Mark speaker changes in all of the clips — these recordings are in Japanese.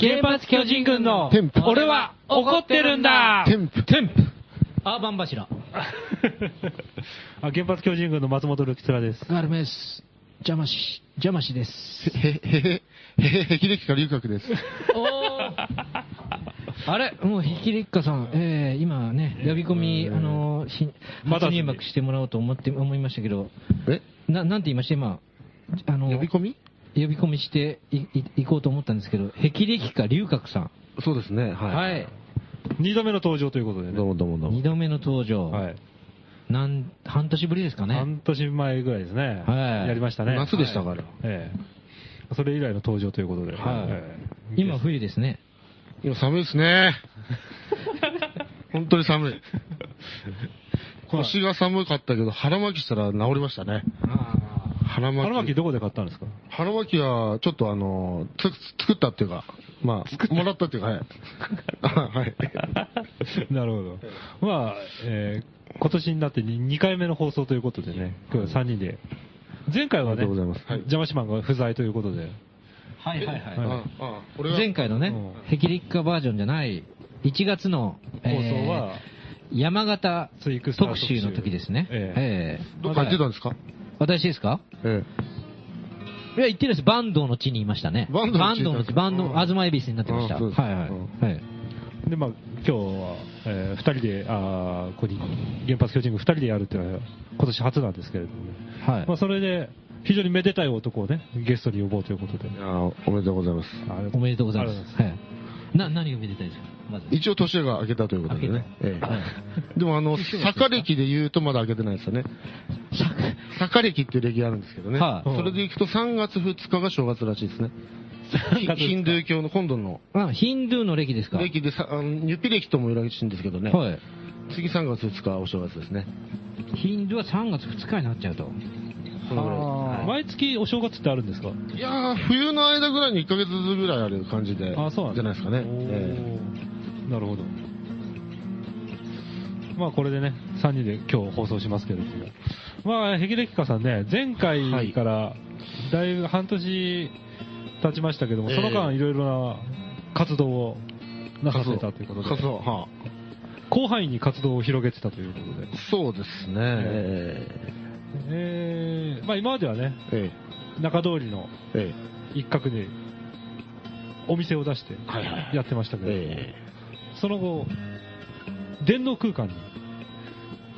Speaker 1: 原発巨人軍の
Speaker 2: テンプ、
Speaker 1: 俺は怒ってるんだ
Speaker 2: テンプ
Speaker 3: テンプ。
Speaker 1: アーバン柱。
Speaker 3: あ原発巨人軍の松本力虎です。
Speaker 1: ガルメス、ジャマシ、ジャマシです。
Speaker 2: へへへへへ、秀樹か龍角です。
Speaker 1: おあれもう、ひきりっかさん、えー、今ね、呼び込み、あのー、し
Speaker 3: まだ
Speaker 1: 初入幕してもらおうと思って、思いましたけど、
Speaker 2: え
Speaker 1: な、なんて言いました今、あのー、
Speaker 2: 呼び込み
Speaker 1: 呼び込みしてい、い、行こうと思ったんですけど、霹靂か龍角さん。
Speaker 2: そうですね、はい。
Speaker 1: はい。
Speaker 3: 2度目の登場ということで
Speaker 2: どうも
Speaker 3: ね。
Speaker 2: どうもどう
Speaker 1: 二
Speaker 2: も。
Speaker 1: 度目の登場。
Speaker 3: はい。
Speaker 1: なん、半年ぶりですかね。
Speaker 3: 半年前ぐらいですね。
Speaker 1: はい
Speaker 3: やりましたね。
Speaker 2: 夏でしたから。
Speaker 3: ええ。それ以来の登場ということで。
Speaker 1: はい
Speaker 3: ええ
Speaker 1: 今冬ですね。
Speaker 2: 今寒いです ね。本当に寒い。腰が寒かったけど、腹巻きしたら治りましたね。腹巻き。
Speaker 3: 腹巻きどこで買ったんですか
Speaker 2: 腹巻きは、ちょっとあの、つ、作ったっていうか、まあ、もらったっていうか、 はい。はい。
Speaker 3: なるほど。まあ、えー今年になって2回目の放送ということでね、今日は3人で。前回は
Speaker 2: ありがと
Speaker 3: ね、
Speaker 2: うございますはい
Speaker 3: 邪魔しマンが不在ということで。
Speaker 1: はいはいは
Speaker 2: あ
Speaker 3: は
Speaker 2: あ、俺が
Speaker 1: 前回のね
Speaker 3: うん、
Speaker 1: ヘキリッカバージョンじゃない、1月の、
Speaker 3: 放送は
Speaker 1: えー山形
Speaker 3: ツイクスター
Speaker 1: 特集の時ですね。
Speaker 3: え
Speaker 1: ええ
Speaker 2: どっか行ってたんですか
Speaker 1: 私ですか
Speaker 2: え
Speaker 1: いや、言ってないです。坂東の地にいましたね。
Speaker 2: 坂東の
Speaker 1: 坂
Speaker 2: 地
Speaker 1: 東の
Speaker 2: うん
Speaker 1: 地、坂東、東恵比寿になってました。は
Speaker 2: あそうです
Speaker 1: いはい。
Speaker 2: うん
Speaker 1: はい
Speaker 3: で、まあ、今日は、え2人で、あーここに原発巨人軍2人でやるっていうのは、今年初なんですけれどもね。
Speaker 1: はい
Speaker 3: まあ、それで、非常にめでたい男をね、ゲストに呼ぼうということで。
Speaker 2: え。あおめでとうございます。
Speaker 3: あ
Speaker 1: おめでとうございま
Speaker 3: ありが
Speaker 1: す。はい。な、何がめでたいですかまず。
Speaker 2: 一応年が明けたということでね。
Speaker 1: 明
Speaker 2: え
Speaker 1: けたはい
Speaker 2: え。でもあ の、坂歴で言うとまだ明けてないですよね。坂歴っていう歴があるんですけどね。
Speaker 1: はい
Speaker 2: それで行くと3月2日が正月らしいですね。
Speaker 3: 月二日
Speaker 2: ヒヒンドゥー教の今度の
Speaker 1: あ、ヒンドゥーの歴ですか
Speaker 2: 歴でさ、あのニュピ歴とも言うらしいんですけどね。
Speaker 1: はい。
Speaker 2: 次3月2日はお正月ですね。
Speaker 1: ヒンドゥーは3月2日になっちゃうと。
Speaker 2: そのぐらいです
Speaker 3: あー毎月お正月ってあるんですか
Speaker 2: いやー、冬の間ぐらいに1ヶ月ずつぐらいある感じで、
Speaker 3: あそうなん
Speaker 2: じゃないですかね。
Speaker 3: おー
Speaker 2: え
Speaker 3: なるほど。まあこれでね、3人で今日放送しますけれども。まあ、ヘキレキカさんね、前回からだいぶ半年経ちましたけども、
Speaker 2: ええ
Speaker 3: その間いろいろな活動を
Speaker 2: え
Speaker 3: なさってたということで、
Speaker 2: 活動はあ
Speaker 3: 広範囲に活動を広げてたということで。
Speaker 2: そうですね。え
Speaker 3: えーまあ今まではね、
Speaker 2: ええ
Speaker 3: 中通りの
Speaker 2: ええ
Speaker 3: 一角にお店を出して
Speaker 2: はいはい
Speaker 3: やってました
Speaker 2: え
Speaker 3: けど、
Speaker 2: え
Speaker 3: その後、電脳空間に。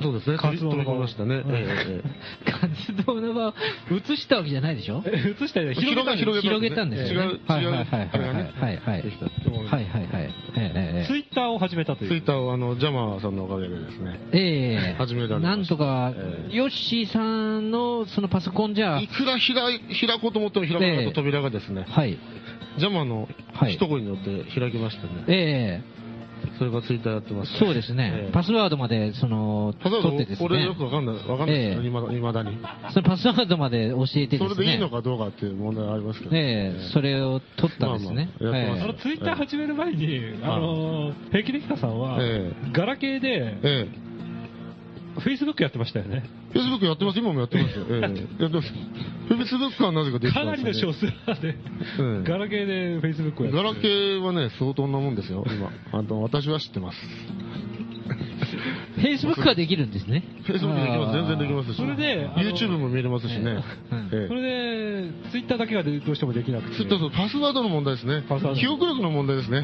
Speaker 2: そうですね。
Speaker 3: 活動の
Speaker 2: 取り込みましたね。
Speaker 3: うん
Speaker 2: ええ
Speaker 1: 活動の場を移したわけじゃないでしょ
Speaker 3: え映したよね。
Speaker 2: 広げた
Speaker 1: 広げたんですよね。
Speaker 2: 違う違う
Speaker 1: はいはい
Speaker 2: あれ
Speaker 1: はい
Speaker 2: が
Speaker 1: はい
Speaker 2: ね
Speaker 1: はいはい。はいはいはい。え
Speaker 3: ツイッターを始めたと
Speaker 2: え
Speaker 3: いう。
Speaker 2: ツイッターをあの、ジャマーさんのおかげでですね。
Speaker 1: えええ
Speaker 2: 始められました
Speaker 1: なんとか
Speaker 2: え、え
Speaker 1: ヨッシーさんのそのパソコンじゃ
Speaker 2: い、くら開い開こうと思っても開かなかった扉がですね、
Speaker 1: はい。
Speaker 2: ジャマーの
Speaker 1: はい
Speaker 2: 一声によって開きましたね。
Speaker 1: ええ
Speaker 2: それがツイッターやってます、
Speaker 1: そうですね
Speaker 2: え。え
Speaker 1: パスワードまで、その、
Speaker 2: ただ
Speaker 1: 取ってです
Speaker 2: 俺
Speaker 1: ね
Speaker 2: よ。くわかんない、わかんないですよ、
Speaker 1: ええ
Speaker 2: いまだに。
Speaker 1: そのパスワードまで教えてです
Speaker 2: そ
Speaker 1: ね。
Speaker 2: れでいいのかどうかっていう問題はありますけど。
Speaker 1: ええそれを取ったんですね。
Speaker 2: まあまあやってます
Speaker 3: そのツイッター始める前に、あのー、平気できたさんは
Speaker 2: え、
Speaker 3: ガラケーで、
Speaker 2: ええ。
Speaker 3: Facebook やってましたよね。
Speaker 2: Facebook やってます、今もやってますよ。ええ、やってます。Facebook はなぜかできて
Speaker 3: か
Speaker 2: ま
Speaker 3: な
Speaker 2: す
Speaker 3: り
Speaker 2: よ
Speaker 3: の
Speaker 2: ね
Speaker 3: 少数派で
Speaker 2: ん、
Speaker 3: ガラケーで Facebook をやって
Speaker 2: ガラケーはね、相当なもんですよ、今。あの私は知ってます。
Speaker 1: フェイスブックはできるんですね。
Speaker 2: Facebook できます、全然できますし。
Speaker 3: それであの
Speaker 2: YouTube も見れますしね。
Speaker 1: え
Speaker 2: え
Speaker 3: それで、ツイッターだけがでどうしてもできなく
Speaker 2: え
Speaker 3: て。
Speaker 2: ちょっとそのパスワードの問題ですね
Speaker 3: パスワー。ド
Speaker 2: 記憶力の問題ですね。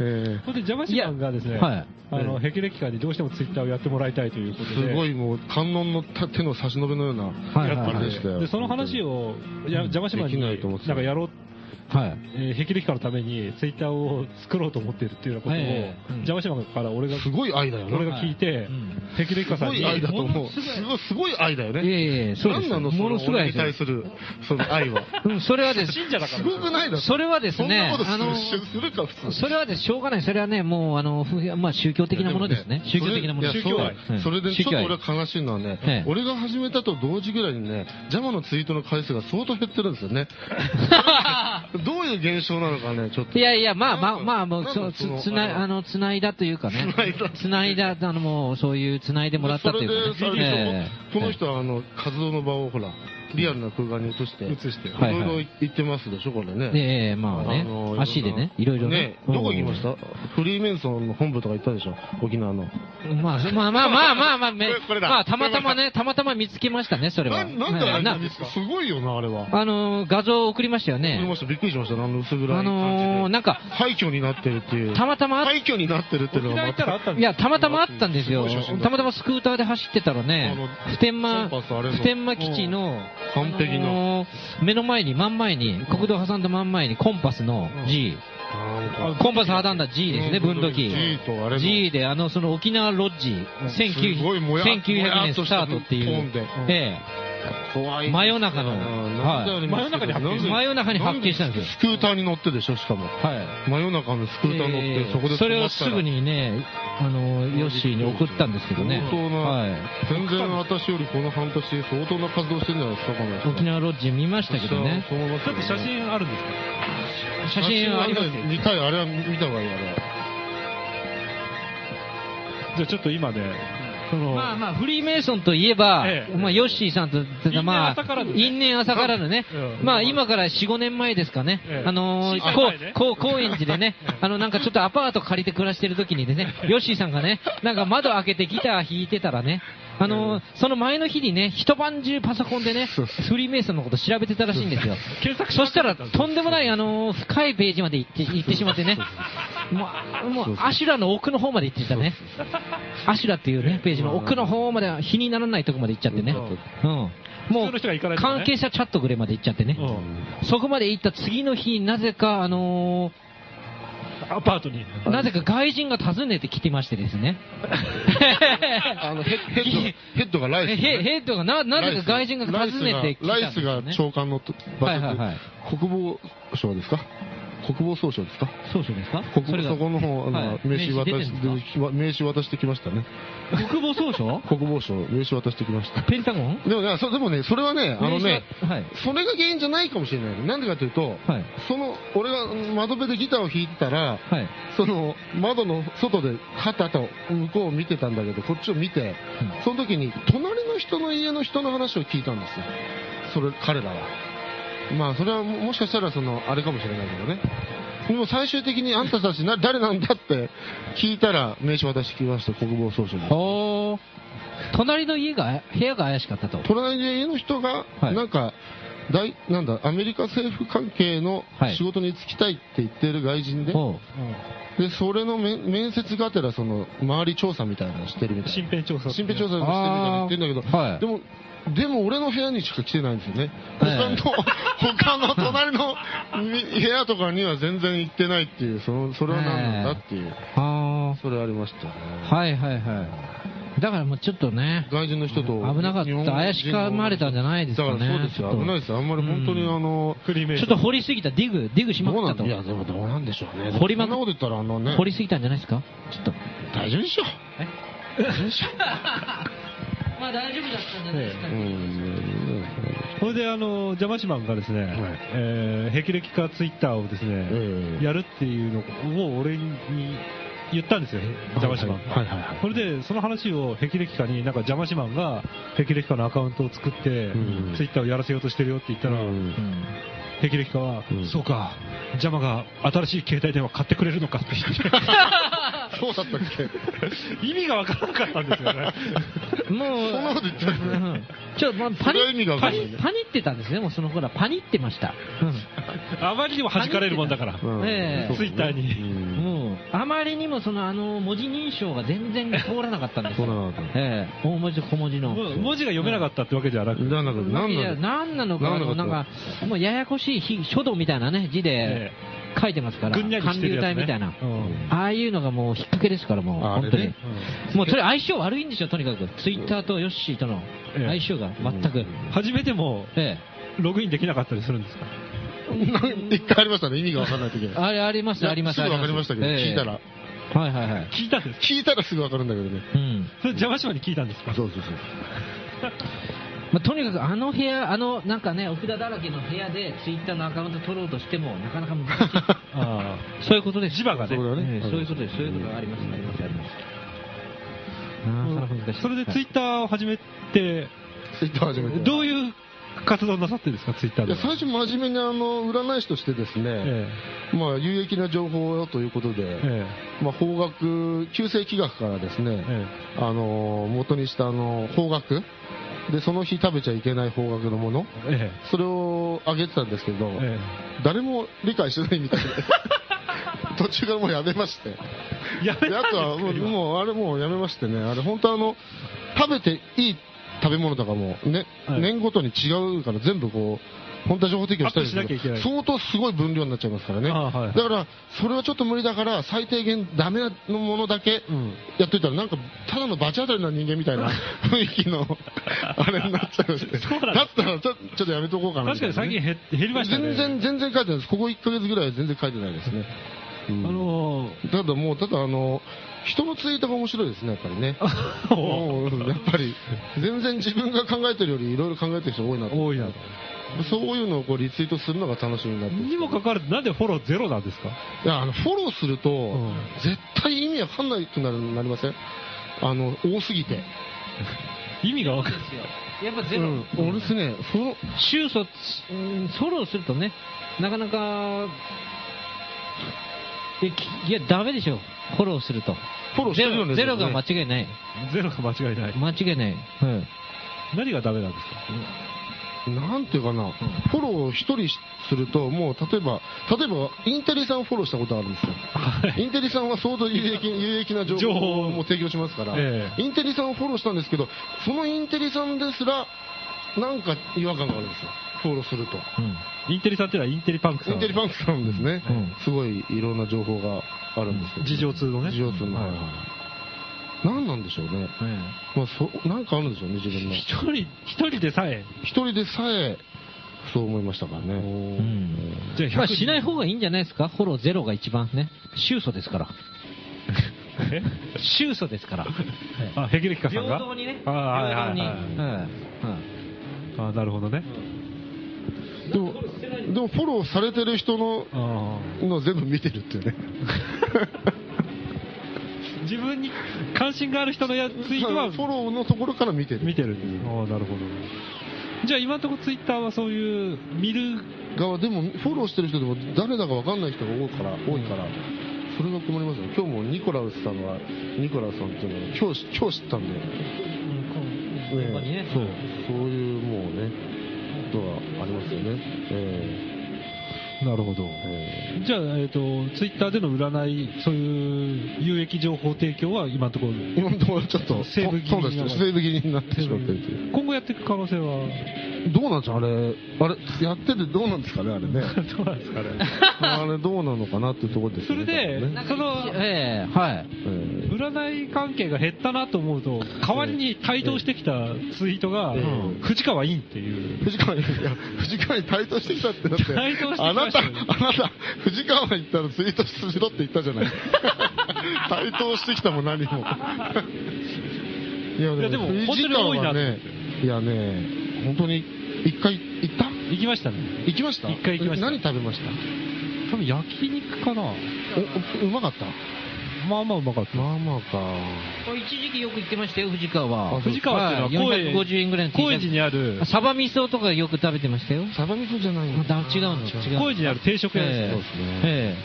Speaker 2: え
Speaker 3: それで邪魔しマンがですね、
Speaker 1: いやはい
Speaker 3: あの、ヘキレキカにどうしてもツイッターをやってもらいたいというこ
Speaker 2: え
Speaker 3: とで、
Speaker 2: すごいもう観音の手の差し伸べのような
Speaker 1: はいはいはい
Speaker 2: あれでしたよ。
Speaker 3: でその話を、や邪魔しマン
Speaker 2: でき
Speaker 3: に、な
Speaker 2: なんいと思ってた
Speaker 3: かやろう、
Speaker 1: はい。
Speaker 3: えー、ヘキレキカのためにツイッターを作ろうと思っているっていうようなことを、
Speaker 1: ええうん
Speaker 3: 邪魔しマンから俺が、
Speaker 2: すごい愛だよ
Speaker 3: 俺
Speaker 2: ね。
Speaker 3: が聞いて、
Speaker 1: うん
Speaker 3: ヘキレキカ
Speaker 2: す
Speaker 3: さん
Speaker 2: ご
Speaker 3: に、
Speaker 2: い愛だと
Speaker 1: も
Speaker 2: 思う。
Speaker 1: の
Speaker 2: す
Speaker 1: すごい
Speaker 2: ごいすごい愛だよね。
Speaker 1: いえいえいえそうですよ
Speaker 2: 何なの、そ
Speaker 1: もの
Speaker 2: の
Speaker 1: すごい
Speaker 2: 俺
Speaker 1: 愛
Speaker 2: に
Speaker 1: です
Speaker 2: 対する、その愛は。
Speaker 1: うん、それはです。
Speaker 3: 信者だから
Speaker 2: すごくないだろ
Speaker 1: それはですね
Speaker 2: そんなことする,、
Speaker 1: あの
Speaker 2: するか、普通。
Speaker 1: それはです、しょうがない。それはね、もう、あの、ふまあ、宗教的なものですね。
Speaker 2: いや
Speaker 1: 宗
Speaker 2: も
Speaker 1: 教的なもの
Speaker 2: いや
Speaker 1: 宗教愛
Speaker 2: そ
Speaker 1: う
Speaker 2: う
Speaker 1: ん
Speaker 2: それで
Speaker 1: 宗
Speaker 2: ちょっと
Speaker 1: 教愛
Speaker 2: 俺は悲しいのはね、
Speaker 1: ええ
Speaker 2: 俺が始めたと同時ぐらいにね、ジャマのツイートの回数が相当減ってるんですよ ね。どういう現象なのかね、ちょっと。
Speaker 1: いやいや、まあまあ
Speaker 2: なんか
Speaker 1: まあ、もう
Speaker 2: なん、か
Speaker 1: その
Speaker 2: その
Speaker 1: つつない、あの、つないだというかね
Speaker 2: つないだ。
Speaker 1: つないだ、あの、もう、そういう、つないでもらったというかね
Speaker 2: それで、それで
Speaker 1: ええ
Speaker 2: この人はあの活動の場をほら、リアルな空間に移して、
Speaker 3: 移
Speaker 2: い
Speaker 3: して。
Speaker 1: はい
Speaker 2: ろいろ行ってますでしょ、これね。
Speaker 1: ええまあね、
Speaker 2: あのー
Speaker 1: 足でね、いろいろね。
Speaker 2: どこ行きましたフリーメイソンの本部とか行ったでしょ沖縄の。
Speaker 1: うんまあ、まあまあまあまあまあ、め
Speaker 2: これこれだ
Speaker 1: まあ、たまたまね、たまたま見つけましたね、それは。はいな
Speaker 2: かすごいよな、あれは。
Speaker 1: あのー、画像を送りましたよ
Speaker 2: びっくり
Speaker 1: ね
Speaker 2: ま。した、びっくりしました、あの薄暗い
Speaker 1: あ
Speaker 2: 感じで。
Speaker 1: のー、なんか、
Speaker 2: 廃墟になってるっていう。
Speaker 1: たまたまあっ
Speaker 2: 廃墟になってるっていうの
Speaker 3: 沖
Speaker 2: がま
Speaker 3: 縄行ったらあったん
Speaker 1: い
Speaker 3: です
Speaker 1: や、たまたまあったんですよ
Speaker 2: すごい写真。だ
Speaker 1: たまたまスクーターで走ってたらね
Speaker 2: あ、の
Speaker 1: 普天間、
Speaker 2: コンパスあれの
Speaker 1: 普天間基地の、
Speaker 2: 完璧な
Speaker 1: あのー目の前に、真ん前に、国道挟んだ真ん前にコンパスの G、
Speaker 2: なんか
Speaker 1: コンパス挟んだ G ですね、
Speaker 2: う
Speaker 1: 分
Speaker 2: ん
Speaker 1: 度器。
Speaker 2: G とあれの
Speaker 1: G で、あの、その沖縄ロッジ、
Speaker 2: すごいもや
Speaker 1: 1900年スタートってい
Speaker 2: もやっ
Speaker 1: う
Speaker 2: としたトーン、で
Speaker 1: え
Speaker 2: 怖い
Speaker 1: え、
Speaker 2: ね。
Speaker 1: 真夜中の、
Speaker 2: なんであ
Speaker 1: は
Speaker 2: れ
Speaker 3: 真夜中に発見
Speaker 1: い。真夜中に発見したんですよ。
Speaker 2: スクーターに乗ってでしょ、しかも。
Speaker 1: はい。
Speaker 2: 真夜中のスクーター乗って、
Speaker 1: ええ
Speaker 2: そこで止まったら
Speaker 1: それをすぐにね、あの、ヨッシーに送ったんですけどね。
Speaker 2: 相当な
Speaker 1: はい。
Speaker 2: 全然私よりこの半年相当な活動してるんじゃないですか、この人
Speaker 1: 沖縄ロッジ見ましたけどね。
Speaker 2: そう思います
Speaker 3: ち
Speaker 2: よね
Speaker 3: ょっと写真あるんですか
Speaker 1: 写真はありますよ。
Speaker 2: 2回あれは見た方 がいい、あれは。
Speaker 3: じゃあちょっと今ね、その、
Speaker 1: まあまあ、フリーメイソンといえば、
Speaker 3: ええ
Speaker 1: まあ、ヨッシーさんと、まあ
Speaker 3: 因縁朝からぬ、ね
Speaker 1: 因縁朝からのね
Speaker 3: う、ん
Speaker 1: まあ、今から4、5年前ですかね
Speaker 3: え、え
Speaker 1: あのー
Speaker 3: 小さい
Speaker 1: こ
Speaker 3: 前ね
Speaker 1: う、こう、高円寺でね、あの、なんかちょっとアパート借りて暮らしてる時にで ね、ヨッシーさんがね、なんか窓開けてギター弾いてたらね、あのーその前の日にね、一晩中パソコンでね、フリーメイソンのこと調べてたらしいんですよ。
Speaker 3: 検索
Speaker 1: そしたら、とんでもない、あのー深いページまで行って、行ってしまってね。もうあ、もう、アシュラの奥の方まで行ってたね。アシュラっていうね、ページの奥の方まで、日にならないとこまで行っちゃってね。うん。も
Speaker 3: 普通の人が行かな
Speaker 1: う、
Speaker 3: いとね
Speaker 1: 関係者チャットぐらいまで行っちゃってね
Speaker 3: う。ん
Speaker 1: そこまで行った次の日、なぜか、あの
Speaker 3: アパートに。
Speaker 1: ーなぜか外人が訪ねてきてましてですね。
Speaker 2: あのヘッヘッドヘッドがラ
Speaker 1: え
Speaker 2: イス、
Speaker 1: ヘヘッドがな、なぜか外人が訪ねてきたん
Speaker 2: ラ
Speaker 1: で
Speaker 2: イ
Speaker 1: す
Speaker 2: ス
Speaker 1: よ
Speaker 2: が
Speaker 1: ね。
Speaker 2: 長官の場所で、
Speaker 1: はいはいはい
Speaker 2: 国防省ですか国防総省ですか
Speaker 1: そうそうですか
Speaker 2: 国
Speaker 1: それ
Speaker 2: 防
Speaker 1: が
Speaker 2: そこの方、あの
Speaker 1: はい
Speaker 2: 名刺渡
Speaker 1: 名刺出て
Speaker 2: し
Speaker 1: るんで
Speaker 2: て、名刺渡してきましたね。
Speaker 1: 国防総省
Speaker 2: 国防省、名刺渡してきました。
Speaker 1: ペンタゴン
Speaker 2: でもね、そでもね、それはね、あのね、
Speaker 1: 名刺ははい。
Speaker 2: それが原因じゃないかもしれない。なんでかというと、
Speaker 1: はい。
Speaker 2: その、俺が窓辺でギターを弾いてたら、
Speaker 1: はい。
Speaker 2: その、窓の外で、はたと向こうを見てたんだけど、こっちを見て、その時に、隣の人の家の人の話を聞いたんですよ。それ、彼らは。まあ、それはももしかしたら、その、あれかもしれないけどね。でも最終的に、あんたたちな、誰なんだって聞いたら、名刺渡してきました、国防総省に。
Speaker 1: おー隣の家が、部屋が怪しかったと。
Speaker 2: 隣の家の人が、
Speaker 1: はい
Speaker 2: なんか、大なんだアメリカ政府関係の
Speaker 1: はい
Speaker 2: 仕事に就きたいって言ってる外人で、
Speaker 1: おう
Speaker 2: でそれの面面接がてらその周り調査みたいなのをしてるみたいな
Speaker 3: 身辺調査。
Speaker 2: 身辺調査
Speaker 3: 査。
Speaker 2: をしてるみたいなの言ってるんだけど、
Speaker 1: あーはい
Speaker 2: でも、でも俺の部屋にしか来てないんですよね。
Speaker 1: え
Speaker 2: 他の、他の隣のみ部屋とかには全然行ってないっていう、その、それは何なんだっていう、
Speaker 1: あ
Speaker 2: それありましたね。
Speaker 1: ーはいはいはい。だからもうちょっとね、
Speaker 2: 外人の人と
Speaker 1: 危なかった
Speaker 2: 日本人の
Speaker 1: 怪しかまれたんじゃないですかね
Speaker 2: だからそうです
Speaker 1: ちょっ
Speaker 2: よ。
Speaker 1: と
Speaker 2: 危ないですよ。あんまり本当に
Speaker 1: うん
Speaker 2: あの、
Speaker 3: フリーメイ
Speaker 1: ちょ
Speaker 3: ソ
Speaker 1: っ
Speaker 3: ン
Speaker 1: と掘りすぎた、ディグ、ディグしま
Speaker 2: どう
Speaker 1: く
Speaker 2: な
Speaker 1: った
Speaker 2: ん
Speaker 1: と
Speaker 2: い。や、でもどうなんでしょうね。
Speaker 1: 掘りまく
Speaker 2: そんなこと言ったら、あのね、
Speaker 1: 掘りすぎたんじゃないですかちょっと。
Speaker 2: 大丈夫でしょ。
Speaker 1: まあ大丈夫だったんじゃ
Speaker 3: ないです
Speaker 2: う
Speaker 1: か
Speaker 2: ん。
Speaker 3: これであの、ジャマシマンがですね、
Speaker 2: い
Speaker 3: えー、霹靂化ツイッターをですね、
Speaker 2: ええ
Speaker 3: やるっていうのを俺に言ったんですよ、ジャマシマンが。
Speaker 2: はいはいはい
Speaker 3: これで、その話を霹靂化に、なんかジャマシマンが霹靂化のアカウントを作って、
Speaker 2: ん
Speaker 3: ツイッターをやらせようとしてるよって言ったら、
Speaker 2: うん
Speaker 1: うん
Speaker 3: 霹靂化は、
Speaker 2: うん
Speaker 3: そうか、ジャマが新しい携帯電話買ってくれるのかって言っ
Speaker 2: そうだったっけ
Speaker 3: て、意味がわからなかったんですよね。
Speaker 1: もう、
Speaker 2: そんなこと言っちゃう
Speaker 1: うんちょっと、まあ、パ
Speaker 2: それは意
Speaker 1: ニ
Speaker 2: 味がわ
Speaker 1: パ
Speaker 2: かんない
Speaker 1: ニパニってたんですね、もうその頃は。パニってました。
Speaker 3: あまりにも弾かれるもんだから、
Speaker 1: う
Speaker 3: ツ
Speaker 1: んええ
Speaker 2: そう
Speaker 3: イッター
Speaker 2: う
Speaker 3: に。
Speaker 2: ん
Speaker 1: もう、あまりにもその、あの、文字認証が全然通らなかったんですよ。
Speaker 2: 通らなかった
Speaker 1: ええ大文字と小文字の。
Speaker 3: もう文字が読めなかったってわけじゃなく
Speaker 2: なんだか、なんだか。
Speaker 1: 何なのか、
Speaker 2: な
Speaker 1: あ
Speaker 2: んだ
Speaker 1: の
Speaker 2: か
Speaker 1: なんか、もうややこしいひ書道みたいなね、字で
Speaker 3: え
Speaker 1: 書いてますから、
Speaker 3: ぐんにゃりしてるやつ、ね、
Speaker 1: 流体みたいな。
Speaker 3: うん
Speaker 1: ああいうのがもう引っ掛けですから、もう、
Speaker 2: ああ
Speaker 1: 本
Speaker 2: れ
Speaker 1: 当に
Speaker 2: ね。
Speaker 1: もうそれ相性悪いんですよ、とにかく。ツイッターとヨッシーとの
Speaker 3: ええ
Speaker 1: 相性が全く。
Speaker 3: 初めても
Speaker 1: え
Speaker 3: ログインできなかったりするんですか
Speaker 2: なん 一回ありましたね、意味がわかんない時
Speaker 1: え。あれ、ありました、ありました。
Speaker 2: すぐわかりましたけど、
Speaker 1: あ
Speaker 2: 聞いた。
Speaker 1: え
Speaker 2: ら。
Speaker 1: えはいはいはい。
Speaker 3: 聞いたんですか
Speaker 2: 聞いたらすぐわかるんだけどね。
Speaker 1: うん。
Speaker 3: それ邪魔しまに聞いたんですか
Speaker 2: そうそう
Speaker 1: まあ、とにかくあの部屋、あのなんかね、お札だらけの部屋でツイッターのアカウント取ろうとしても、なかなか難しい。
Speaker 3: あ
Speaker 1: そういうことです。
Speaker 3: 磁場が
Speaker 1: そ
Speaker 3: ね
Speaker 1: う
Speaker 2: そうだね
Speaker 1: ええそういうことです。そういうことがあります、あります、あります。なかなか難しい。
Speaker 3: それでツイ
Speaker 1: ッ
Speaker 3: ッターを始めて
Speaker 2: そう。ツイッター始めて。
Speaker 3: どういう活動なさってるんですか、ツイッター
Speaker 2: い
Speaker 3: で
Speaker 2: や
Speaker 3: は。
Speaker 2: 最初真面目にあの占い師としてですね、
Speaker 3: え
Speaker 2: まあ有益な情報をということで、
Speaker 3: ええ
Speaker 2: まあ法学、旧世紀学からですね、
Speaker 3: ええ
Speaker 2: あの元にしたあの方角でその日食べちゃいけない方角のもの
Speaker 3: ええ
Speaker 2: それをあげてたんですけど、
Speaker 3: え
Speaker 2: 誰も理解してないみたいで 途中からもうやめまして
Speaker 3: えやめたんです
Speaker 2: であとはもうもうあれもうやめましてねあれ本当あの食べていい食べ物とかも、ね
Speaker 3: はい
Speaker 2: 年ごとに違うから全部こう本当は情報提供したりする
Speaker 3: アップしなきゃいけない
Speaker 2: 相当すごい分量になっちゃいますからね、
Speaker 3: ああはい
Speaker 2: だからそれはちょっと無理だから最低限ダメなものだけ
Speaker 3: うん
Speaker 2: やっといたらなんかただのバチ当たりな人間みたいな 雰囲気のあれになっちゃうし
Speaker 3: そうなんだ
Speaker 2: だったらちょちょっとやめとこうかなみ
Speaker 3: 確
Speaker 2: た
Speaker 3: か
Speaker 2: い
Speaker 3: に
Speaker 2: な
Speaker 3: 最近減減りましたね。
Speaker 2: 全然全然書いてないですここ1ヶ月ぐらいは全然書いてないですね、うん
Speaker 3: あの
Speaker 2: ただもう、ただあの、人のツイートが面白いですね、やっぱりね。
Speaker 3: ー
Speaker 2: うんやっぱり、全然自分が考えてるよりいろいろ考えてる人多いなと
Speaker 3: 多いなと。
Speaker 2: そういうのをこうリツイートするのが楽しみになってきて
Speaker 3: にもかかわらず、なんでフォローゼロなんですか
Speaker 2: いやあのフォローすると、
Speaker 3: ん
Speaker 2: 絶対意味わかんないくなるなりませんあの、多すぎて。
Speaker 3: 意味がわかんない。
Speaker 1: やっぱゼロ、
Speaker 2: うん俺ですね、フォロー
Speaker 1: 収束、うんソロをするとね、なかなか、えきいや、ダメでしょ、フォローすると。
Speaker 2: フォローして
Speaker 1: ゼ
Speaker 2: るよね
Speaker 1: ロゼロが
Speaker 2: でも
Speaker 1: 間
Speaker 2: ね
Speaker 1: 違いない。
Speaker 3: ゼロが間違いない。
Speaker 1: 間違いない。はい
Speaker 3: 何がダメなんです
Speaker 2: なんていうかな、フォローを一人すると、もう例えば、例えば、インテリさんをフォローしたことあるんですよ。
Speaker 3: かはい。
Speaker 2: インテリさんは相当有益有益な情
Speaker 3: 情
Speaker 2: 報
Speaker 3: 報
Speaker 2: も提供しますから、
Speaker 3: え
Speaker 2: インテリさんをフォローしたんですけど、そのインテリさんですら、なんか違和感があるんですよ、フォローすると。
Speaker 3: インテリさんっていうのはインテリパンクさん。
Speaker 2: インテリファンクさんですね、
Speaker 1: うん
Speaker 2: すごいいろんな情報があるんですけど、
Speaker 3: 事情通のね
Speaker 2: 事情通の、
Speaker 3: はいはい
Speaker 2: 何なんでしょうね、まあ、そなんかあるんでしょうね、自分の。
Speaker 3: 一人、一人でさえ。
Speaker 2: 一人でさえ、そう思いましたからね。
Speaker 1: うん
Speaker 3: じゃあ100人
Speaker 1: まあ、しない方がいいんじゃないですか、フォローゼロが一番ね、収素ですから、
Speaker 3: え
Speaker 1: 収素ですから、
Speaker 3: あ、ヘキレキカさんが
Speaker 1: 平等にね、
Speaker 3: あーはいはい
Speaker 1: 平
Speaker 3: は
Speaker 1: 等に
Speaker 3: い。
Speaker 1: はいはい
Speaker 3: あーなるほどね。
Speaker 2: でも、でもフォローされてる人の
Speaker 3: あ
Speaker 2: の全部見てるっていうね。
Speaker 3: ー自分に関心がある人のやツイートは
Speaker 2: フォローのところから見てる。
Speaker 3: 見てる。ああ、なるほど。じゃあ今のところツイッターはそういう見る、
Speaker 2: がでもフォローしてる人でも誰だか分かんない人が多いから多いからそれが困りますよ今日もニコラウスさんはニコラウスさんっていうのは今日今日知ったんで、
Speaker 1: うん現場にね
Speaker 2: そうそういうもうねことがありますよねえ
Speaker 3: なるほど。
Speaker 2: ええ
Speaker 3: じゃあ、えっ、と、ツイッターでの占い、そういう有益情報提供は今のところ、
Speaker 2: え今のところちょっと
Speaker 3: セーブ気味に
Speaker 2: そうですセーブ気味になってしまってるという
Speaker 3: 今後やっていく可能性は、
Speaker 2: どうなんですかあれあれやっててどうなんですかねあれ ね
Speaker 3: どうなんですかね。
Speaker 2: あれどうなのかなっていうところです
Speaker 3: そ
Speaker 2: よね多
Speaker 3: れで
Speaker 2: 分ね、
Speaker 3: その、
Speaker 1: ええはい、
Speaker 2: ええ
Speaker 3: 占い関係が減ったなと思うと、代わりに台頭してきたツイートが、
Speaker 2: ええ
Speaker 3: 藤川委員って いう。
Speaker 2: 藤川に、いや、藤川に対等してきたってだって、
Speaker 3: 対等してきましたよ
Speaker 2: あなた、あなた、藤川に行ったらツイートしろって言ったじゃ ない。対等してきたも何も。いや、
Speaker 3: いやでも
Speaker 2: 藤川は
Speaker 3: 本当に多いなと思っ
Speaker 2: ね
Speaker 3: て、
Speaker 2: いやね、本当に、一回行った
Speaker 3: 行きましたね。
Speaker 2: 行きました
Speaker 3: 一回行きました
Speaker 2: 何食べまし
Speaker 3: 多分焼肉かな。
Speaker 2: たお、うまかった
Speaker 3: まあまあうまかった。
Speaker 2: まあまあか。
Speaker 1: 一時期よく行ってましたよ、藤川は
Speaker 2: あ。
Speaker 3: 藤川っていうのは、
Speaker 1: はい450円ぐらいの T シャツ
Speaker 3: 高円寺にある、
Speaker 1: サバ味噌とかよく食べてましたよ。
Speaker 2: サバ味噌じゃない
Speaker 1: ま
Speaker 2: の
Speaker 1: た違うの、違うの。
Speaker 3: 高円寺にある定食屋ですよ
Speaker 1: ええ
Speaker 2: そうですね
Speaker 1: え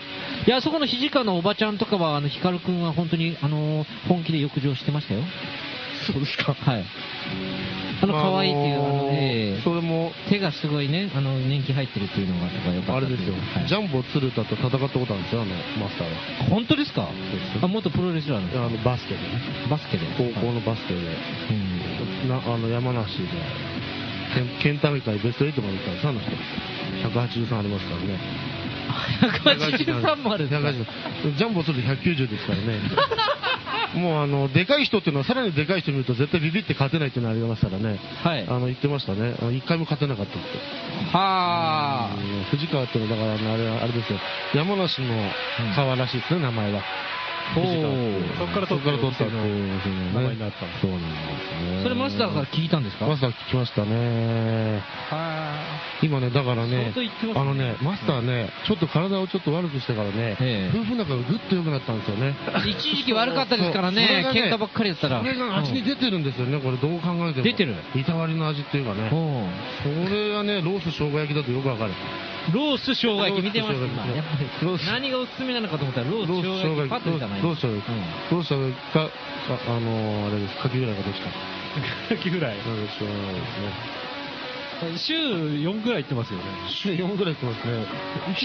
Speaker 1: えいや、あそこのひじかのおばちゃんとかは、あの、ヒカルくんは本当に、あのー、本気で浴場してましたよ。
Speaker 2: そうですか。
Speaker 1: はい。あの、可愛いっていう、あの、ええ
Speaker 2: それも、
Speaker 1: 手がすごいね、あの、年季入ってるっていうのが、とかよか
Speaker 2: あ
Speaker 1: っ
Speaker 2: れ
Speaker 1: たって
Speaker 2: で
Speaker 1: いう
Speaker 2: すよ
Speaker 1: はい。
Speaker 2: ジャンボ鶴田と戦ったことあるんですよ、あの、マスターが。
Speaker 1: 本当ですか
Speaker 2: ですよ
Speaker 1: あ、元プロレスラーなんです
Speaker 2: あのバスケでね、
Speaker 1: バスケで。
Speaker 2: 高校のバスケで、
Speaker 1: うん
Speaker 2: なあの山梨で、県県大会ベスト8まで行ったんです、あの人、183ありますからね、
Speaker 1: 183もあるんですか
Speaker 2: 183ジャンボすると190ですから ね、もうあのでかい人っていうのは、さらにでかい人見ると、絶対ビビって勝てないっていうのありますからね、
Speaker 1: はい。
Speaker 2: あの言ってましたね、あの一回も勝てなかったって。
Speaker 1: はあ
Speaker 2: あ。の藤川っていうのはだからあのあれあれですよ山梨の川らしいですね、名前は
Speaker 3: 肘がそこから
Speaker 2: そ
Speaker 3: 取
Speaker 2: こから取った
Speaker 3: っ
Speaker 2: ってて
Speaker 3: いう
Speaker 2: いうこと
Speaker 3: 名前になったんです
Speaker 2: そうなんですね。
Speaker 1: それマスターから聞いたんですか
Speaker 2: マスター聞きましたね。今ね、だからね
Speaker 1: 相当言ってま、すね
Speaker 2: あのね、マスターね、ちょっと体をちょっと悪くしてから
Speaker 1: ええ、
Speaker 2: ね夫婦仲がぐっと良くなったんですよね。
Speaker 1: 一時期悪かったですからね、
Speaker 2: そうそれ
Speaker 1: 喧
Speaker 2: がね
Speaker 1: 嘩ばっかりだったら。
Speaker 2: これが味に
Speaker 1: うん
Speaker 2: 出てるんですよね、これどう考えても。
Speaker 1: 出てる
Speaker 2: いたわりの味っていうかね。
Speaker 1: おう
Speaker 2: これはね、ロース生姜焼きだとよくわかる。
Speaker 1: ロース生姜焼き見てました
Speaker 2: ロース生姜焼き
Speaker 1: やっぱり
Speaker 2: ロース
Speaker 1: 何がおすすめなのかと思ったらロース生姜焼きパッとじゃない
Speaker 2: ロース生姜焼きロース生姜焼きか、かあのー、あれです、カキぐらいがどっちか。
Speaker 3: カキフライ
Speaker 2: なんでしょうがないですね。
Speaker 3: 週4ぐらい行ってますよね
Speaker 2: 週4ぐらい行ってますね。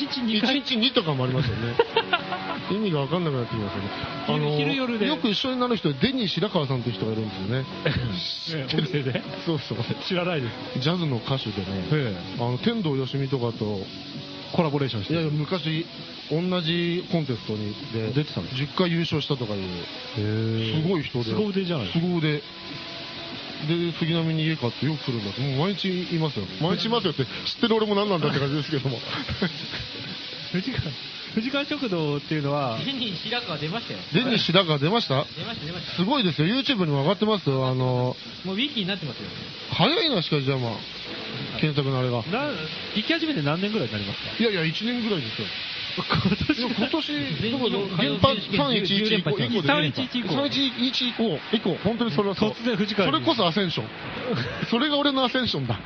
Speaker 3: 1日2
Speaker 2: 1
Speaker 3: 回
Speaker 2: 日2とかもありますよね。 意味が分かんなくなってきますよね。あの
Speaker 3: 昼夜で
Speaker 2: よく一緒になる人、デニー白川さんという人がいるんですよね。
Speaker 3: ええお店で
Speaker 2: そうそう。
Speaker 3: 知らないです
Speaker 2: ジャズの歌手でね、
Speaker 3: え
Speaker 2: あの天童よしみとかと、
Speaker 3: えコラボレーションし
Speaker 2: い
Speaker 3: て
Speaker 2: やいや昔、同じコンテストにで
Speaker 3: 出てたんです
Speaker 2: 10回優勝したとかいう、
Speaker 3: す
Speaker 2: すごい人で、
Speaker 3: すご腕じゃないです
Speaker 2: すご腕。で、杉並に家買ってよく来るんだって、もう毎日いますよ。毎日いますよって、知ってる俺も何なんだって感じですけども。
Speaker 3: 藤川藤川食堂っていうのは
Speaker 1: 手に白川出ましたよ
Speaker 2: デニー白川出ました
Speaker 1: 出ました出まし
Speaker 2: すごいですよ、YouTube にも上がってますよ、あの、
Speaker 1: たもうウィキになってますよ
Speaker 2: 早いな、しかし、じゃあまあ、検索のあれが。
Speaker 3: な 行き始めて何年ぐらいになりますか
Speaker 2: いやいや、1年ぐらいですよ。いや今年、どこどこ
Speaker 1: 全
Speaker 2: 原
Speaker 1: 日本
Speaker 2: 発
Speaker 1: 10
Speaker 2: 311以
Speaker 1: 連
Speaker 2: 降、
Speaker 1: 覇
Speaker 2: 以降
Speaker 3: 311以降
Speaker 2: 311以降、以降、本当にそれはそう
Speaker 3: 突然藤川
Speaker 2: そ
Speaker 3: に
Speaker 2: れこそアセンション。それが俺のアセンションだ。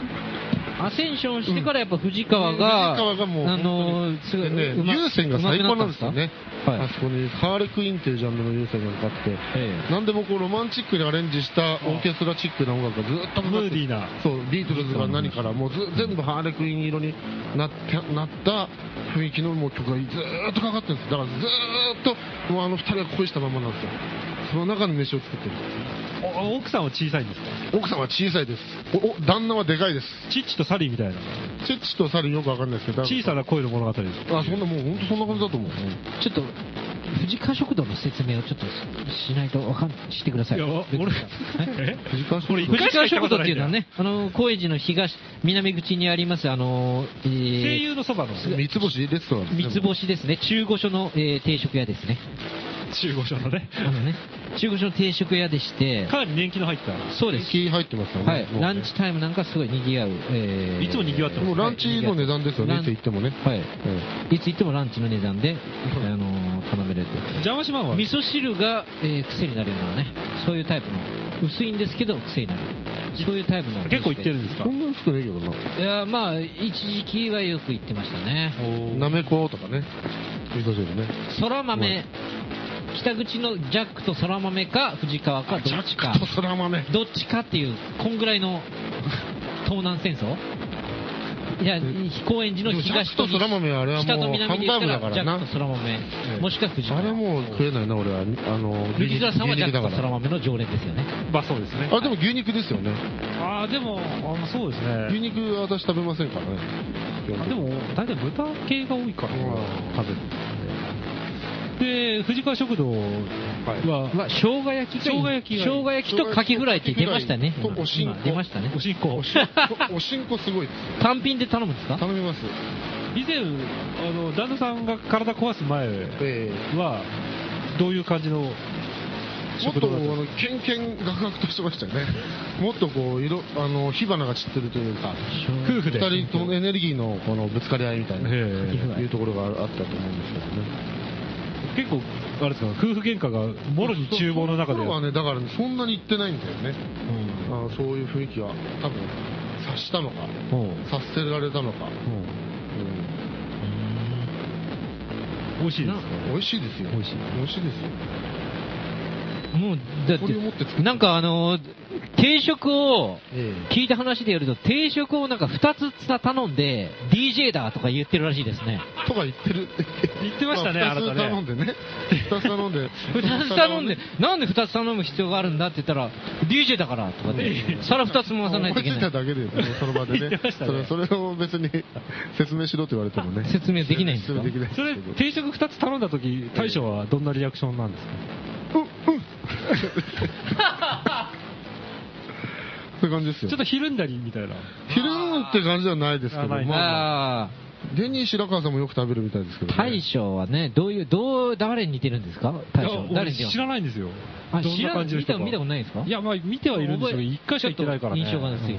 Speaker 1: アセンションしてからやっぱ藤川が、
Speaker 2: 藤川がもう
Speaker 1: あのーすご
Speaker 2: で
Speaker 1: い、
Speaker 2: ね、
Speaker 1: うま
Speaker 2: 優先が最高なんですよね。
Speaker 1: うまくなったんですかはい
Speaker 2: あそこに、ハーレクイーンっていうジャンルの優先がかかって、
Speaker 1: ええ
Speaker 2: 何でもこうロマンチックにアレンジしたオーケストラチックな音楽がずっとか
Speaker 3: ム
Speaker 2: かって
Speaker 3: ーディーな
Speaker 2: そうビートルズが何からもうず全部ハーレクイーン色になってなった雰囲気のもう曲がずーっとかかってるんですだからずーっともうあの二人が恋したままなんですよその中に飯を作ってる
Speaker 3: お奥さんは小さいんですか
Speaker 2: 奥さんは小さいですおお旦那はでかいです
Speaker 3: チッチとサリーみたいな
Speaker 2: チッチとサリンよくわかんないですけど
Speaker 3: 小さな恋の物語です
Speaker 2: あそんなもう本当そんな感じだと思う、
Speaker 1: ちょっと藤川食堂の説明をちょっとしないとわかんしてください
Speaker 3: いやお俺え
Speaker 2: 藤川
Speaker 3: 俺
Speaker 1: 藤川食堂っていうのはね、あの、高円寺の東、南口にあります、あの、え
Speaker 3: 声
Speaker 1: ー、
Speaker 3: 優のそばの
Speaker 2: 三つ星レストランですね
Speaker 1: 三つ星ですね、中古所の、えー定食屋ですね。
Speaker 3: 中古車のね
Speaker 1: あのね、中古所の定食屋でして、
Speaker 3: かなり年季の入った
Speaker 1: そうです。
Speaker 2: 気入ってますよね
Speaker 1: はい、
Speaker 2: もうね
Speaker 1: ランチタイムなんかすごい賑わう。えー
Speaker 3: いつも賑わってます
Speaker 2: もうランチの値段ですよね
Speaker 1: ラン
Speaker 2: って言ってもね、
Speaker 1: はい。
Speaker 2: うん
Speaker 1: いつ行ってもランチの値段で、あのー頼めると。
Speaker 3: 邪魔しまんは
Speaker 1: 味噌汁が、えー癖になるようなね、そういうタイプの、薄いんですけど癖になる。そういうタイプの。
Speaker 3: 結構行ってるんですか
Speaker 2: そんな薄くないけどな。
Speaker 1: いや、まあ、一時期はよく行ってましたね。
Speaker 2: なめことかね。味噌汁ね。
Speaker 1: そら豆、北口のジャックとそら豆か、藤川か、どっちか
Speaker 2: ジャッ、クとそら豆。
Speaker 1: どっちかっていう、こんぐらいの 東南戦争いや、高円寺
Speaker 2: で
Speaker 1: の
Speaker 2: もジャッ
Speaker 1: 東
Speaker 2: ク
Speaker 1: と
Speaker 2: とそ
Speaker 1: 西
Speaker 2: ら豆あれは
Speaker 1: 北と
Speaker 2: もうハ
Speaker 1: 南で
Speaker 2: ンバ
Speaker 1: 言
Speaker 2: ー
Speaker 1: った、
Speaker 2: グだから
Speaker 1: ジャッ
Speaker 2: ら
Speaker 1: ク
Speaker 2: な
Speaker 1: と。そら豆、もしくは藤
Speaker 2: あれ
Speaker 1: 川。
Speaker 2: もう食えないな、俺は。あの、
Speaker 1: 藤沢さんはジャックとそら
Speaker 2: ら。
Speaker 1: 豆の常連ですよね。
Speaker 3: まあそうですね
Speaker 2: あれでも牛肉ですよね。
Speaker 3: ああでもあそうです
Speaker 2: 牛
Speaker 3: ね
Speaker 2: 肉は私食べませんからね。
Speaker 3: あでも大体豚系が多いから
Speaker 2: うん
Speaker 3: 食べるで藤川食堂は
Speaker 1: まあ、生姜焼きがいい
Speaker 3: 生姜焼きがいい
Speaker 1: 生姜焼きとカキフライって出ましたね。
Speaker 2: とおしんこ
Speaker 1: 今出ましたね
Speaker 3: お。しんこ
Speaker 2: おしんこ、おしんこすごいです。
Speaker 1: 単品で頼むんですか
Speaker 2: 頼みます。
Speaker 3: 以前あの旦那さんが体壊す前
Speaker 2: ええ
Speaker 3: はどういう感じの
Speaker 2: もっ
Speaker 3: 食
Speaker 2: と
Speaker 3: 堂
Speaker 2: あ
Speaker 3: だったんですか
Speaker 2: のケンケンガクガクとしてましたよね、もっとこう色あの火花が散ってるというか、
Speaker 3: 夫婦で
Speaker 2: 2人ともエネルギーのこのぶつかり合いみたいな、
Speaker 3: ええ
Speaker 2: いうところがあったと思うんですけどね。
Speaker 3: 結構あれですか夫婦喧嘩がもろに厨房の中で
Speaker 2: そうそうそうはね、だからねそんなに行ってないんだよね、あそういう雰囲気は、多分察したのか、察せられたのか、うん
Speaker 3: 美味しいです
Speaker 2: 美味しいですよ、
Speaker 3: 美味しい
Speaker 2: 美味しいですよ、
Speaker 1: もう、だっ
Speaker 2: これを持って作って
Speaker 1: て、なんかあの、定食を、
Speaker 2: え
Speaker 1: 聞いた話でよると、定食をなんか2つつ頼んで、DJ だとか言ってるらしいですね。
Speaker 2: えとか言ってる、
Speaker 3: 言ってましたね
Speaker 2: まあ
Speaker 3: あなた
Speaker 2: 二つ
Speaker 3: ね
Speaker 2: 頼んでね、2つ頼んで、
Speaker 1: 2つ頼んで、なんで2つ頼む必要があるんだって言ったら、DJ だからとかで、皿2つ回さないといけ
Speaker 2: 思いつ
Speaker 1: ない
Speaker 2: た
Speaker 1: い。
Speaker 2: だけで、ね、その場でね
Speaker 3: 言ってましたね
Speaker 2: それそれを別に説明しろと言われてもね
Speaker 1: 説明できないんです
Speaker 2: 説
Speaker 1: か
Speaker 2: 明できないです
Speaker 3: それ定食2つ頼んだ時大将はどんなリアクションなんですか
Speaker 2: そういう感じですよ
Speaker 3: ちょっとひるんだりみたいな
Speaker 2: 昼って感じではないですけど
Speaker 3: あない
Speaker 2: まあまあ
Speaker 1: あ
Speaker 2: デニー白川さんもよく食べるみたいですけど、ね。
Speaker 1: 大将はね、どういう、どう、誰に似てるんですか大将
Speaker 3: い。や
Speaker 1: 誰に
Speaker 3: 俺
Speaker 1: 似てま
Speaker 3: 知
Speaker 1: す
Speaker 3: らないんですよ。
Speaker 1: あ
Speaker 3: どんな感じの
Speaker 1: 見た
Speaker 3: 人か
Speaker 1: 見たことないですか
Speaker 3: いや、まあ、見てはいるんですけど、一回しか行ってないからね。
Speaker 1: ちょっと印象が薄い
Speaker 3: う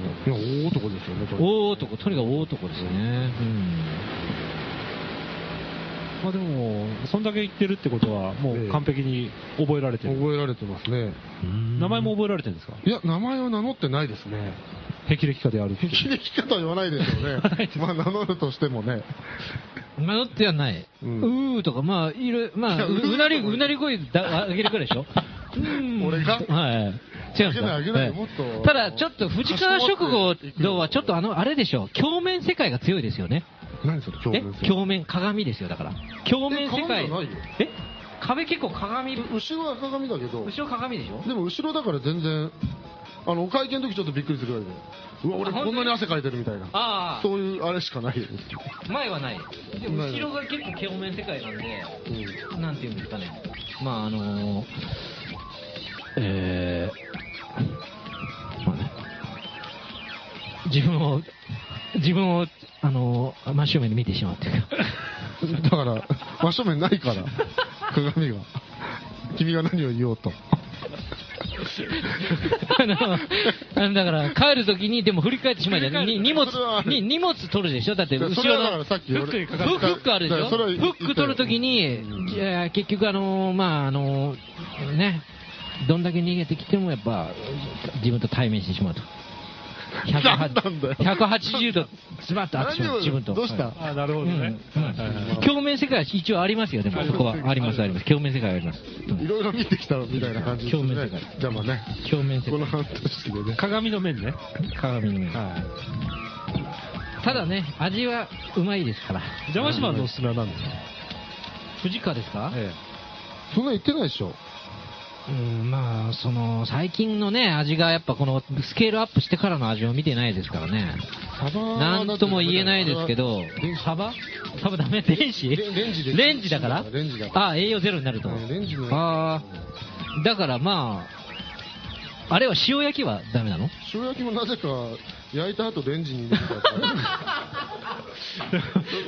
Speaker 2: い
Speaker 3: ん
Speaker 2: や、大男ですよね、これ。
Speaker 1: 大男、とにかく大男ですよね。
Speaker 3: まあでも、そんだけ行ってるってことは、も
Speaker 2: え
Speaker 3: う
Speaker 2: え
Speaker 3: 完璧に覚えられてる。
Speaker 2: 覚えられてますね。
Speaker 1: うん
Speaker 3: 名前も覚えられてるんですか
Speaker 2: いや、名前は名乗ってないですね。
Speaker 3: 霹靂家であるっていう。
Speaker 2: 霹靂家とは言わないでしょうね。まあ、名乗るとしてもね。
Speaker 1: 名乗ってはない。う
Speaker 2: うん
Speaker 1: ーとか、まあ、いろいろ、ま
Speaker 2: い
Speaker 1: あ、
Speaker 2: や
Speaker 1: う
Speaker 2: うー
Speaker 1: うなり、うなり声だ上げるくらいでしょうーん
Speaker 2: 俺が
Speaker 1: はい。違うんですか
Speaker 2: 上げない上げな
Speaker 1: え
Speaker 2: い
Speaker 1: え
Speaker 2: もっと
Speaker 1: ただ、ちょっと、藤川食後堂は、ちょっとあの、あれでしょ鏡面世界が強いですよね。
Speaker 2: 何それ、
Speaker 1: え
Speaker 2: 表現する。
Speaker 1: 鏡面、鏡ですよ、だから。鏡面世界
Speaker 2: え鏡じゃないよ。
Speaker 1: え壁結構鏡、後
Speaker 2: 後ろは鏡だけど、
Speaker 1: ろ鏡でしょ
Speaker 2: でも後ろだから全然、あの、お会計の時ちょっとびっくりするぐらいで。うわ、俺
Speaker 1: あ本当
Speaker 2: こ
Speaker 1: に
Speaker 2: んなに汗かいてるみたいな。
Speaker 1: ああ、
Speaker 2: そういうあれしかないよ。
Speaker 1: 前はない。でも
Speaker 2: ない
Speaker 1: 後ろが結構鏡面世界なんで。
Speaker 2: うん
Speaker 1: なんていうんですかね、まああのえーまあね、自分を、自分を、あの真正面で見てしまうって いうか、
Speaker 2: だから、真正面ないから、鏡が。君が何を言おうと。
Speaker 1: あのあのだから、帰るときに、でも振り返ってしまうじゃん、に荷物
Speaker 2: それはあ、る
Speaker 1: に荷物取るでしょ、だって後
Speaker 2: それはだか
Speaker 1: ろの
Speaker 2: ら。さっき
Speaker 3: フックにかか
Speaker 1: フフックあるでしょ
Speaker 2: だからそれは言っ
Speaker 1: フ
Speaker 2: た
Speaker 1: ック取るときに、いや結局あのまああのね、どんだけ逃げてきてもやっぱ、自分と対面してしまうと。
Speaker 2: なんなんだよ
Speaker 1: 180度詰まってあってしまう、自
Speaker 2: 何を
Speaker 1: 分と。
Speaker 2: どうした
Speaker 1: はい
Speaker 3: あ、なるほどね。はいはいはい
Speaker 1: 鏡面世界は一応ありますよ、でも、そこは。あります、あります。鏡面世界はあります。うん
Speaker 2: いろいろ見てきたみたいな感じです
Speaker 1: 興味
Speaker 2: ね
Speaker 1: 深い。
Speaker 2: じゃあまあね、
Speaker 1: 鏡面世
Speaker 2: この
Speaker 1: 界。
Speaker 2: 半年でね。
Speaker 3: 鏡の面ね。
Speaker 1: 鏡の面ただね、味はうまいですから。
Speaker 3: 邪魔しまのおすすめは何ですか
Speaker 1: 藤川ですか
Speaker 3: え
Speaker 2: そんな言ってないでしょ。
Speaker 1: うん、まあ、その、最近のね、味がやっぱこの、スケールアップしてからの味を見てないですからね。
Speaker 2: サバはだって
Speaker 1: なんとも言えないですけど
Speaker 2: 電、子
Speaker 1: サバサバダメ電子
Speaker 2: レンレンジで
Speaker 1: レンジだから
Speaker 2: レンジだから
Speaker 1: ああ、栄養ゼロになると。
Speaker 2: うんレンジの
Speaker 1: ああ、だからまあ、あれは塩焼きはダメなの
Speaker 2: 塩焼きもなぜか焼いた後レンジに入れてたから そ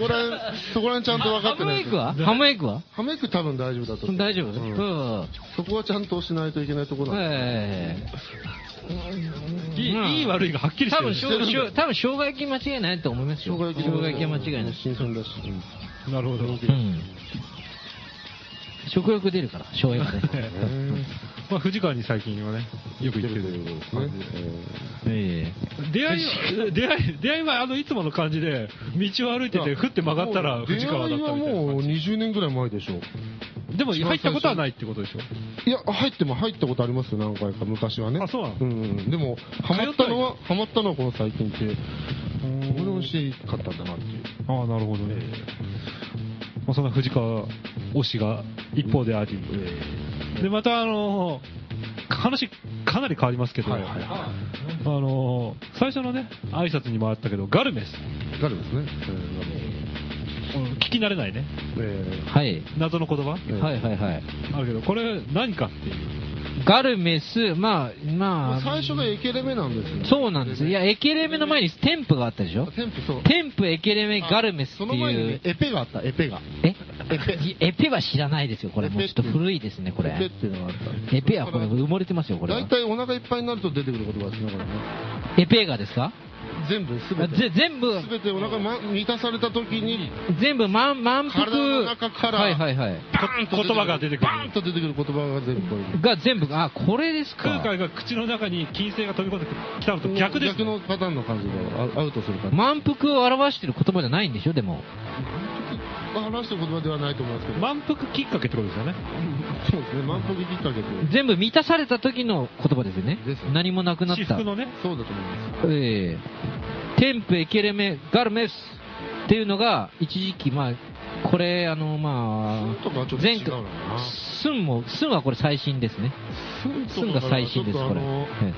Speaker 2: こら辺、そこら辺ちゃんと分かってない
Speaker 1: ハムエッ
Speaker 2: です。
Speaker 1: グはハムエッグは
Speaker 2: ハムエッグ多分大丈夫だと思う。
Speaker 1: 大丈夫う
Speaker 2: うん
Speaker 1: ん。
Speaker 2: そこはちゃんとしないといけないところなんで
Speaker 1: ええ
Speaker 3: えい
Speaker 1: うん
Speaker 3: いいい悪いがはっきりして
Speaker 1: 多分、
Speaker 3: る
Speaker 1: しょうしょう多分生姜焼き間違いないと思いますよ。
Speaker 2: 生姜焼き
Speaker 1: は間違いない。
Speaker 2: 新鮮だし。
Speaker 3: なるほど。
Speaker 1: うん。食欲出るから、醤 油がね。
Speaker 3: まあ、藤川に最近はね、よく行ってる。
Speaker 2: ね
Speaker 1: え
Speaker 3: 出会い は、出会い、出会いは、あの、いつもの感じで、道を歩いてて、ふって曲がったら、藤川だったみ
Speaker 2: 出
Speaker 3: た
Speaker 2: 会
Speaker 3: い
Speaker 2: いは
Speaker 3: な
Speaker 2: もう
Speaker 3: 感
Speaker 2: 20年ぐらい前でしょ。
Speaker 3: じ。でも、入ったことはないってことでしょ
Speaker 2: いや、入っても入ったことありますよ、何回か、昔はね。
Speaker 3: あそうなの
Speaker 2: んうん。でも、ハマったのは、ハマったのはこの最近っていう。これ美味しかったんだなっていう。
Speaker 3: ああ、なるほどね。まあ、そんな藤川推しが一方であり。で、また、あのー話、かなり変わりますけど、
Speaker 2: はいはいは
Speaker 3: あのー最初のね、挨拶にもあったけど、ガルメス。
Speaker 2: 誰ですね。
Speaker 3: 聞き慣れないね。
Speaker 2: えーえ
Speaker 1: えはい。
Speaker 3: 謎の言葉
Speaker 2: ええ
Speaker 1: はいはいはい。
Speaker 3: あるけど、これ何かっていう。
Speaker 1: ガルメス、まあ、ま
Speaker 2: まあ
Speaker 1: あ、
Speaker 2: 最初がエケレメなんですよ。
Speaker 1: そうなんです。いや、エケレメの前にテンプがあったでしょ
Speaker 2: テンプそう。
Speaker 1: テンプ、エケレメ、ガルメスって
Speaker 2: その前に
Speaker 1: い
Speaker 2: ね
Speaker 1: う。
Speaker 2: エペがあった、エペが。
Speaker 1: え
Speaker 2: エペ
Speaker 1: いエペは知らないですよ、これ。
Speaker 2: エペ
Speaker 1: もうちょっと古いですね、こ
Speaker 2: エペ
Speaker 1: れ。
Speaker 2: っていうのがあった。
Speaker 1: エペはこれ埋もれてますよ、これは
Speaker 2: 大。体お腹いっぱいになると出てくる言葉ですね、これね。
Speaker 1: エペがですか
Speaker 2: 全部、すべ
Speaker 1: あぜ
Speaker 2: て。
Speaker 1: 全部
Speaker 2: す、べてお腹ま満たされた時に、
Speaker 1: 全部満満腹。
Speaker 2: 体の中から
Speaker 1: はいはいはい。
Speaker 2: バーンと
Speaker 3: 言葉が出てくる
Speaker 2: バーンと出てくる言葉が全部こういう。
Speaker 1: が全部、あ、これです
Speaker 3: 空
Speaker 1: か。
Speaker 3: 海が口の中に金星が飛び込んできたのと逆です、
Speaker 2: 逆のパターンの感じでアアウトする感じ。
Speaker 1: 満腹を表してる言葉じゃないんでしょ、でも。
Speaker 2: 話してる言葉ではないと思いますけど、
Speaker 3: 満腹きっかけってことですよね。
Speaker 2: そうですね、満腹きっかけって。
Speaker 1: 全部満たされた時の言葉ですよね
Speaker 2: です。
Speaker 1: 何もなくなっ
Speaker 3: 私
Speaker 1: た。
Speaker 3: 服のね。
Speaker 2: そうだと思いま。
Speaker 1: ええテンプ、エケレメ、ガルメスっていうのが、一時期、まあ、これ、あの、ますあ、
Speaker 2: とかはちょっと
Speaker 1: 前
Speaker 2: 違うの
Speaker 1: 回
Speaker 2: かな。
Speaker 1: スンも、スンはこれ最新ですね。スンが最新です、
Speaker 2: ちょっ
Speaker 1: こと
Speaker 2: あ
Speaker 1: れ。
Speaker 2: の
Speaker 1: え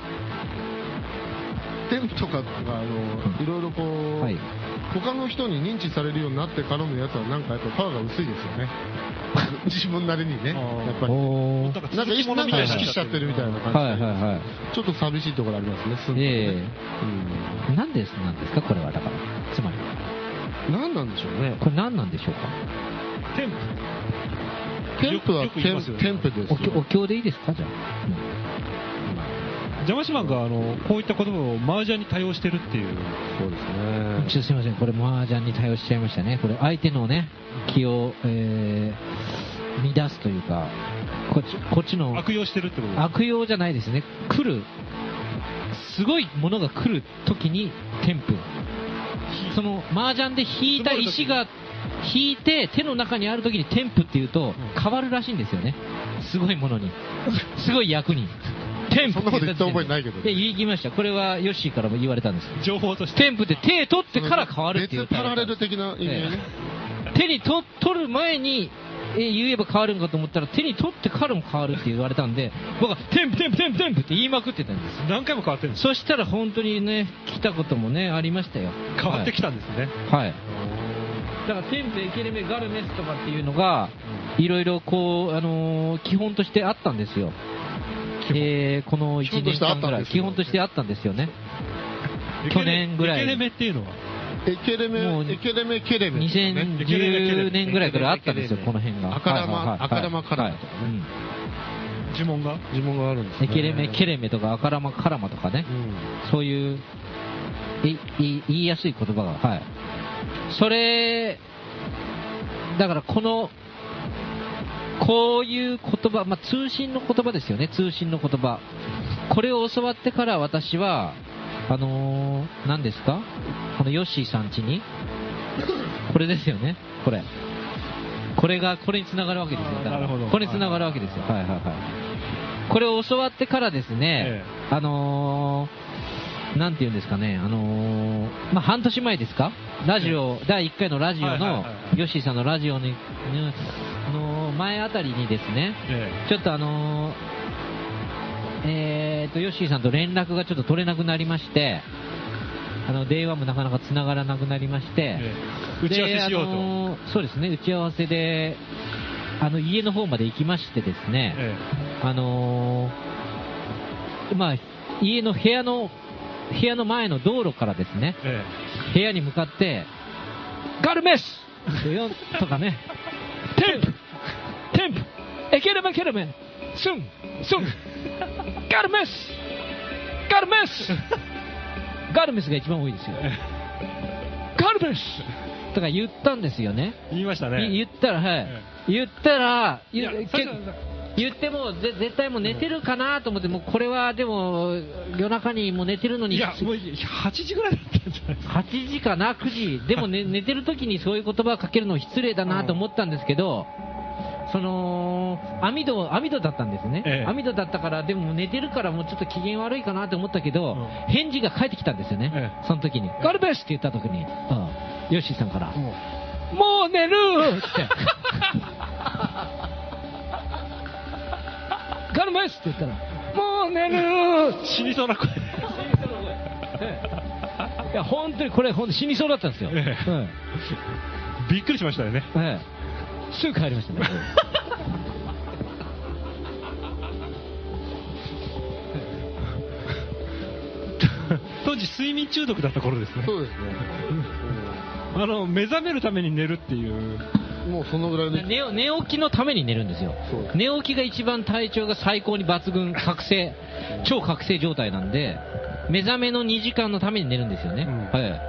Speaker 2: テンプとかが、あの、いろいろこ
Speaker 1: え
Speaker 2: う、
Speaker 1: はい。
Speaker 2: 他の人に認知されるようになってからのやつはなんかやっぱパワーが薄いですよ ね。自分なりにね、
Speaker 3: あー
Speaker 2: やっぱり。
Speaker 1: おー。
Speaker 2: なんか意
Speaker 3: 物み
Speaker 2: 識
Speaker 3: た
Speaker 1: にな
Speaker 3: い
Speaker 1: っちゃってる
Speaker 2: しちゃってるみたいな感じで、
Speaker 1: はいはいは
Speaker 2: ちょっと寂しいところありますね、すん
Speaker 1: い。
Speaker 2: とね
Speaker 1: え
Speaker 2: うん
Speaker 1: えなんです、なんですか、これは、だから。つまり。
Speaker 2: 何なんでしょうね。
Speaker 1: これ何なんでしょうか
Speaker 3: テンプ。
Speaker 2: テンプは
Speaker 3: よく
Speaker 2: テ
Speaker 3: よく言いま
Speaker 2: ン
Speaker 3: すよね
Speaker 2: テンプです
Speaker 1: お経お
Speaker 2: よ。
Speaker 1: 経でいいですかじゃあ。
Speaker 3: ジャマシマンがあのこういった言葉を麻雀に対応してるっていう、
Speaker 2: そうです
Speaker 1: うん
Speaker 2: ね
Speaker 1: ちょっとすいません、これ麻雀に対応しちゃいましたね。これ相手のね、気を、えー、乱すというか、こっち、こっちの
Speaker 3: 悪用してるってことです
Speaker 1: 悪用じゃないですね。来る。すごいものが来る時にテンプ。その麻雀で引いた石が引いて手の中にある時にテンプっていうと変わるらしいんですよね。すごいものに。すごい役に。テンプ
Speaker 2: そんなこと言った覚えないけどね
Speaker 1: や言いました。これはヨッシーからも言われたんです。
Speaker 3: 情報として。
Speaker 1: テンプって手取ってから変わるっていう。
Speaker 2: 別パラレル的な意味合いね。
Speaker 1: 手にと取る前に、えー言えば変わるんかと思ったら手に取ってからも変わるって言われたんで僕は「テンプテンプテンプテンプ」って言いまくってたんで
Speaker 3: 何回も変わってるんですす
Speaker 1: そしたら本当にね来たこともねありましたよ
Speaker 3: 変わってきたんですね。
Speaker 1: はい、はいだからテンプエケレメガルメスとかっていうのがいろいろこう、あのー基本としてあったんですよえーこの1年間ぐらい基
Speaker 2: 基
Speaker 1: 本
Speaker 2: 本
Speaker 1: と
Speaker 2: と
Speaker 1: し
Speaker 2: してて
Speaker 1: あ
Speaker 2: あ
Speaker 1: ったんですよね去
Speaker 3: 去
Speaker 1: 年ぐらい
Speaker 3: エケレメっていうのは、
Speaker 2: エケレ
Speaker 1: もう
Speaker 2: メ、エケレメ、ケレメとかね。
Speaker 1: 2010年ぐらいからあったんですよこの辺が
Speaker 2: 赤玉
Speaker 1: はいはいはい
Speaker 2: 赤玉カラマとかね
Speaker 1: うん
Speaker 3: 呪文が。
Speaker 2: 呪文があるんです
Speaker 1: エ
Speaker 2: ね。
Speaker 1: ケレメ、ケ
Speaker 2: レ
Speaker 1: レメとか、アカラマ、カラマとかね、そういう、いい言いやすい言葉が、はい。それ、だからこの、こういう言葉、まあ、通信の言葉ですよね、通信の言葉。これを教わってから私は、あのー、何ですかこのヨッシーさん家に、これですよね、これ。これが、これにつながるわけですよ。だから
Speaker 3: あーなるほど
Speaker 1: これにつながるわけですよ。はいはいはい。これを教わってからですね
Speaker 3: え、
Speaker 1: あのー、なんて言うんですかね、あのーまあ、半年前ですかラジオ、第1回のラジオ
Speaker 3: はいはい
Speaker 1: の
Speaker 3: はいは、い
Speaker 1: ヨッシーさんのラジオに、あのー前あたりにですね、
Speaker 3: え
Speaker 1: ちょっとあのーえーと、ヨッシーさんと連絡がちょっと取れなくなりまして、あの、電話もなかなか繋がらなくなりまして、
Speaker 3: ええ打ち合わせしようと
Speaker 1: であのーそうですね、打ち合わせで、あの、家の方まで行きましてですね、
Speaker 3: え
Speaker 1: あのーまあ、家の部屋の、部屋の前の道路からですね、
Speaker 3: ええ
Speaker 1: 部屋に向かって、ガルメスよとか ね、テンプテンプエケルメケルメスンスンガルメスガルメスガルメスが一番多いですよ。ガルメスとか言ったんですよね。
Speaker 3: え言いました
Speaker 1: い 言
Speaker 3: ね。
Speaker 1: ったら、はい
Speaker 3: え。
Speaker 1: 言ったら、
Speaker 3: いや
Speaker 1: ゆけ
Speaker 3: 最初は
Speaker 1: 言ってもぜ絶対もう寝てるかなと思って、もうこれはでも夜中にもう寝てるの
Speaker 3: い
Speaker 1: に
Speaker 3: や、もう8時ぐらいだったんじゃないですか。
Speaker 1: 8時かな、9時、でも、ね、寝てる時にそういう言葉をかけるの失礼だなと思ったんですけど、その網戸網戸だったんですね、
Speaker 3: ええ
Speaker 1: 網戸だったから、でも寝てるから、もうちょっと機嫌悪いかなと思ったけど、
Speaker 3: う
Speaker 1: 返事が返ってきたんですよね、
Speaker 3: え
Speaker 1: その時に、ガルベスって言った時に、うんヨッシーさんから、
Speaker 2: うん
Speaker 1: もう寝るって。 ガルベスって言ったら、もう寝る
Speaker 3: 死にそうな声。
Speaker 1: いや、本当にこれ、本当に死にそうだったんですよ。
Speaker 3: ええ
Speaker 1: うん
Speaker 3: びっくりしましたよね。
Speaker 1: ええ、すぐ帰りましたね。
Speaker 3: 当時睡眠中毒だった頃ですね。
Speaker 2: そうですね。
Speaker 3: あの、目覚めるために寝るっていう。
Speaker 2: うんもうそのぐらい の。
Speaker 1: 寝寝起きのために寝るんですよ
Speaker 2: そうで。す
Speaker 1: 寝起きが一番体調が最高に抜群、覚醒、超覚醒状態なんで、目覚めの2時間のために寝るんですよね。
Speaker 3: うん
Speaker 1: はい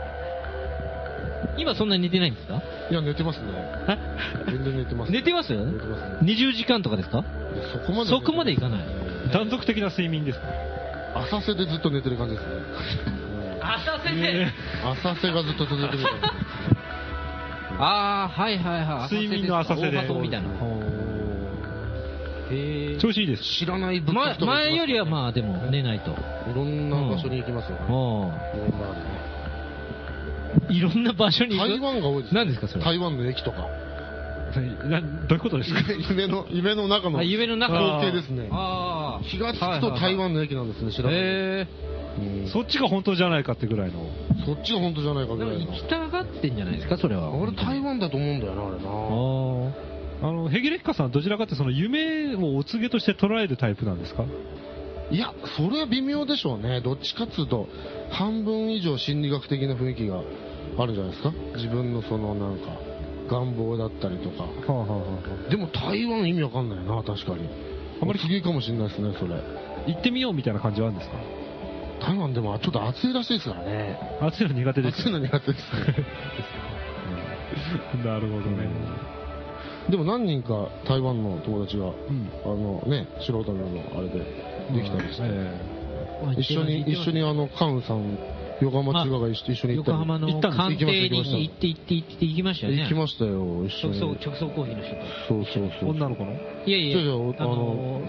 Speaker 1: 今そんなに寝てないんですか
Speaker 2: いや、寝てますね。全然寝てます。
Speaker 1: 寝てます
Speaker 2: 寝てます
Speaker 1: ?20 時間とかですか
Speaker 2: そこまで。
Speaker 1: そこまでいかない。
Speaker 3: 断続的な睡眠です。
Speaker 2: 浅瀬でずっと寝てる感じですね。
Speaker 1: 浅瀬
Speaker 3: ええ
Speaker 2: 浅瀬がずっと続いてる。
Speaker 1: ああ、はいはいはい。
Speaker 3: 睡眠の浅瀬で
Speaker 1: 大馬槽みたいな。へえ
Speaker 3: 調子いいです。
Speaker 2: 知らない物
Speaker 1: ま
Speaker 2: とか行きますからね
Speaker 1: 前よりはまあでも寝ないと。
Speaker 2: いろんな場所に行きますよね。
Speaker 1: おー
Speaker 2: いろんなあるね
Speaker 1: いろんな場所に行く
Speaker 2: 台湾が多いです。
Speaker 1: 何ですかそれ
Speaker 2: 台湾の駅とか。
Speaker 3: などういうことですか
Speaker 2: 夢の、夢の中の
Speaker 1: あ
Speaker 2: 光
Speaker 1: 夢の中
Speaker 2: 景ですね。
Speaker 1: ああ
Speaker 2: 気がつくと台湾の駅なんですね、知らない。
Speaker 1: へ
Speaker 2: うん
Speaker 3: そっちが本当じゃないかってぐらいの。
Speaker 2: そっちが本当じゃないか
Speaker 1: え
Speaker 2: ぐ
Speaker 1: でも
Speaker 2: らい
Speaker 1: 行
Speaker 2: の。
Speaker 1: きたがってんじゃないですかそれは
Speaker 2: 俺台湾だと思うんだよな、あれ
Speaker 1: あ
Speaker 2: な。
Speaker 1: ー
Speaker 3: あの、ヘゲレッカさんはどちらかってその夢をお告げとして捉えるタイプなんですか
Speaker 2: いや、それは微妙でしょうね。どっちかっつうと、半分以上心理学的な雰囲気があるんじゃないですか。自分のそのなんか、願望だったりとか。
Speaker 3: はあはあはあ
Speaker 2: でも台湾意味わかんないな、確かに。
Speaker 3: あんまり
Speaker 2: 不思議かもしれないですね、それ。
Speaker 3: 行ってみようみたいな感じはあるんですか
Speaker 2: 台湾でもちょっと暑いらしいですからね。
Speaker 3: 暑いの苦手です
Speaker 2: 暑いの苦手ですね。
Speaker 3: なるほどね、
Speaker 2: でも何人か台湾の友達が、
Speaker 3: うん
Speaker 2: あのね、素人のあれでできたりして、
Speaker 3: え
Speaker 2: 一緒に、一緒にあの、カウンさん、横浜千葉が一緒一緒に行った
Speaker 1: 横
Speaker 2: り
Speaker 1: 浜の
Speaker 3: 行ったんです
Speaker 1: 鑑定
Speaker 2: 行きました
Speaker 1: に行って行って行って行きましたよね。
Speaker 2: 行きましたよ、一緒
Speaker 1: 直
Speaker 2: に。
Speaker 1: 送、直送コーヒーの人と。
Speaker 2: そうそうそう。
Speaker 3: 女の子の
Speaker 1: いやい
Speaker 2: じ
Speaker 1: や、
Speaker 2: ゃあじゃあ、おあの、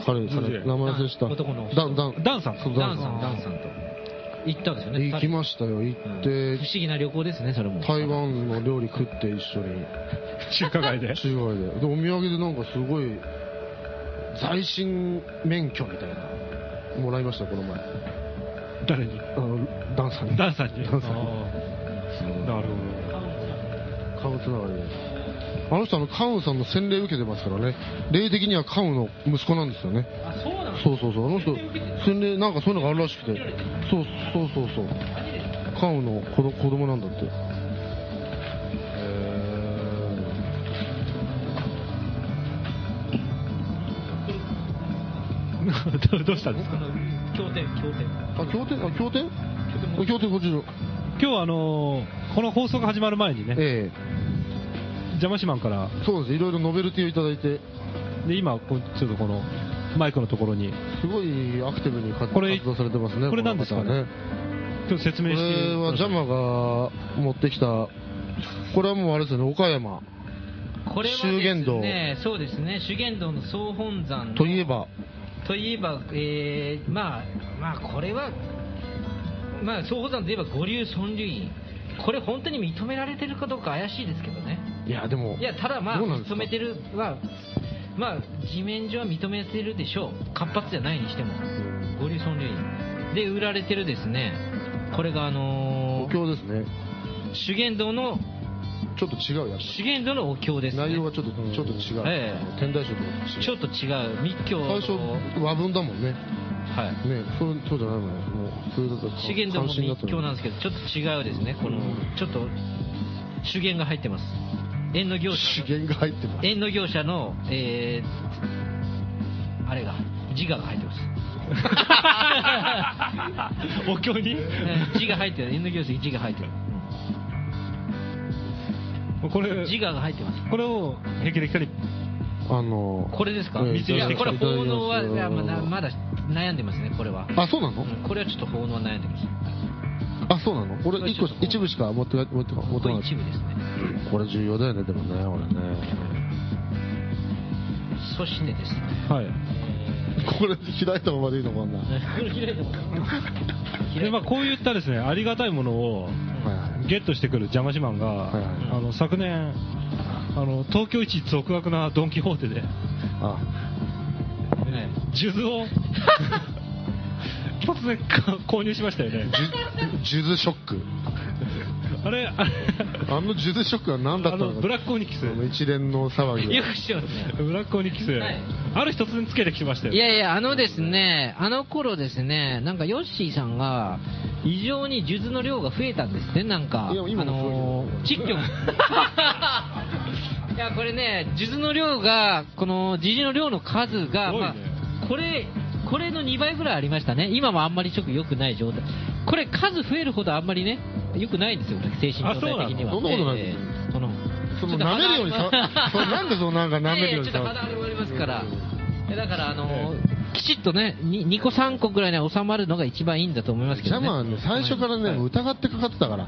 Speaker 2: 彼、彼、名前忘れした。
Speaker 1: 男の
Speaker 2: だんだん。
Speaker 3: ダンさん
Speaker 2: そう
Speaker 1: ダ
Speaker 2: ダ
Speaker 1: ン
Speaker 2: ン
Speaker 1: さ
Speaker 2: さ
Speaker 1: ん、
Speaker 2: ん
Speaker 1: ダンさんと。行ったんですよね。
Speaker 2: 行き
Speaker 1: 二
Speaker 2: ましたよ、行
Speaker 1: 人
Speaker 2: っ
Speaker 1: うん
Speaker 2: て
Speaker 1: 不、思議な旅行ですね、それも。
Speaker 2: 台湾の料理食って一緒に。
Speaker 3: 中華街で
Speaker 2: 中外で。で、お土産でなんかすごい、在進免許みたいな、もらいました、この前。
Speaker 3: 誰に
Speaker 2: あの、ダンさんに。
Speaker 3: ダンさんに
Speaker 2: ダンさんに
Speaker 3: あーなるほど
Speaker 2: 顔つながりで。あの人、あの、カウンさんの洗礼受けてますからね。霊的にはカウンの息子なんですよね。
Speaker 1: あ、そうなの
Speaker 2: そうそうそう。あの人、洗礼、なんかそういうのがあるらしくて。そうそうそうそう。カウンの子ど子供なんだって。へー
Speaker 3: どどうしたんですか
Speaker 1: 経典、経典。
Speaker 2: あ、経典あ、経典あ経典こっちの。
Speaker 3: 今日はあのーこの放送が始まる前にね、
Speaker 2: ええ
Speaker 3: ジャマシマンから、
Speaker 2: そうです。いろいろノベルティをいただいて、
Speaker 3: で今、こうちょっとこのマイクのところに、
Speaker 2: すごいアクティブに活
Speaker 3: これ
Speaker 2: 活動されてますね。
Speaker 3: これ
Speaker 2: の
Speaker 3: 何です
Speaker 2: 方
Speaker 3: かね
Speaker 2: は
Speaker 3: 今日説
Speaker 2: こ
Speaker 3: 明して
Speaker 2: れはジャマが持ってきた、これはもうあれですよね、岡山
Speaker 1: これはです
Speaker 2: 修験道
Speaker 1: ね、そうですね、修験道の総本山の
Speaker 2: といえば、
Speaker 1: といえば、えーまあ、まあ、これは、まあ、総本山といえば五流村流院、これ、本当に認められてるかどうか怪しいですけどね、
Speaker 2: いや、でも、
Speaker 1: いや、ただ、まあ、
Speaker 2: どうなんです
Speaker 1: 認
Speaker 2: か
Speaker 1: めてるは、まあ、地面上は認めてるでしょう、活発じゃないにしても、
Speaker 2: ん
Speaker 1: 五流村流院で売られてるですね、これが、あの
Speaker 2: お経ですね、
Speaker 1: ー、修験道の、
Speaker 2: ちょっと違うやつ、
Speaker 1: 修験道のお経ですね。
Speaker 2: 内容がちょっとちょっと違う、
Speaker 1: ええ
Speaker 2: 天台宗とかと違う、
Speaker 1: ちょっと違う密教
Speaker 2: 最初、和文だもんね、
Speaker 1: はい
Speaker 2: ねそうそうじゃないもんね、もう、普通だと、
Speaker 1: 資源でも
Speaker 2: 関心だ
Speaker 1: 密教なんですけど、ちょっと違うですね、この、ちょっと、主言が入ってます。縁の業者
Speaker 2: 資源が入ってま
Speaker 1: の、
Speaker 2: す、
Speaker 1: 縁の業者の、えー、あれが、自我が入って ます。
Speaker 3: お経に
Speaker 1: えー自我入ってる、縁の業者に自我入ってる。
Speaker 3: これ、
Speaker 1: 自我が入ってます。
Speaker 3: これを平気で来たり、
Speaker 2: あの、
Speaker 1: これですか、
Speaker 2: ええ
Speaker 1: いや、これ、
Speaker 2: いただきます
Speaker 1: 奉納は、いやまだまだ悩んでますね、これは。
Speaker 2: あ、そうな
Speaker 1: う
Speaker 2: の
Speaker 1: んこれはちょっと奉納は悩んでます。
Speaker 2: あ、そうなのこれ一個、一部しか持ってない、持ってない、持
Speaker 1: こ
Speaker 2: って
Speaker 1: こ
Speaker 2: ない
Speaker 1: 一部ですね。
Speaker 2: これ重要だよね、でもね、俺ね。
Speaker 1: そしてですね。
Speaker 3: はい
Speaker 2: これ開いたままでいいのかな。は
Speaker 1: これ開いても
Speaker 3: でまあ、こういったですねありがたいものを
Speaker 2: いはい。
Speaker 3: ゲットしてくるジャマシマンが、
Speaker 2: いはい
Speaker 3: あの昨年あの、東京一俗悪なドン・キホーテで、
Speaker 2: あ、
Speaker 1: ね
Speaker 3: 数珠を 一発で購入しましたよね、
Speaker 2: ジュズショック。
Speaker 3: あれ、あれ
Speaker 2: あのジュズショックは何だっ
Speaker 3: あ
Speaker 2: たの
Speaker 3: の
Speaker 2: か。
Speaker 3: ブラックオニキス、
Speaker 2: この一連の騒ぎ
Speaker 1: よ
Speaker 2: が。
Speaker 1: くしてますね。
Speaker 3: ブラックオニキス、
Speaker 1: はい
Speaker 3: ある日突然つけてきましたよ、
Speaker 1: いやいや、あのですね、あの頃ですね、なんかヨッシーさんが、異常に数珠の量が増えたんですね、なんか。
Speaker 2: いや今
Speaker 1: あ
Speaker 2: も
Speaker 1: のー、実 況。いや、これね、数珠の量が、この、時事の量の数が、
Speaker 3: すごいね
Speaker 1: まあ、これ、これの2倍ぐらいありましたね。今もあんまりちょっと良くない状態。これ数増えるほどあんまりね、良くないんですよ、精神状態的には。
Speaker 2: あそうなのそんなことないです
Speaker 1: ええその、
Speaker 2: その舐めるように さ、そのなんでそのなんか舐めるように
Speaker 1: いやいやちょっと肌
Speaker 2: さ。
Speaker 1: 荒れもありますから。えだから、あのー、きちっとね、に2個3個ぐらいに収まるのが一番いいんだと思いますけ
Speaker 2: ジ
Speaker 1: ど
Speaker 2: ャ
Speaker 1: ね。
Speaker 2: マはね、最初からね、
Speaker 3: はい
Speaker 2: 疑ってかかってたから。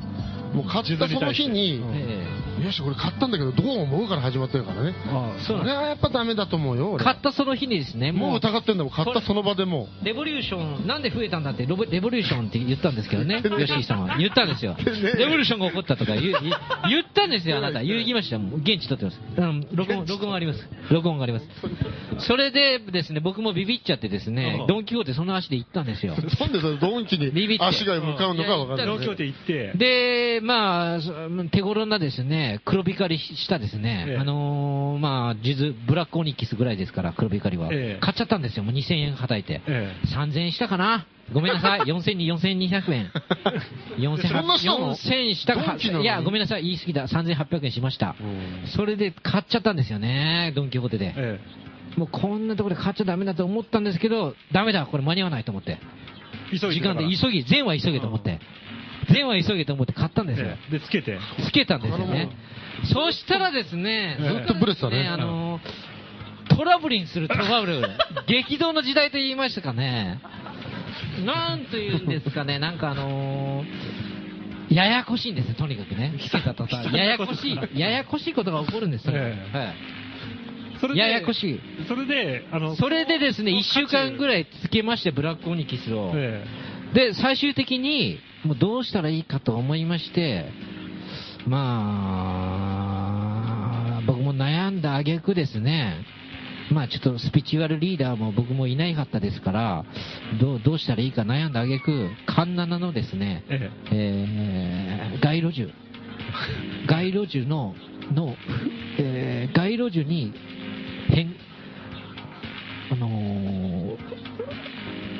Speaker 2: もう買ったその日に、
Speaker 1: え
Speaker 2: よし、これ買ったんだけど、どう思うから始まってるからね。
Speaker 3: あ
Speaker 1: え
Speaker 2: そ
Speaker 1: そうなん
Speaker 2: れ
Speaker 1: で
Speaker 2: はやっぱダメだと思うよ、
Speaker 1: す。
Speaker 2: 俺
Speaker 1: 買ったその日にですね、
Speaker 2: も
Speaker 1: も
Speaker 2: う
Speaker 1: う、
Speaker 2: 疑ってんだもん、買ったその場でも
Speaker 1: レボリューション、なんで増えたんだって、ロボレボリューションって言ったんですけどね、吉井さんは。言ったんですよ。
Speaker 2: 言ってねえ
Speaker 1: レ
Speaker 2: よ
Speaker 1: ボリューションが起こったとか言う言言ったんですよ、あなた。言いました。もう現地撮ってます。あの録音、録音あります。録音があります。それでですね、僕もビビっちゃってですね
Speaker 3: う、ん
Speaker 1: ドンキホーテその足で行ったんですよ。
Speaker 2: う。なんでそれドンキ
Speaker 1: ビビっ
Speaker 2: に
Speaker 1: て
Speaker 2: 足が向かうのかわかんない。
Speaker 3: 東京で行って、
Speaker 1: で、まあ、そ手頃なですね、ね、黒光りしたですね、
Speaker 3: ええ
Speaker 1: あのーまあ、数珠、ブラックオニキスぐらいですから、黒光りは。
Speaker 3: ええ
Speaker 1: 買っちゃったんですよ、もう2000円はたいて。
Speaker 3: え
Speaker 1: 3000円したかなごめんなさい。4200、4200円。4800
Speaker 2: そんなしたの
Speaker 1: 4000した
Speaker 2: ド
Speaker 1: か
Speaker 2: ンキなのに
Speaker 1: いや、ごめんなさい。言い過ぎだ。3800円しました
Speaker 3: え。うん
Speaker 1: それで買っちゃったんですよね、ドン・キホーテで。
Speaker 3: え
Speaker 1: もうこんなところで買っちゃダメだと思ったんですけど、ダメだ、これ間に合わないと思って。
Speaker 3: え急い
Speaker 1: 時
Speaker 3: でだ
Speaker 1: 間
Speaker 3: か
Speaker 1: で
Speaker 3: ら
Speaker 1: 急ぎ、全は急げと思って。全は急げと思って買ったんですよ。
Speaker 3: ええでつけて
Speaker 1: つけたんですよね。そうしたらですね、
Speaker 3: ずっ
Speaker 2: とブレて
Speaker 1: そ
Speaker 2: たね
Speaker 1: うですあのートラブルにするトラブル。激動の時代と言いましたかね。なんというんですかね、なんかあのーややこしいんですよ、とにかくね。つけた途端。 ややこしい、ややこしいことが起こるんですよ。
Speaker 3: ええ
Speaker 1: はい
Speaker 3: それで
Speaker 1: ややこしい。
Speaker 3: それであの
Speaker 1: それでですね、1週間ぐ
Speaker 3: い
Speaker 1: らいつけまして、ブラックオニキスを。
Speaker 3: え
Speaker 1: で、最終的に、もうどうしたらいいかと思いまして、まあ、僕も悩んだ挙句ですね、まあちょっとスピリチュアルリーダーも僕もいないかったですから、どうどうしたらいいか悩んだ挙句、カンナナのですね、
Speaker 3: ええ
Speaker 1: えー街路樹。街路樹の、の、えー街路樹に変、あのー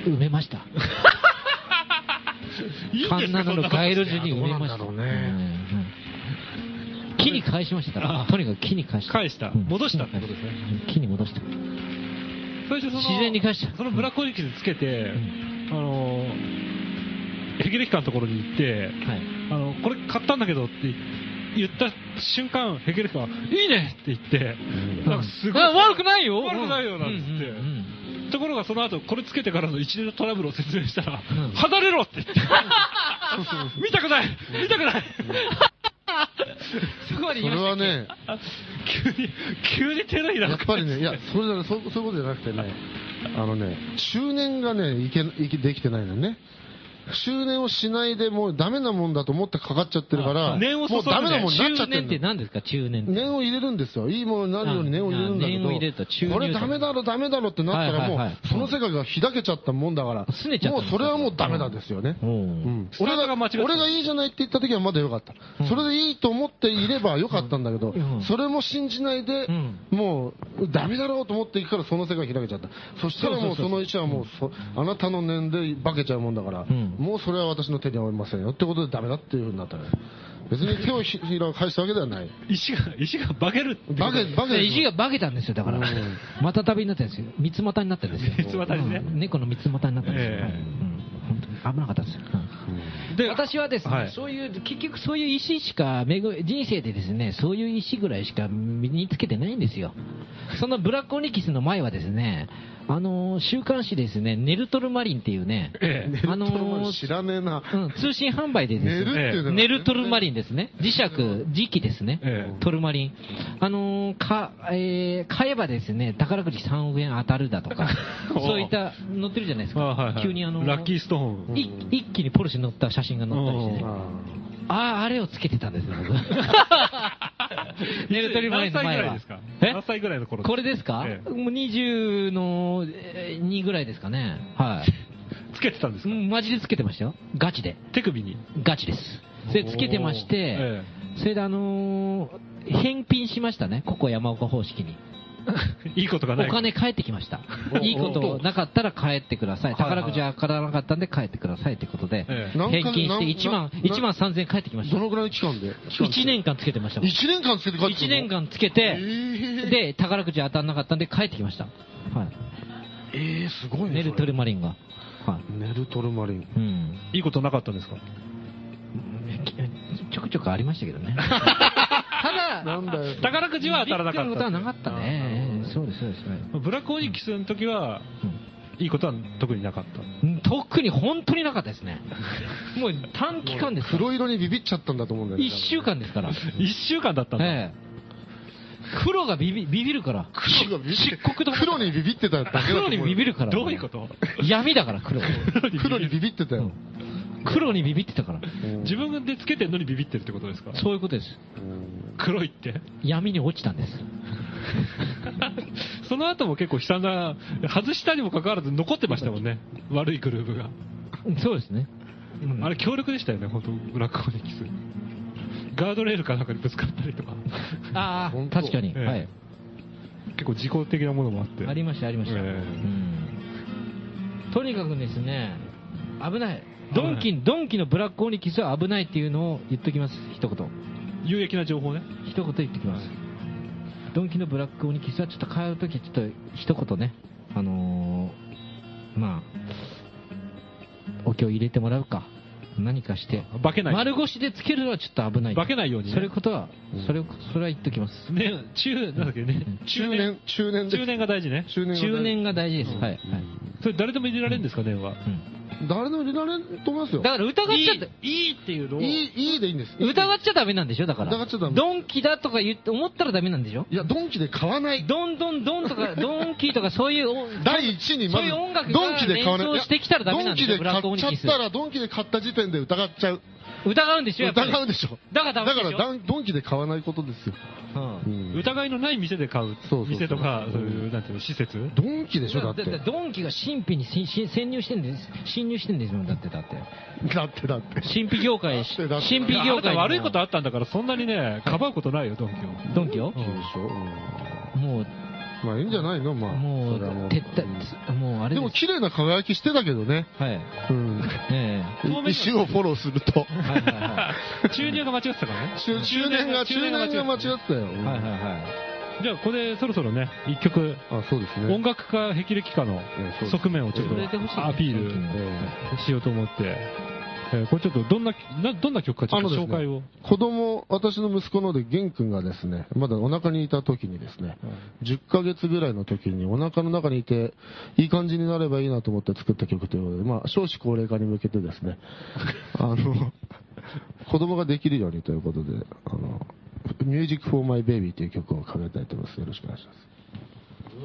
Speaker 1: 埋めました。
Speaker 3: えいいん
Speaker 1: カ
Speaker 3: です
Speaker 1: ン
Speaker 3: か
Speaker 1: ナ
Speaker 3: そ
Speaker 1: ナ
Speaker 3: ん
Speaker 1: の
Speaker 3: なこと
Speaker 1: 街路樹に埋めました。
Speaker 2: どうなんだろうね
Speaker 1: うんうん木に返しましたから
Speaker 3: あ
Speaker 1: とにかく木に返した。
Speaker 3: 返した
Speaker 1: うん
Speaker 3: 戻したってことですね。
Speaker 1: うん木に戻した。
Speaker 3: 最初その
Speaker 1: 自然に返した
Speaker 3: そのブラックオリキスつけて
Speaker 1: ん
Speaker 3: あのヘキレキカのところに行って
Speaker 1: はい。
Speaker 3: あのこれ買ったんだけどって言った瞬間ヘキレキカがいいねって言ってなんかすごい
Speaker 1: あ悪くないよ
Speaker 3: 悪くないよなんつって
Speaker 1: うんうんうん
Speaker 3: ところがその後これつけてからの一連のトラブルを説明したら、
Speaker 1: うん
Speaker 3: 離れろって言 って見たくない見たくない
Speaker 1: そこまで
Speaker 2: そ
Speaker 1: 言いま
Speaker 2: れ
Speaker 1: した
Speaker 2: はね、
Speaker 3: 急に急に手のひら
Speaker 2: やっぱりね、いや、それじゃないそうそういうことじゃなくてね、あのね、中年がね、いけ、いけ、できてないのね。中年をしないでもうダメなもんだと思ってかかっちゃってるから、
Speaker 3: あ念を注
Speaker 2: も
Speaker 3: いで
Speaker 2: うダメなもんになっちゃ
Speaker 1: 中
Speaker 2: って
Speaker 1: 年って
Speaker 2: る
Speaker 1: 何ですか中年って。
Speaker 2: 念を入れるんですよ。いいものになるように念を入れるんだけ
Speaker 1: あ念を入れると注入
Speaker 2: ど、これダメだろダメだろってなったらも、
Speaker 1: はいはいはいう
Speaker 2: その世界が開けちゃったもんだから、
Speaker 1: 拗ねちゃった
Speaker 2: も
Speaker 1: ん
Speaker 2: う
Speaker 1: ですか
Speaker 2: それはもうダメなんですよね。
Speaker 1: う。
Speaker 2: うんん
Speaker 3: スタ
Speaker 2: 俺
Speaker 3: ート
Speaker 2: が
Speaker 3: が間違ってた
Speaker 2: 俺がいいじゃないって言った時はまだよかった、
Speaker 1: うん
Speaker 2: それでいいと思っていればよかったんだけど、
Speaker 1: うん
Speaker 2: それも信じないで、
Speaker 1: うん
Speaker 2: もうダメだろうと思っていくからその世界開けちゃったそしたらもうその石はもうそあなたの念で化けちゃうもんだから、
Speaker 1: ん
Speaker 2: もうそれは私の手に負いませんよってことでダメだっていうふうになったね別に手をひひらを返したわけではない
Speaker 3: 石が石が化けるって
Speaker 2: 化け化け
Speaker 1: で石が化けたんですよ、だから
Speaker 2: うん。
Speaker 1: また旅になったんですよ。三つ股になったんですよ。
Speaker 3: 三つ股にね
Speaker 1: うん猫の三つ股になったんですよ。
Speaker 3: ええ
Speaker 1: はいうん本当に危なかったんですよ。うん
Speaker 3: で
Speaker 1: 私はですね、
Speaker 3: はい
Speaker 1: そういう、結局そういう石しか巡、人生でですね、そういう石ぐらいしか身につけてないんですよ。そのブラックオニキスの前はですね、あのー週刊誌ですね、ネルトルマリンっていうね、
Speaker 3: ええ
Speaker 1: あのー
Speaker 2: ネルトルマリン知らねえな、
Speaker 1: うん、通信販売でです
Speaker 2: 寝るって
Speaker 1: ね、
Speaker 2: いうのが
Speaker 1: ネルトルマリンですね、磁石、磁気ですね、
Speaker 3: ええ
Speaker 1: トルマリン。あのーか、えー買えばですね、宝くじ3億円当たるだとか
Speaker 3: お、う
Speaker 1: そういった、載ってるじゃないです
Speaker 3: あ
Speaker 1: か。
Speaker 3: はいはい
Speaker 1: 急にあの
Speaker 3: ラッキーストーン
Speaker 1: い一気にポルシェ乗った写真が載ったりしてね。
Speaker 3: うん
Speaker 1: ああ、あれをつけてたんですよ、僕。ネルトリマリンの前は
Speaker 3: 何歳ぐらいですか。
Speaker 1: え
Speaker 3: 何歳ぐらいの頃
Speaker 1: これですか、
Speaker 3: ええ
Speaker 1: もう20の2ぐらいですかね。はい。
Speaker 3: つけてたんです
Speaker 1: う
Speaker 3: か、
Speaker 1: んマジでつけてましたよ。ガチで。
Speaker 3: 手首に
Speaker 1: ガチです。それつけてまして、
Speaker 3: おーえ
Speaker 1: それであのー返品しましたね、ここ山岡方式に。
Speaker 3: えいいことが
Speaker 1: お
Speaker 3: ない
Speaker 1: 金返ってきました
Speaker 3: お。
Speaker 1: いいことなかったら返ってください。
Speaker 3: はいはい
Speaker 1: 宝くじは当たらなかったんで返ってくださいってことで、
Speaker 3: ええ
Speaker 2: 何
Speaker 1: 返
Speaker 2: 回
Speaker 1: 金し
Speaker 2: 何
Speaker 1: て1万、
Speaker 2: な
Speaker 1: 1万3000円返ってきまし
Speaker 2: ど
Speaker 1: た。
Speaker 2: のぐらいの期間で期間って
Speaker 1: 1年間つけてましたもん。
Speaker 2: 一年間つけて帰ってく
Speaker 1: 1
Speaker 2: るの
Speaker 1: 年間つけて、
Speaker 2: ええ
Speaker 1: で、宝くじ当たんなかったんで帰ってきました。は
Speaker 2: ええすごい
Speaker 1: い。
Speaker 2: ね
Speaker 1: ネル
Speaker 2: それ
Speaker 1: トルマリンが。はい。
Speaker 2: ネルトルマリン。
Speaker 1: うん。
Speaker 3: いいことなかったんですか
Speaker 1: ちょくちょくありましたけど ね。ただ、
Speaker 2: なんだよ。
Speaker 3: 宝くじは当たらなかった
Speaker 1: びくりのことはなかったね。そうです、そうです。はい
Speaker 3: ブラックオニキスの時は、いいことは特になかった。
Speaker 1: うん特に本当になかったです ね。もう短期間です。
Speaker 2: 黒色にビビっちゃったんだと思うんだよね。
Speaker 1: 一週間ですから。
Speaker 3: 一週間だったんだ。
Speaker 1: ええ。黒がビビビビるから。
Speaker 2: 黒がビビ
Speaker 1: 漆黒と思って
Speaker 2: 黒にビビってただけだと思う
Speaker 1: 黒にビビるから。
Speaker 3: どういうこと
Speaker 1: 闇だから、 黒。
Speaker 2: 黒にビビってたよ。
Speaker 1: 黒にビビってたから。
Speaker 2: うん
Speaker 3: 自分でつけてんのにビビってるってことですか
Speaker 1: そういうことです。
Speaker 2: うん
Speaker 3: 黒いって。
Speaker 1: 闇に落ちた んです。
Speaker 3: その後も結構悲惨な、外したにもかかわらず残ってましたもんね。悪いグループが。
Speaker 1: そうですね。うん
Speaker 3: あれ強力でしたよね、本当ブラックオニキス。ガードレールかなんかにぶつかったりとか、
Speaker 1: あ
Speaker 2: 本
Speaker 1: あ、
Speaker 2: 当
Speaker 1: 確かに。
Speaker 3: ええ
Speaker 1: はい。
Speaker 3: 結構事故的なものもあって。
Speaker 1: ありました、ありました。
Speaker 3: ええ
Speaker 1: うんとにかくですね、危ない。ドン
Speaker 3: 危
Speaker 1: キ、ドンキのブラックオニキスは危ないっていうのを言っときます、一言。
Speaker 3: 有益な情報ね。
Speaker 1: 一言言ってきます。ドンキのブラックオニキスはちょっと買うとき、ちょっと一言ね、あのーまあ、お経入れてもらうか、何かして、
Speaker 3: 化けない。
Speaker 1: 丸腰でつけるのはちょっと危ない。
Speaker 3: 化けないようにね
Speaker 1: それことは
Speaker 2: うん、
Speaker 1: それ、それは言っときます。
Speaker 3: ね、中、なんだっけね。
Speaker 2: 中年、中年です
Speaker 3: 中年が大事ね。
Speaker 2: 中年
Speaker 1: 中年
Speaker 2: が
Speaker 1: が大事です。はい。はい。
Speaker 3: それ誰でも入れられるんですかね、電話。
Speaker 1: うん
Speaker 2: 誰でも入れられると思いますよ
Speaker 1: だから疑っちゃって、
Speaker 3: いいっていうの
Speaker 2: いいいいでいいんです
Speaker 1: 疑っちゃダメなんでしょだから。
Speaker 2: 疑っちゃダメ
Speaker 1: ドンキだとか言って、思ったらダメなんでしょ
Speaker 2: いやドンキで買わない
Speaker 1: ドンドンドン とか、ドンキとかそういうお、
Speaker 2: 第一にま
Speaker 1: そう
Speaker 2: ず
Speaker 1: いう音楽が
Speaker 2: ドンキで買わない
Speaker 1: 連想してきたらダメなんですよ
Speaker 2: いやドンキで買っちゃった
Speaker 1: ブ
Speaker 2: らドンキで買った時点で疑っちゃう
Speaker 1: 疑うんでしょやっぱり。
Speaker 2: 疑うでしょ
Speaker 1: だからダ
Speaker 2: だ
Speaker 1: メ
Speaker 2: か
Speaker 1: でし
Speaker 2: ら
Speaker 1: ょ
Speaker 2: ダンドンキで買わないことですよ、
Speaker 1: うん
Speaker 2: うん
Speaker 3: 疑いのない店で買う
Speaker 2: そうそうそう
Speaker 3: 店とか、そういう、なんていうの、施設
Speaker 2: ドンキでしょだって
Speaker 1: だってドンキが神秘に侵侵潜入してんです。侵入してんですもん、だって、だって。
Speaker 2: だってだって
Speaker 1: 神秘業界、
Speaker 2: だってだって
Speaker 1: 神秘
Speaker 3: あ
Speaker 1: 業
Speaker 3: なた
Speaker 1: 界の。
Speaker 3: 悪いことあったんだから、そんなにね、かばうことないよ、ドンキを。
Speaker 1: ドンキよ
Speaker 2: ドンキでしょ、うん
Speaker 1: もう、
Speaker 2: まあいいんじゃないのまあ。
Speaker 1: もう、
Speaker 2: それはも
Speaker 1: 撤退、もうあれ
Speaker 2: で
Speaker 1: で
Speaker 2: も
Speaker 1: す。
Speaker 2: 綺麗な輝きしてたけどね。
Speaker 1: はい。
Speaker 2: うん。
Speaker 1: え
Speaker 3: 透明
Speaker 2: 石をフォローすると。
Speaker 1: え。はいはいは い。
Speaker 3: 注入が間違ってたからね。
Speaker 2: 中中年が、中年が間違っ
Speaker 3: って
Speaker 2: たよ。
Speaker 1: はいはいはい。
Speaker 3: た。じゃあ、ここでそろそろね、一曲、
Speaker 2: あ、そうですね。
Speaker 3: 音楽家、霹靂家の
Speaker 2: ええそうです
Speaker 3: 側面をちょっ
Speaker 1: 触れてほしいね
Speaker 3: とアピー
Speaker 1: 本
Speaker 3: ル
Speaker 2: え
Speaker 3: しようと思って、えーこれちょっとどんな、などんな曲かちょっと紹介を。
Speaker 2: え子供、私の息子ので、玄君がですね、まだお腹にいた時にですね、10ヶ月ぐらいの時にお腹の中にいて、いい感じになればいいなと思って作った曲ということで、まあ、少子高齢化に向けてです ね、あの、子供ができるようにということで、あの、ミュージックフォーマイベイビーという曲をかけたいと思います。よろしくお願いします。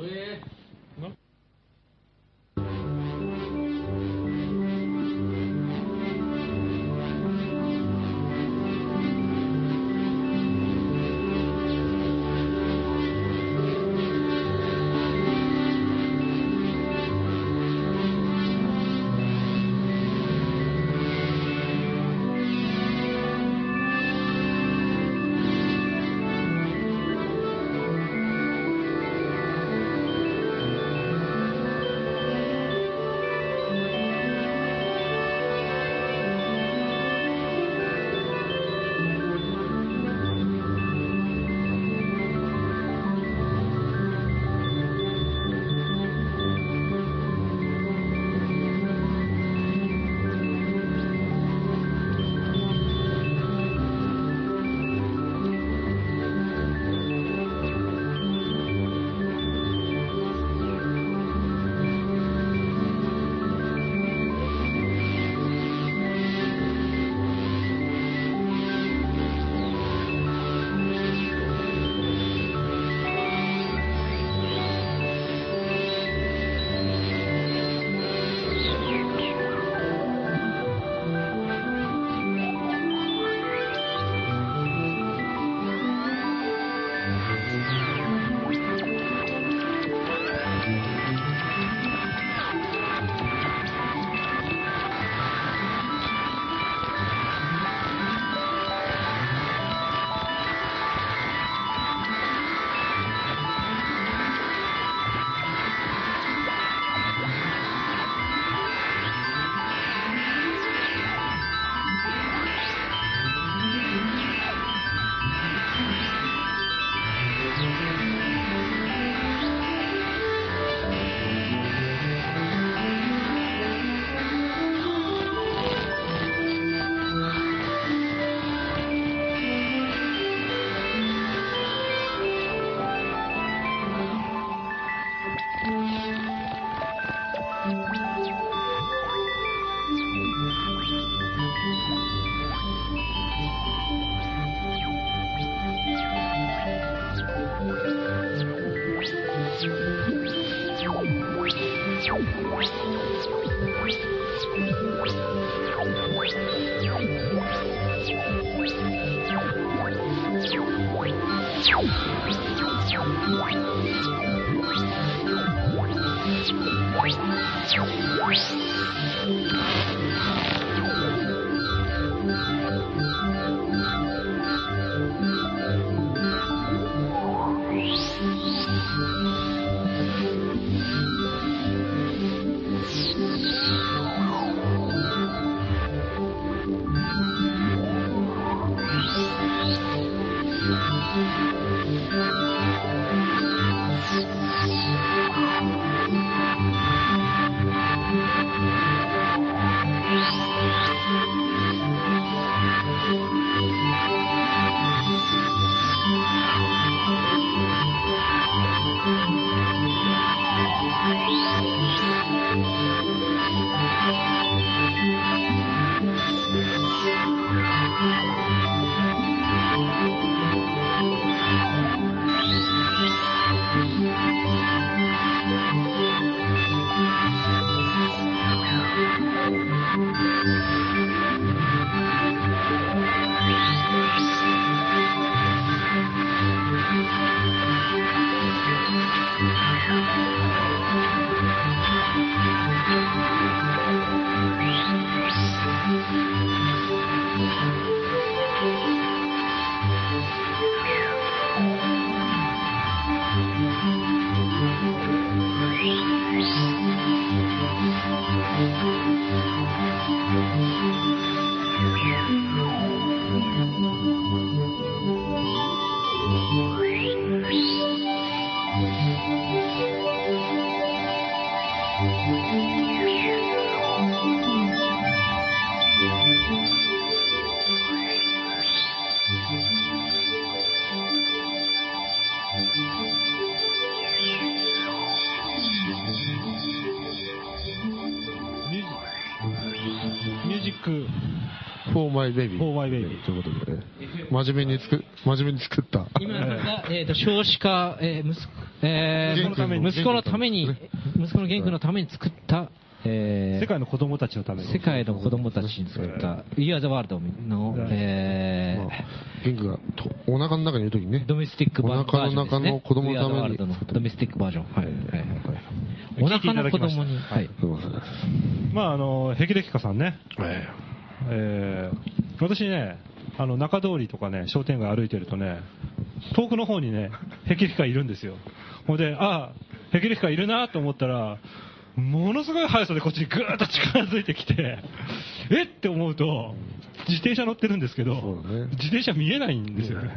Speaker 4: Thank you.
Speaker 3: ク
Speaker 2: For My Baby。
Speaker 3: For My Baby
Speaker 2: ということでね。真面目につく、真面目に作った。
Speaker 1: 今のが、えー、と少子化、えー息子えー
Speaker 2: 元君の
Speaker 1: 息子のために
Speaker 2: 元、
Speaker 1: 息子の元君のために作った、えー
Speaker 3: 世界の子供たちのために。
Speaker 1: 世界の子供たちに作った、We Are the World の、え
Speaker 2: まあ元気がとお腹の中にいるときにね
Speaker 1: ー、ドメスティックバージョン。
Speaker 2: お腹の中の子供のために
Speaker 1: We Are the World のドメスティックバージョン。はい。はい
Speaker 3: い
Speaker 1: お腹の子供に。
Speaker 3: は
Speaker 1: はいい。
Speaker 2: すいません。
Speaker 3: まあ、あの、ヘキレキカさんね。
Speaker 2: え
Speaker 3: えー私ね、あの、中通りとかね、商店街歩いてるとね、遠くの方にね、ヘキレキカいるんですよ。ほんで、ああ、ヘキレキカいるなと思ったら、ものすごい速さでこっちにぐーっと近づいてきて、えって思うと、自転車乗ってるんですけど、
Speaker 2: そうだね
Speaker 3: 自転車見えないんですよね。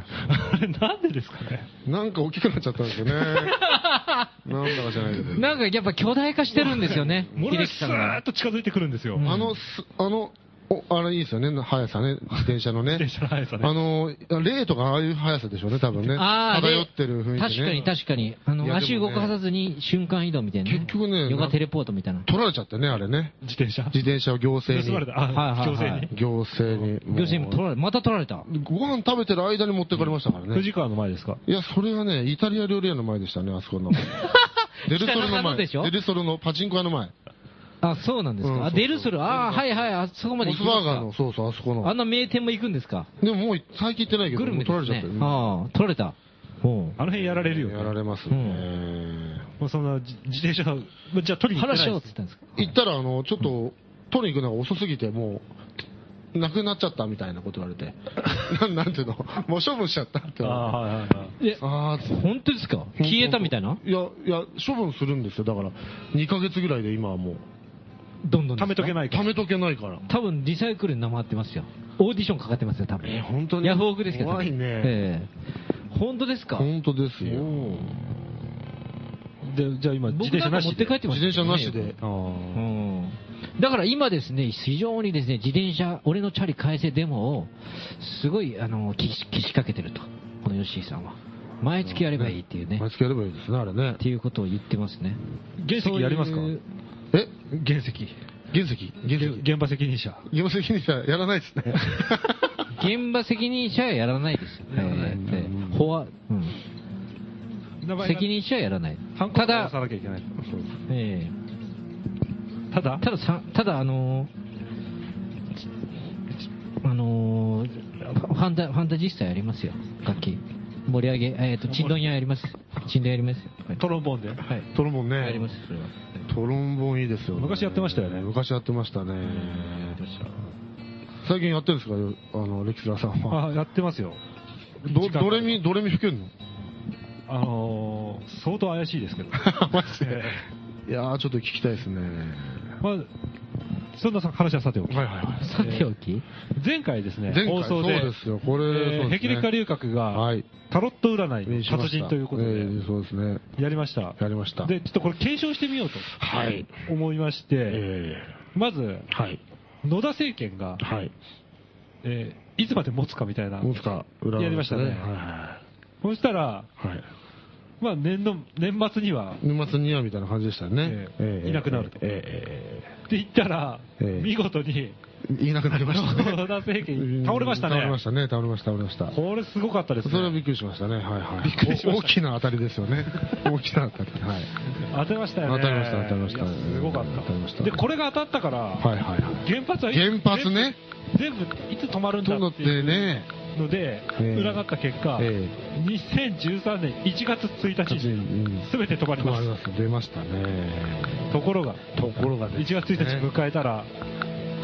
Speaker 3: あれ、なんでですかね。
Speaker 2: えなんか大きくなっちゃったん ですよね。なんだかじゃないけど。
Speaker 1: なんかやっぱ巨大化してるんですよね、
Speaker 3: ものすご
Speaker 1: 秀
Speaker 3: い
Speaker 1: 樹
Speaker 3: ス
Speaker 1: さん
Speaker 3: ーッ
Speaker 1: が。
Speaker 3: と近づいてくるんですよ。
Speaker 2: あの、すあの、おあれいいですよね、速さね、自転車のね。
Speaker 3: 自転車の速さね
Speaker 2: あの、例とかああいう速さでしょうね、多分ね。
Speaker 1: ああ、
Speaker 2: 漂ってる雰囲
Speaker 1: 確
Speaker 2: 気
Speaker 1: かに
Speaker 2: ね。
Speaker 1: 確かに。あの、
Speaker 2: いやでもね
Speaker 1: 足動かさずに瞬間移動みたいな、
Speaker 2: 結局ね
Speaker 1: ヨガテレポートみたいな。
Speaker 2: 取られちゃってね、あれね。
Speaker 3: 自転車
Speaker 2: 自転車を行政
Speaker 3: 盗
Speaker 2: に
Speaker 3: まれ。た。あ、
Speaker 1: はいはいはい
Speaker 3: 強
Speaker 2: 行
Speaker 3: 制に。
Speaker 2: 政に。もう
Speaker 1: 行政も取られ、また取られた。
Speaker 2: ご飯食べてる間に持ってかれましたからね。
Speaker 3: 藤川の前ですか
Speaker 2: いや、それがね、イタリア料理屋の前でしたね、あそこ の。デルソル
Speaker 1: 北
Speaker 2: の
Speaker 1: 中
Speaker 2: 前。
Speaker 1: 野でしょ
Speaker 2: デルソルのパチンコ屋の前。
Speaker 1: あ、そうなんです
Speaker 2: うんそう
Speaker 1: か。あ、
Speaker 2: そう
Speaker 1: デルスル。ああ、はいはい、あそこまで
Speaker 2: モ
Speaker 1: 行き
Speaker 2: ス
Speaker 1: ま
Speaker 2: バ
Speaker 1: す
Speaker 2: ーガーの、
Speaker 1: か。
Speaker 2: そうそう、あそこの
Speaker 1: あ。の名店も行くんですか。
Speaker 2: でももう最近行ってないけど、
Speaker 1: グル
Speaker 2: もう
Speaker 1: メ
Speaker 2: 取
Speaker 1: で
Speaker 2: られ
Speaker 1: す
Speaker 2: ちゃっ
Speaker 1: ね
Speaker 2: て。る。
Speaker 1: ああ、取られた。おう
Speaker 3: あの辺やられるよね。
Speaker 2: やられます
Speaker 1: う
Speaker 2: ね。
Speaker 3: もうそんなじ自転車、じゃあ取りに行っ
Speaker 1: 話
Speaker 3: て
Speaker 1: し
Speaker 3: ない
Speaker 1: ようっ
Speaker 3: で
Speaker 1: て
Speaker 3: す
Speaker 1: 言ったんですか。
Speaker 2: 行ったら、あの、ちょっと、取りに行くのが遅すぎて、もう、なくなっちゃったみたいなこと言われ て。なんなんていうのもう処分しちゃったって言われて。
Speaker 3: あーはいはいはい
Speaker 1: え、
Speaker 2: あー
Speaker 1: 本当ですか消えたみたいない
Speaker 2: や、いや、処分するんですよ。だから、2ヶ月ぐらいで今はもう、
Speaker 1: どんどんですか。
Speaker 3: 貯めとけないか
Speaker 2: 貯めとけないから。
Speaker 1: 多分リサイクルに名回ってますよ。オーディションかかってますよ、多分。
Speaker 2: え本当に
Speaker 1: ヤフオクですけど。
Speaker 2: 怖いね
Speaker 1: ええ本当ですか
Speaker 2: 本当ですよ。
Speaker 3: ら。で、じゃあ今、自
Speaker 1: 僕
Speaker 3: 転
Speaker 1: なん
Speaker 3: 車
Speaker 1: か
Speaker 3: なし
Speaker 1: 持
Speaker 3: で。
Speaker 1: って帰ってま
Speaker 2: 自
Speaker 1: したけどね
Speaker 2: 転車なしで。
Speaker 3: あ
Speaker 1: う
Speaker 3: ー
Speaker 1: んだから今ですね、非常にですね、自転車、俺のチャリ返せデモを、すごい、あの、きし、きしかけてると。この吉井さんは。毎月やればいいっていうね。
Speaker 2: 毎月やればいいですね、あれね
Speaker 1: っ。ていうことを言ってますね。
Speaker 3: 原石やりますか
Speaker 1: そういう
Speaker 2: え
Speaker 3: 原石。
Speaker 2: 原石原石
Speaker 3: 現場責任者。
Speaker 2: 原石にしたらやらないですね。
Speaker 1: 現場責任者はやらないですよ。
Speaker 3: やらな
Speaker 1: え
Speaker 3: い
Speaker 1: え
Speaker 3: うん
Speaker 1: ええ法案うん
Speaker 3: 名前が
Speaker 1: 責任者はやらない。
Speaker 3: 犯行
Speaker 1: た
Speaker 3: を押
Speaker 1: だ
Speaker 3: さ、なきゃいけない。
Speaker 1: ええ
Speaker 3: ただ
Speaker 1: たださ、ただあのーあのーファンタ、ファンタジスタやりますよ、楽器。盛り上げ、えっ、と、チンドン屋やります。チンドンやります。はい。
Speaker 3: トロンボーンで。
Speaker 1: はい、
Speaker 2: トロンボンね。
Speaker 1: やります、それは。
Speaker 2: トロンボンいいですよね。
Speaker 3: 昔やってましたよね
Speaker 2: 昔やってましたね。最近やってるんですかあの、レキスラーさんは。
Speaker 3: あやってますよ。
Speaker 2: ど、ドレミ、ドレミ吹けるの
Speaker 3: あのー、相当怪しいですけど。
Speaker 2: マジで。いやー、ちょっと聞きたいですね。
Speaker 3: まあ、そんな話はさておき。
Speaker 2: はいはいはい。
Speaker 1: さておき、
Speaker 3: 前回ですね、
Speaker 2: 前回
Speaker 3: 放送で、
Speaker 2: そうですよこれ
Speaker 3: えー
Speaker 2: そうですね
Speaker 3: ヘキリカ龍角が
Speaker 2: はい、
Speaker 3: タロット占いの
Speaker 2: しま
Speaker 3: 達
Speaker 2: した
Speaker 3: 人ということで、
Speaker 2: えーそうですね。
Speaker 3: やりました。
Speaker 2: やりました。
Speaker 3: で、ちょっとこれ検証してみようと
Speaker 2: はい。
Speaker 3: 思いまして、
Speaker 2: え
Speaker 3: まず、
Speaker 2: ーはい。
Speaker 3: 野田政権が、
Speaker 2: はい。
Speaker 3: えーいつまで持つかみたいな。
Speaker 2: モンスター、裏
Speaker 3: やりましたね
Speaker 2: はいは
Speaker 3: そしたら、
Speaker 2: いはい。はい。
Speaker 3: まあ、年の、年末には、
Speaker 2: 沼津にはみたいな感じでしたよね。
Speaker 3: えー
Speaker 2: えー
Speaker 3: いなくなると
Speaker 2: えーえーえー
Speaker 3: って言ったら、
Speaker 2: ええ
Speaker 3: 見事に、
Speaker 2: いなくなりました、
Speaker 3: 野田政権 倒れましたね
Speaker 2: 倒れましたね、倒れました、倒れました。
Speaker 3: これすごかったです
Speaker 2: それはびっ
Speaker 3: ね。
Speaker 2: くりしましたね、はいはい。
Speaker 3: びっくりしまし
Speaker 2: お
Speaker 3: た
Speaker 2: 大きな当たりですよ ね。大きな当たり。はい。
Speaker 3: 当てましたよね。
Speaker 2: 当たりました当たりました
Speaker 3: いやすごかっ
Speaker 2: 当たりました
Speaker 3: た。で、これが当たったから、
Speaker 2: はいはいはい。
Speaker 3: 原発は
Speaker 2: 原発ね。
Speaker 3: 全部、全部いつ止まるん
Speaker 2: と
Speaker 3: だ
Speaker 2: の
Speaker 3: っ
Speaker 2: ってて
Speaker 3: いう
Speaker 2: ね、
Speaker 3: ので、
Speaker 2: ええ
Speaker 3: 占った結果、
Speaker 2: え
Speaker 3: 2013年1月1日
Speaker 2: うん
Speaker 3: に全て止まりま
Speaker 2: まあ
Speaker 3: す。
Speaker 2: 出ましたね。
Speaker 3: ところが、
Speaker 2: ところがね
Speaker 3: 1月1日迎えたら、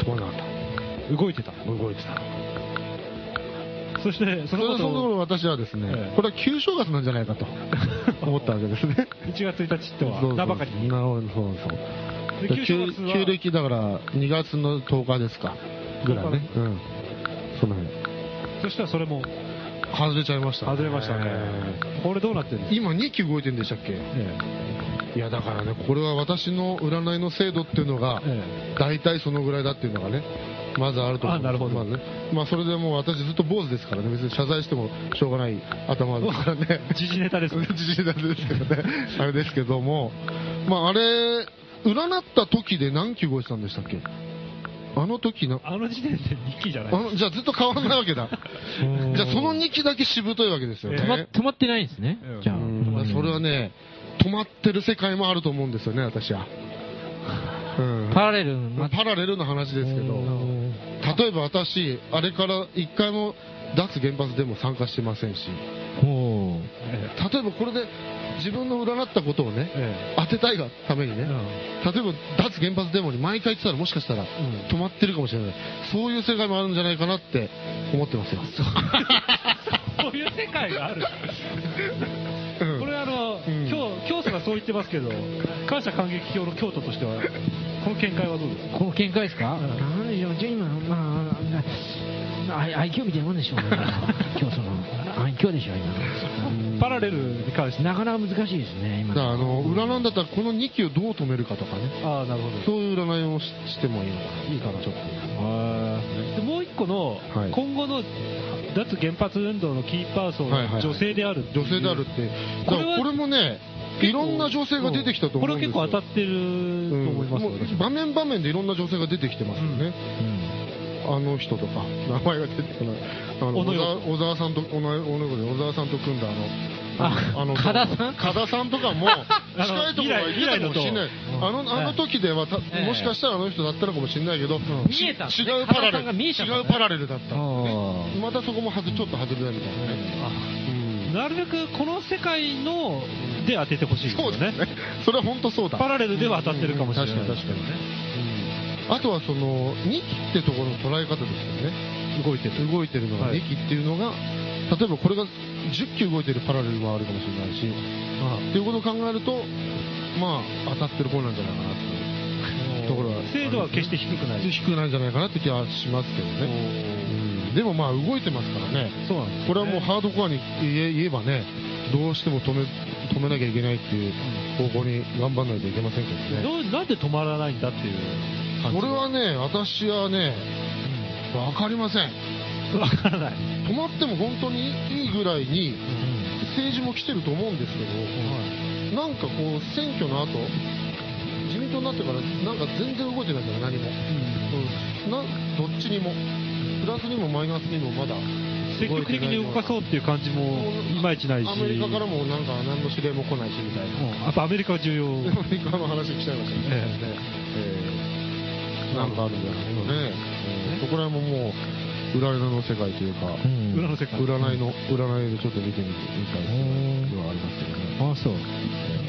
Speaker 2: 止まらなかっ
Speaker 3: 動いてた。
Speaker 2: た。動いてた。
Speaker 3: そして、
Speaker 2: そ
Speaker 3: そ
Speaker 2: れ
Speaker 3: のこ
Speaker 2: はそ
Speaker 3: と
Speaker 2: の
Speaker 3: を
Speaker 2: 頃私はです
Speaker 3: え
Speaker 2: ね
Speaker 3: え、
Speaker 2: これは旧正月なんじゃないかと思ったわけです ね。
Speaker 3: 1月1日と
Speaker 2: そうそう
Speaker 3: は名ばかりに。
Speaker 2: なるほど、そうそう。
Speaker 3: で
Speaker 2: 旧
Speaker 3: 旧正月は
Speaker 2: 旧暦だから2月の10日ですか。ぐらいね。うん。その辺。
Speaker 3: そしたらそれも
Speaker 2: 外れちゃいました、
Speaker 3: 外れました
Speaker 2: え
Speaker 3: ね。これどうなってるん
Speaker 2: ー
Speaker 3: ですか
Speaker 2: 今2機動いてるんでしたっけいやだからねこれは私の占いの精度っていうのが
Speaker 3: え
Speaker 2: 大体そのぐらいだっていうのがねまずあると思う
Speaker 3: あなるほど
Speaker 2: まずねまあそれでもう私ずっと坊主ですからね別に謝罪してもしょうがない頭ですからね
Speaker 3: 時事ネタですね。
Speaker 2: 自信だけですけどねあれですけどもまああれ占った時で何機動いてたんでしたっけあの時な、
Speaker 3: あの時点で2期じゃない
Speaker 2: あの、じゃあずっと変わんないわけだ。じゃあその2期だけしぶといわけですよね。
Speaker 3: え
Speaker 1: 止ま
Speaker 3: ー
Speaker 1: 止まってないんですね
Speaker 3: うん。
Speaker 1: じゃあ。
Speaker 2: うんそれはね、止まってる世界もあると思うんですよね、私は。うん
Speaker 1: パラレルの、ま
Speaker 2: パラレルの話ですけど、
Speaker 1: うん
Speaker 2: 例えば私、あれから1回も脱原発でも参加してませんし、
Speaker 1: ほう
Speaker 3: え
Speaker 2: 例えばこれで自分の占ったことを
Speaker 3: え
Speaker 2: ね、
Speaker 3: え
Speaker 2: 当てたいがために
Speaker 3: え
Speaker 2: ね、例えば脱原発デモに毎回行ってたらもしかしたら
Speaker 3: ん
Speaker 2: 止まってるかもしれない。そういう世界もあるんじゃないかなって思ってますよ。
Speaker 3: そういう世界がある。
Speaker 2: うん
Speaker 3: これあの、
Speaker 2: ん
Speaker 3: 今日、教祖がそう言ってますけど、感謝感激教の教徒としては、この見解はどうですか
Speaker 1: この見解ですか、
Speaker 3: うん
Speaker 1: なんでしょう、じゃあ今、まあ、あ愛愛嬌みたいなもんでしょうね、今日その、愛嬌でしょ、今の。
Speaker 3: パラレルに関して。
Speaker 1: なかなか難しいですね、今
Speaker 2: だ
Speaker 1: の。
Speaker 2: からあの、占うんだったらこの2期をどう止めるかとかね。
Speaker 3: ああ、なるほど。
Speaker 2: そういう占いをししてもいいのかな。いいかな、ちょっと。
Speaker 3: でもう一個の、
Speaker 2: はい
Speaker 3: 今後の脱原発運動のキーパーソン
Speaker 2: はいはいは
Speaker 3: が
Speaker 2: い
Speaker 3: 女性であるっていう
Speaker 2: 女性であるって。
Speaker 3: こ
Speaker 2: だ
Speaker 3: れ
Speaker 2: か
Speaker 3: は
Speaker 2: らこれもね、いろんな女性が出てきたと思うんですよ。
Speaker 3: これは結構当たってると思います、
Speaker 2: うんもう場面場面でいろんな女性が出てきてますよね。あの人とか、名前が出てこない。あの
Speaker 3: 小
Speaker 2: 小
Speaker 3: 野洋
Speaker 2: 沢
Speaker 3: 子
Speaker 2: 小沢さんと、小野小野洋子で小沢さんと組んだあの、
Speaker 1: あ
Speaker 2: の
Speaker 1: 加田さん
Speaker 2: 加田さんとかも、
Speaker 3: の
Speaker 2: 近いところは行ってたかもしれない
Speaker 3: 未。
Speaker 2: あの、あの時ではた、
Speaker 1: ええ
Speaker 2: もしかしたらあの人だったのかもしれないけど、
Speaker 1: 見えたんです
Speaker 2: 違
Speaker 1: ね
Speaker 2: うパラ
Speaker 1: 加田さ
Speaker 2: レ
Speaker 1: ん
Speaker 2: ル、
Speaker 1: が見
Speaker 2: 違
Speaker 1: えちゃったね
Speaker 2: うパラレルだった。
Speaker 1: あー
Speaker 2: またそこもはずちょっと外れだみたいなね。うん
Speaker 3: なるべくこの世界ので当ててほしいです
Speaker 2: そ
Speaker 3: よ
Speaker 2: うです
Speaker 3: ね
Speaker 2: ね。それは本当そうだ。
Speaker 3: パラレルでは当たってるかもしれない、
Speaker 2: うんうん確かに確かあとはその、2期ってところの捉え方ですよね。
Speaker 3: 動いてる
Speaker 2: 動いてるのが
Speaker 3: はい
Speaker 2: 2期っていうのが、例えばこれが10期動いてるパラレルもあるかもしれないし、っていうことを考えると、まあ、当たってる方なんじゃないかなっていうところは。
Speaker 3: 精度は決して低くない
Speaker 2: 低くないんじゃないかなって気はしますけどね。うんでもまあ、動いてますからね。
Speaker 3: そうなんです
Speaker 2: これはもうハードコアに言え言えばね、どうしても止め止めなきゃいけないっていう方向に頑張らないといけませんけどね。
Speaker 3: どうなんで止まらないんだっていう感じ
Speaker 2: これはね、私はね、わかりません。
Speaker 3: わからない、
Speaker 2: 止まっても本当にいいぐらいに政治も来てると思うんですけど、なんかこう、選挙の後、自民党になってからなんか全然動いてないから何も。うんなどっちにも。プラスにもマイナスにもまだ。
Speaker 3: 積極的に動かそうっていう感じもいまいちないし
Speaker 2: アメリカからもなんか何の指令も来ないしみたいな。
Speaker 3: うんやっぱアメリカは重要
Speaker 2: アメリカの話来ちゃいましたね。ええなんかあるんじゃないのね。そこら辺ももう、占いの世界というか、
Speaker 1: うん
Speaker 3: 裏の世界
Speaker 2: 占いの、占いでちょっと見てみみたいなのはありますけどね。
Speaker 1: あそう。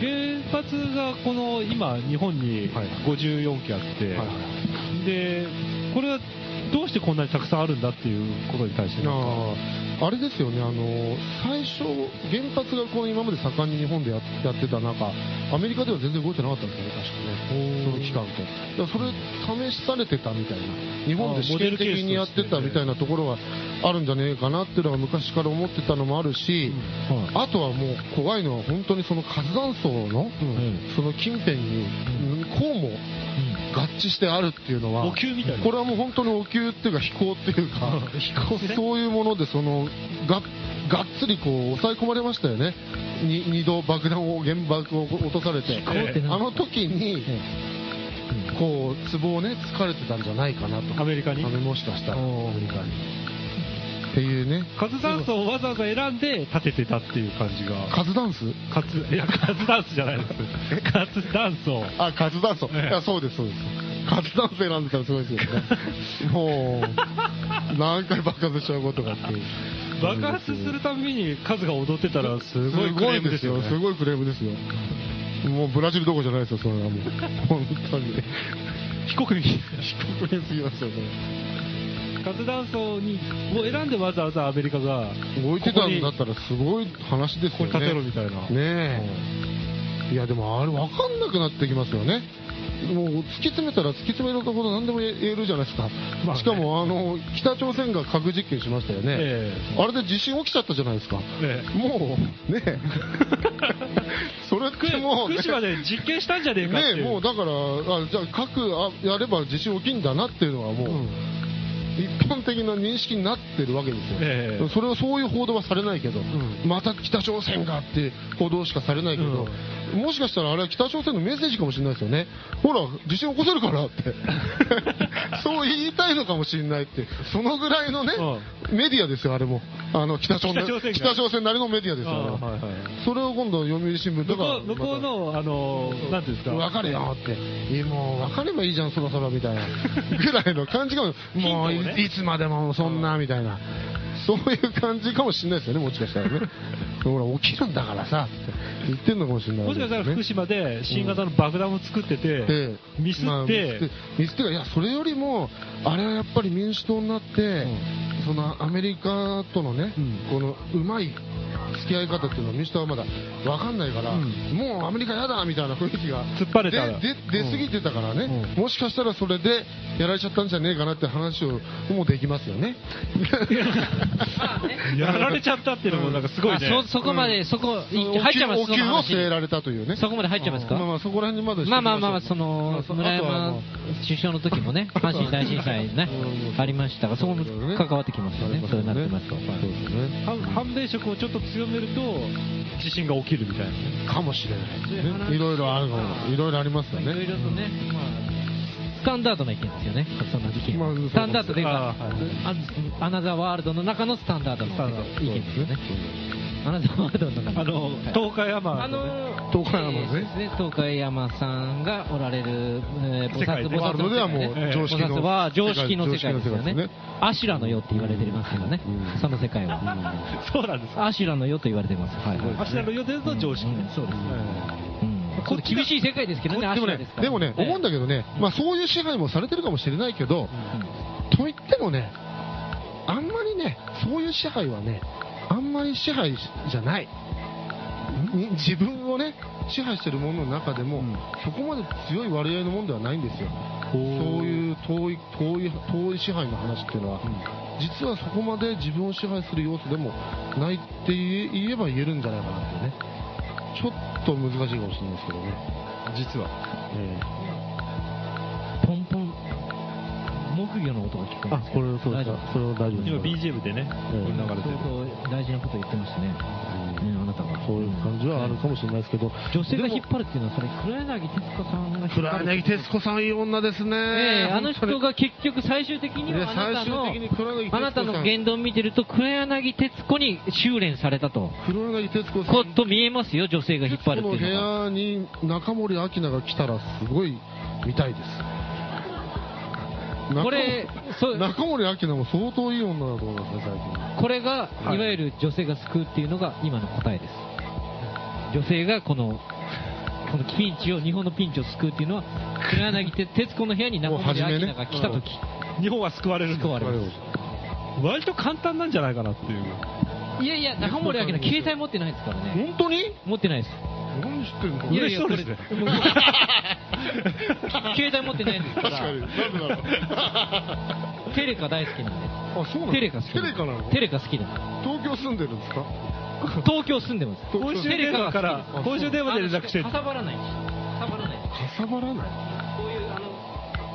Speaker 3: 原発がこの今日本に
Speaker 2: はい
Speaker 3: 54基あって、
Speaker 2: はいはいはい
Speaker 3: でこれはどうしてこんなにたくさんあるんだっていうことに対してなんか
Speaker 2: あーあれですよね、あの最初、原発がこう今まで盛んに日本でややってた中、アメリカでは全然動いてなかったんですよね、確かね、その期間って。だからそれ、試されてたみたいな、日本で試験的にやってたみたいなところはあるんじゃねえかなっていうのは昔から思ってたのもあるし、あとはもう怖いのは、本当にその活断層の、その近辺に、こうも合致してあるっていうのは、
Speaker 3: お灸みたいな
Speaker 2: これはもう本当にお灸っていうか飛行っていうか
Speaker 3: 飛行ね
Speaker 2: そういうものでそのががっつりこう抑え込まれましたよねに二度爆弾を原爆を落とされて
Speaker 3: 飛行って
Speaker 1: なんだ
Speaker 2: あの時にこう壺をね疲れてたんじゃないかなと
Speaker 3: アメリカに
Speaker 2: もしかしたら
Speaker 1: おー
Speaker 2: アメリカにっていうね
Speaker 3: 活断層をわざわざ選んで建ててたっていう感じが
Speaker 2: 活ダンス
Speaker 3: 活いや活断層じゃないです活断層
Speaker 2: あ、カツダンス。い
Speaker 3: ええ
Speaker 2: や、そうです、そうです。カツダンス選んでたらすごいですよ ね。もう、何回爆発しちゃうことがあっていう。
Speaker 3: 爆発するたびに数が踊ってたらすごいクレームですよ、ね、
Speaker 2: すごいクレームですよ。もうブラジルどころじゃないですよ、それはもう。本当に。
Speaker 3: 被告人
Speaker 2: 本当にすぎますよ、それ。
Speaker 3: 活断層にを選んでわざわざアメリカが
Speaker 2: 動いてたんだったらすごい話ですよね。
Speaker 3: ここに立てろみたいな
Speaker 2: ねえ。いや、でもあれ分かんなくなってきますよね。もう突き詰めたら突き詰めるところ何でも言えるじゃないですか。
Speaker 3: まあね
Speaker 2: しかもあの、北朝鮮が核実験しましたよね。
Speaker 3: え
Speaker 2: あれで地震起きちゃったじゃないですか。
Speaker 3: え
Speaker 2: もう、 ねえそれってもう、ね
Speaker 3: 福島で実験したんじゃねえかっていう
Speaker 2: ねえもうだから、あじゃあ核あやれば地震起きんだなっていうのはもう、一般的な認識になってるわけですよ、
Speaker 3: ええ
Speaker 2: それはそういう報道はされないけど、
Speaker 3: ん
Speaker 2: また北朝鮮がっていう報道しかされないけど、もしかしたらあれは北朝鮮のメッセージかもしれないですよね、ほら、地震起こせるからって、 そう言いたいのかもしれないって、そのぐらいのね、メディアですよ、あれも、あの北朝鮮
Speaker 3: 北朝鮮が
Speaker 2: 北朝鮮なりのメディアですよ、あれは
Speaker 3: はいはい
Speaker 2: それを今度、読売新聞
Speaker 3: 向
Speaker 2: とか
Speaker 3: こう、向こ
Speaker 2: ま
Speaker 3: う
Speaker 2: た
Speaker 3: の、あの、なんていうんですか。
Speaker 2: 分かるよって、いやもう分かればいいじゃん、そろそろみたい なぐらいの感じかも、
Speaker 3: ヒント
Speaker 2: も
Speaker 3: を
Speaker 2: う
Speaker 3: ね
Speaker 2: いいつまでもそんなみたいな、そういう感じかもしれないですよね、もしかしたら ね、ほら、起きるんだからさって言ってんのかもしれない
Speaker 3: も
Speaker 2: わ
Speaker 3: し
Speaker 2: けです
Speaker 3: かした
Speaker 2: よ
Speaker 3: ら
Speaker 2: ね、
Speaker 3: 福島で新型の爆弾を作ってて、ミスって
Speaker 2: まあミスって、ミスってかいや、それよりも、あれはやっぱり民主党になって、そのアメリカとのね、
Speaker 3: うん
Speaker 2: このうまい付き合い方っていうのは民主党はまだ分かんないから、
Speaker 3: うん
Speaker 2: もうアメリカやだみたいな雰囲気が
Speaker 3: 突っ張れたら
Speaker 2: でで出過ぎてたからね、もしかしたらそれでやられちゃったんじゃねえかなって話をもうできますよね。
Speaker 3: やられちゃったっていうのもなんかすごいね。
Speaker 1: あそそこまで、そこ、い入っちゃいます
Speaker 2: お給お給
Speaker 1: その
Speaker 2: を
Speaker 1: 話
Speaker 2: 据えられたというね。
Speaker 1: そこまで入っちゃいますか
Speaker 2: まあまあそこら辺にまだして
Speaker 1: まあまあまあまあ、
Speaker 2: きしょ
Speaker 1: そうの
Speaker 2: あ、そ
Speaker 1: 村
Speaker 2: あとは
Speaker 1: 山
Speaker 2: もう
Speaker 1: 首相の時もね、阪神大震災ね
Speaker 2: う、ん
Speaker 1: ありましたが、そこも
Speaker 2: そうだね
Speaker 1: 関わってきますよね、そうなってますと。
Speaker 2: そうですね。
Speaker 3: 反反米色をちょっと強めると、地震が起きるみたいな。
Speaker 2: かもしれない、ね。いろいろあるの、いろいろありますよ
Speaker 1: いろい
Speaker 2: ね。
Speaker 1: ろとね、まあ、スタンダードな意見ですよね、そんな事件
Speaker 2: まあ
Speaker 1: は。
Speaker 2: そう
Speaker 1: スタンダードで
Speaker 3: あーはい
Speaker 1: アナザーワールドの中のスタンダードの意見ですよね。アナザーワールドの中
Speaker 3: あの、東海アマ
Speaker 1: あ
Speaker 3: ーのね、
Speaker 1: のー
Speaker 2: 東海山ですね
Speaker 1: えーです東海山さんがおられる、えー、菩
Speaker 3: 世界
Speaker 1: 薩
Speaker 3: ね
Speaker 1: 菩薩
Speaker 2: ワールドではもう
Speaker 1: 世界ね
Speaker 2: 常識の
Speaker 1: 菩薩は常識の世界ですよ
Speaker 2: 常識の世界です
Speaker 1: ね
Speaker 2: ね。
Speaker 1: アシュラの世って言われてますけどね、
Speaker 2: うん
Speaker 1: その世界は。
Speaker 3: そうなんです。
Speaker 1: アシュラの世と言われてます。はい
Speaker 3: あちらの予定の常識
Speaker 1: うんそうです
Speaker 3: は
Speaker 1: うん
Speaker 3: こっちが
Speaker 1: 厳しい世界ですけどね、ア
Speaker 2: で
Speaker 1: シ
Speaker 2: も
Speaker 1: ュラで
Speaker 2: ね
Speaker 1: すか、ら
Speaker 2: でもね、思うんだ
Speaker 1: け
Speaker 2: けどね、まあそういう支配もされてるかもしれないけど、といってもね、あんまりね、そういう支配はね、あんまり支配じゃない。に自分をね、支配してるものの中でも、
Speaker 3: うん
Speaker 2: そこまで強い割合のものではないんですよ。
Speaker 3: い
Speaker 2: そういう遠い、遠い、遠い支配の話っていうのは、実はそこまで自分を支配する要素でもないって言え言えば言えるんじゃないかなってね。ちょっと難しいかもしれないですけどね。
Speaker 3: 実は。
Speaker 2: え
Speaker 1: ポンポン、木魚の音が聞こえ
Speaker 2: え
Speaker 1: ますよラジオ
Speaker 2: それは大丈
Speaker 3: 今 BGM でね、
Speaker 2: う
Speaker 3: 流
Speaker 2: ん
Speaker 3: れて
Speaker 1: そう
Speaker 3: る。
Speaker 1: そう、大事なこと言ってましたね。ねあなたが。
Speaker 2: そういう感じはあるかもしれないですけど、
Speaker 1: 女性が引っ張るっていうのは、それ、黒柳徹子さんが引っ張る。
Speaker 2: 黒柳徹子さんいい女ですね。
Speaker 1: ええあの人
Speaker 2: 本
Speaker 1: が結局最終的
Speaker 2: 当
Speaker 1: に
Speaker 2: にね
Speaker 1: はあなた
Speaker 2: 最終
Speaker 1: の
Speaker 2: 的に黒柳徹子さん。
Speaker 1: あなたの言動を見てると黒柳徹子に修練されたと
Speaker 2: 黒柳徹子さん。
Speaker 1: こと見えますよ女性が引っ張るって
Speaker 2: 徹子の部
Speaker 1: いうのは
Speaker 2: 屋に中森明菜が来たらすごい見たいです。中
Speaker 1: これそう
Speaker 2: 中森明菜も相当いい女だと思いますね、最近。
Speaker 1: これが
Speaker 2: はい
Speaker 1: いわゆる女性が救うっていうのが今の答えです女性がこのこのピンチを日本のピンチを救うっていうのは黒柳徹徹子の部屋に中森明菜が来た時
Speaker 3: 日本は救われるんです
Speaker 1: 救われます
Speaker 3: 割と簡単なんじゃないかなっていう。
Speaker 1: いやいや中森明菜携帯持ってないですからね
Speaker 2: 本当に
Speaker 1: 持ってないです
Speaker 2: 何知ってんの
Speaker 1: いやい
Speaker 3: 嬉
Speaker 1: や
Speaker 3: しそうですね。
Speaker 1: 携帯持ってないんですか
Speaker 2: 確
Speaker 1: ら
Speaker 2: かに。なんでだろう。
Speaker 1: テレカ大好きなんです
Speaker 2: あ、そうなの
Speaker 1: テレカ好き。
Speaker 2: テレカなの
Speaker 1: テレカ好きな
Speaker 2: 東京住んでるんです か
Speaker 1: の。東京住んでます。
Speaker 3: 公衆電話から
Speaker 1: テレカが好き、
Speaker 3: 公衆電話で連絡して
Speaker 1: あのかさばらないし。かさばらないし。
Speaker 2: かさばらない
Speaker 1: こういう、あの、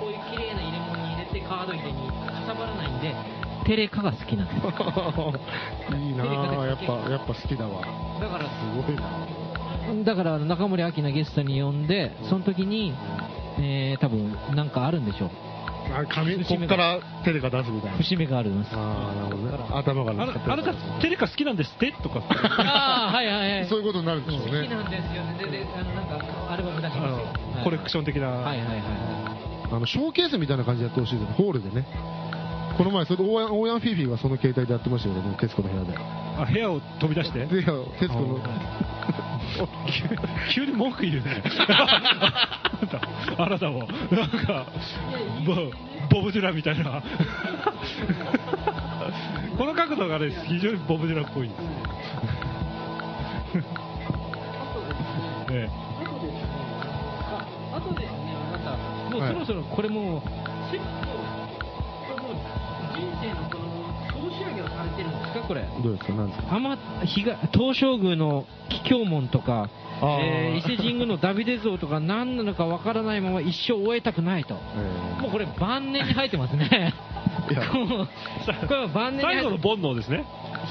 Speaker 1: こういう綺麗な入れ物に入れて、カード入れに、かさばらないんで、テレカが好きなんです。だ
Speaker 2: いいなあやっぱやっぱ好きだわ
Speaker 1: から、
Speaker 2: すごいな
Speaker 1: だから中森明菜ゲストに呼んで、その時に、えー、多分なんかあるんでしょう。
Speaker 2: あ紙こっから手でか出すみたいな
Speaker 1: 節目があるんです。
Speaker 2: ああなるほどね頭から
Speaker 3: あのあなた、テレカ好きなんですってとか。
Speaker 1: ああ、はいはいはい。
Speaker 2: そういうことになるんでしょう
Speaker 1: 好き
Speaker 2: ね
Speaker 1: なんですよね。で、で、あの、なんか、アルバム出し
Speaker 3: あ
Speaker 1: ますよ。は
Speaker 3: の
Speaker 1: い
Speaker 3: コレクション的な。
Speaker 1: はいはいはい。
Speaker 2: あのショーケースみたいな感じでやってほしいですホールでねこの前それオーヤンオーヤンフィーフィーがその携帯でやってましたけどね徹子の部屋で
Speaker 3: あ部屋を飛び出 して。
Speaker 2: でいや徹子の
Speaker 3: 急に文句言う ね。あなたあなたも、なんか、ボボブ・デュランみた いな。この角度がね、非常にボブ・デュランっぽいんですよ。
Speaker 1: あとですね、
Speaker 3: え
Speaker 1: ああとですね、あなた、もう
Speaker 2: はい
Speaker 1: そろそろこれもう、結構、これもう人生のこの、総仕上げをされてるんですか、これ。
Speaker 2: どうですかなんですか
Speaker 1: あま、東照宮の桔梗門とか、
Speaker 2: あー
Speaker 1: えー伊勢神宮のダビデ像とか、何なのかわからないまま一生終えたくないと。
Speaker 2: え
Speaker 1: もうこれ晩年に入ってますね。
Speaker 2: いや
Speaker 1: こうこれは晩年に
Speaker 3: 最後
Speaker 1: 入
Speaker 3: の
Speaker 1: っ
Speaker 3: 煩悩ですね。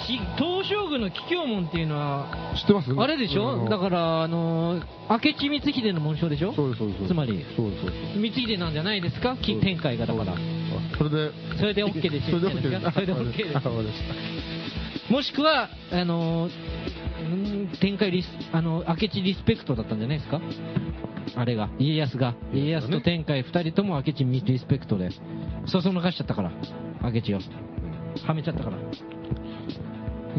Speaker 1: ひ東照宮の桔梗門っていうのは、
Speaker 2: 知ってます
Speaker 1: あれでしょ、だ
Speaker 2: ら。
Speaker 1: から、あの明智光秀の紋章でしょ、
Speaker 2: そうです、そうです。
Speaker 1: つまり
Speaker 2: そうです、そうです。
Speaker 1: 光秀なんじゃないですか、き天海がだから、
Speaker 2: それで、
Speaker 1: それで OK です
Speaker 2: そ
Speaker 1: よ
Speaker 2: れで OK です。
Speaker 1: それで OK です
Speaker 2: あわかりました
Speaker 1: もしくは、あのうん天海リスあの明智リスペクトだったんじゃないですか、あれが、家康が、家康と天海2人とも明智リスペクトで、そそのかしちゃったから、明智を、はめちゃったから、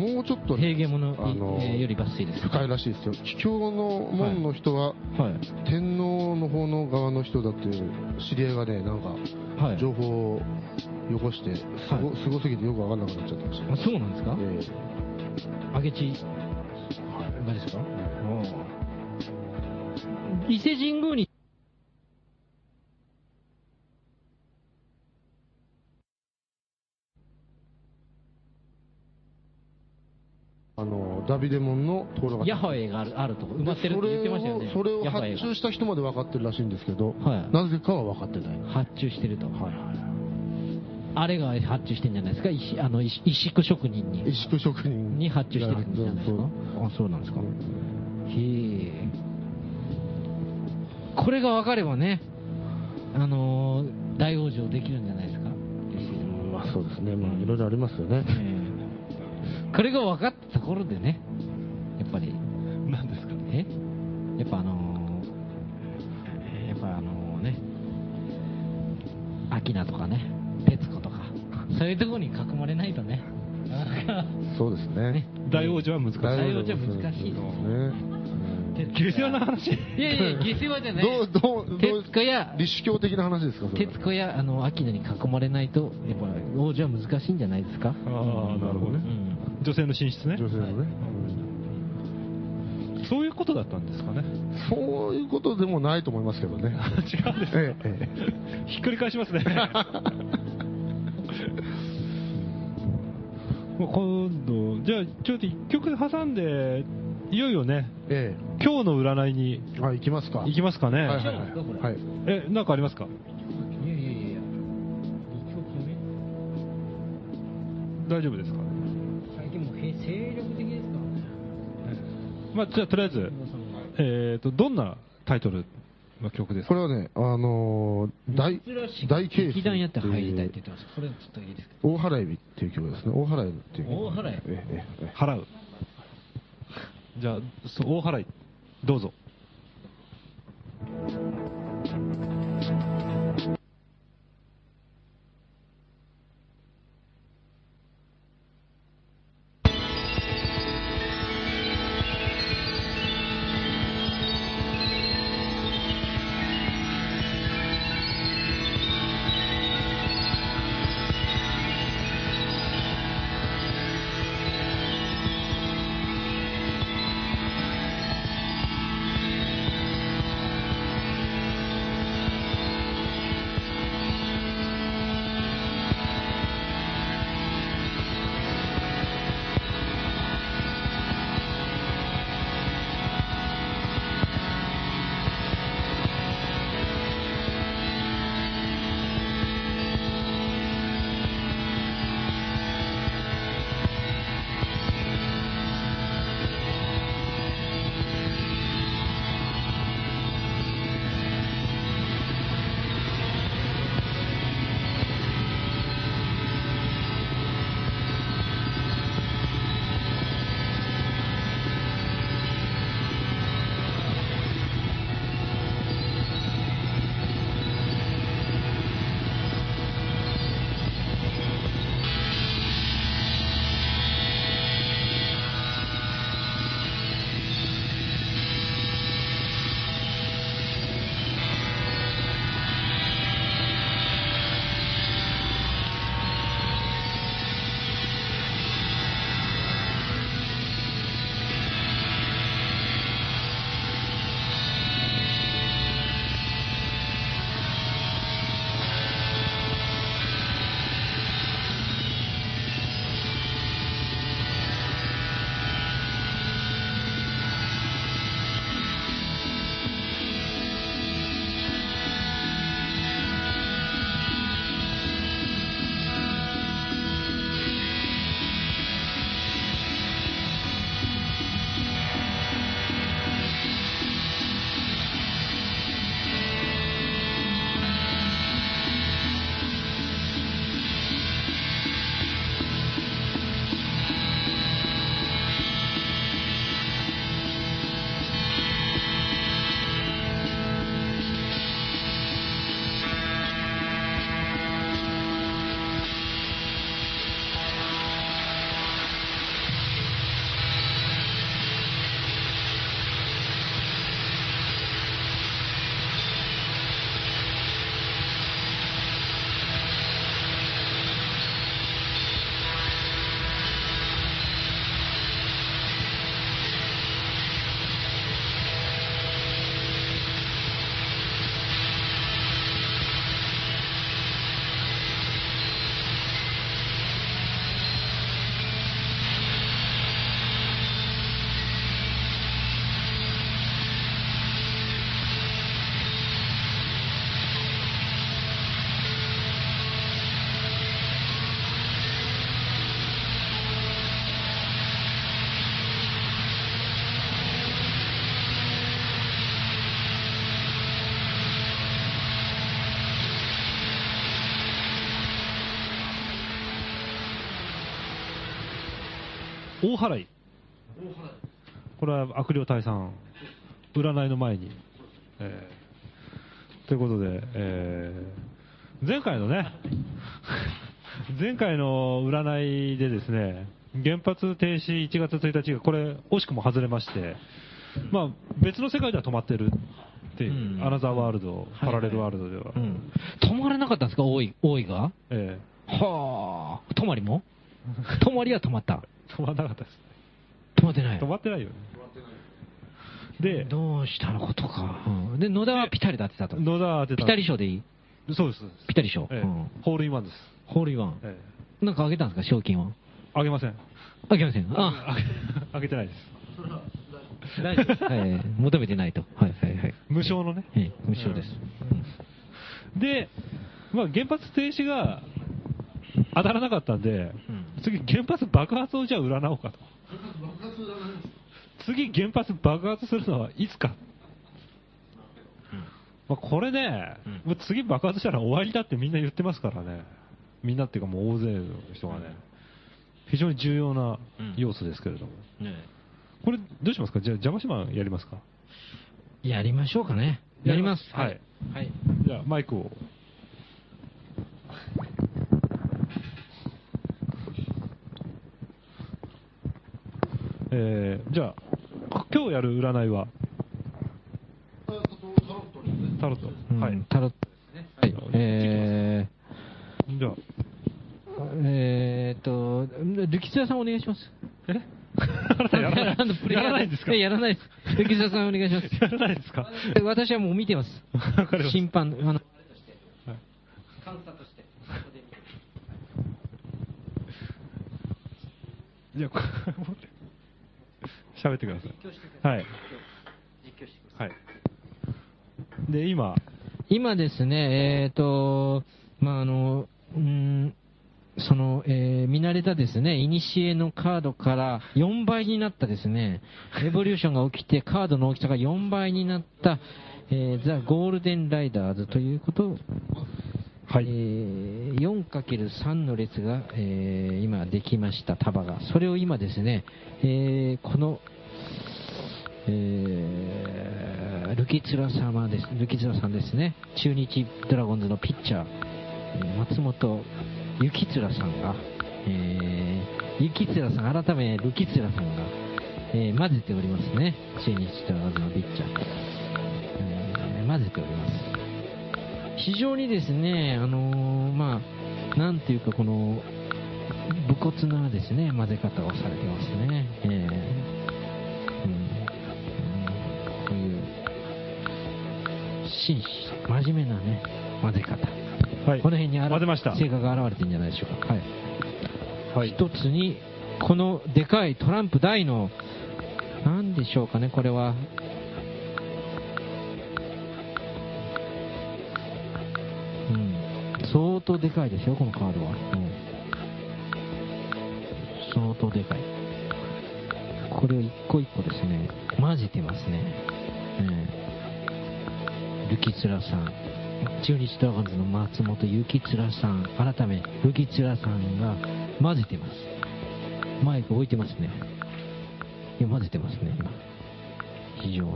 Speaker 2: もうちょっとね、
Speaker 1: 平家物、
Speaker 2: あの
Speaker 1: えーより抜粋です。
Speaker 2: 深いらしいですよ。桔梗の門の人は、
Speaker 1: はい
Speaker 2: 天皇の方の側の人だっていう知り合いがね、なんか、
Speaker 1: はい、
Speaker 2: 情報をよこして、すご,、
Speaker 1: はい
Speaker 2: すごすぎてよくわかんなくなっちゃったんですよ。
Speaker 1: あそうなんですか、
Speaker 2: え
Speaker 1: 明智がですか、伊勢神宮に
Speaker 2: あの、ダビデモンのところが。
Speaker 1: ヤハウェがあるあると埋まってるって言ってましたよね
Speaker 2: それをそれ
Speaker 1: ヤ
Speaker 2: を
Speaker 1: ハウ
Speaker 2: 発
Speaker 1: ェ
Speaker 2: 注した人まで分かってるらしいんですけど、
Speaker 1: が、はい、
Speaker 2: なぜかは分かってない。
Speaker 1: 発注してると、あれが発注してんじゃないですか石あの石石工職人に
Speaker 2: 萎縮職人
Speaker 1: に発注してるんじゃないですか
Speaker 2: そう
Speaker 1: あそうなんですか、へえこれが分かればねあのー大往生できるんじゃないですか
Speaker 2: まあそうですね、まあいろいろありますよね。
Speaker 1: えーこれが分かったところでね、やっぱり、
Speaker 3: 何ですか
Speaker 1: えやっぱあのーやっぱあのね、アキナとかね、徹子とか、そういうところに囲まれないと ね、
Speaker 2: そうですね。
Speaker 3: 大王子は難しい。
Speaker 1: 大王子は難しいですね
Speaker 2: ね。
Speaker 3: 下世話な話。
Speaker 1: いやいや、下世話じゃない。
Speaker 2: どう、どう、どう
Speaker 1: 徹子や、
Speaker 2: 立主教的な話ですか、それは
Speaker 1: 徹子や、あの、アキナに囲まれないと、やっぱ王子は難しいんじゃないですか。
Speaker 3: ああ、なるほど
Speaker 1: う
Speaker 3: ね。
Speaker 1: ん
Speaker 3: 女性の寝室ね。
Speaker 2: 女性のね、
Speaker 3: そういうことだったんですかね。
Speaker 2: そういうことでもないと思いますけどね。
Speaker 3: 違うんですか
Speaker 2: ええええ
Speaker 3: ひっくり返 しますね。もう今度、じゃあちょっと一曲挟んで、いよいよね、
Speaker 2: え
Speaker 3: 今日の占いに
Speaker 2: え。あ、行きますか。
Speaker 3: 行きますかね。
Speaker 2: はいはいはい。はい。
Speaker 3: え、なんかありますか
Speaker 1: いやいやいやいや、一応決め
Speaker 3: 大丈夫ですか
Speaker 1: 最近もうへ精力的ですからね、
Speaker 3: まあ、じゃあとりあえず、
Speaker 1: 皆さんが。
Speaker 3: えっ、と、どんなタイトルの曲です
Speaker 2: こ
Speaker 3: か
Speaker 2: れはね、あのー、大
Speaker 1: 珍し、
Speaker 2: 大ケース。
Speaker 1: 劇団やったら入りたいって言ってました。これちょっといいですか
Speaker 2: 大払い日っていう曲ですね。大払い日っていう曲。
Speaker 1: 大払い
Speaker 2: えええええ
Speaker 3: 払う。じゃあ、そう大払い、どうぞ。
Speaker 4: 「
Speaker 3: 大払い。これは悪霊退散。占いの前に。えーということで、えー前回のね、 前回の占いでですね、原発停止1月1日がこれ、惜しくも外れまして、まあ、別の世界では止まってるっていう、
Speaker 1: うん
Speaker 3: アナザーワールド、
Speaker 1: はい
Speaker 3: パラレルワールドでは。
Speaker 1: うん。止まらなかったんですか多い、多いが
Speaker 3: え
Speaker 1: はあ。止まりも 止まりは止まった。
Speaker 3: え止まらなかったです。
Speaker 1: 止まってない。
Speaker 3: 止まってないよね。で、
Speaker 1: どうしたのことか。うんで、野田はピタリだってたと。
Speaker 3: 野田当てた。
Speaker 1: ピタリ賞でいい
Speaker 3: そうです。
Speaker 1: ピタリ賞。
Speaker 3: え
Speaker 1: う
Speaker 3: え
Speaker 1: ん
Speaker 3: ホールインワンです。
Speaker 1: ホールインワン。
Speaker 3: え
Speaker 1: なんかあげたんですか賞金は。
Speaker 3: えあげません。
Speaker 1: あげません。あ、
Speaker 3: あげあ げてないです。
Speaker 1: 大丈夫です。はい求めてないと。はいはいはい。
Speaker 3: 無償のね。
Speaker 1: はい無償です。
Speaker 3: で、まあ、原発停止が当たらなかったんで、
Speaker 1: うん
Speaker 3: 次、原発爆発をじゃあ占おうかと。次、原発爆発するのはいつか。まあ、これね、
Speaker 1: うん
Speaker 3: もう次爆発したら終わりだってみんな言ってますからね。みんなっていうかもう大勢の人がね、非常に重要な要素ですけれども。
Speaker 1: うんね
Speaker 3: これ、どうしますかじゃあ、邪魔しまんやりますか
Speaker 1: やりましょうかね。やります。
Speaker 3: はい。
Speaker 1: はい。
Speaker 3: じゃあ、マイクを。えー、じゃあ、今日やる占いはタロット。
Speaker 1: うん
Speaker 3: はい。
Speaker 1: タロットですね。はい。えー
Speaker 3: じゃあ、
Speaker 1: えーっと、力也さんお願いします。
Speaker 3: えあなた やらないやらないんですか
Speaker 1: えやらないです。力也さんお願いします。
Speaker 3: やらないですか
Speaker 1: で私はもう見てます。
Speaker 3: わかりました
Speaker 1: 審判、あの、
Speaker 3: はい
Speaker 1: 監査として、
Speaker 3: じゃあ、これ持って喋ってください。はい。はい。で、今、
Speaker 1: 今ですね、えーっと、まあ、あの、うーん、その、えー見慣れたですね、いにしえのカードから4倍になったですね、エボリューションが起きて、カードの大きさが4倍になった、えーザ・ゴールデン・ライダーズということを、
Speaker 3: は
Speaker 1: え
Speaker 3: い。
Speaker 1: ー 4×3 の列が、えー今できました、束が。それを今ですね、えーこの、えールキツラ様です、ルキツラさんですね、中日ドラゴンズのピッチャー、えー松本幸ラさんが、えー、幸ラさん、改めルキツラさんが、えー混ぜておりますね、中日ドラゴンズのピッチャー。えー混ぜております。非常にですね、あのーまあ、なんていうか、この、武骨なですね、混ぜ方をされてますね。ええうんうんこういう、真摯、真面目なね、混ぜ方。
Speaker 3: はい。
Speaker 1: この辺にあら
Speaker 3: 混ぜました。
Speaker 1: 成果が現れてるんじゃないでしょうか。はい。
Speaker 3: はい。
Speaker 1: 一つに、このでかいトランプ大の、なんでしょうかね、これは。うん、相当でかいですよ、このカードは。うん、相当でかい。これを一個一個ですね、混ぜてますね。ええルキツラさん、中日ドラゴンズの松本幸ツラさん、改め、ルキツラさんが混ぜてます。マイク置いてますね。いや、混ぜてますね、今。非常に。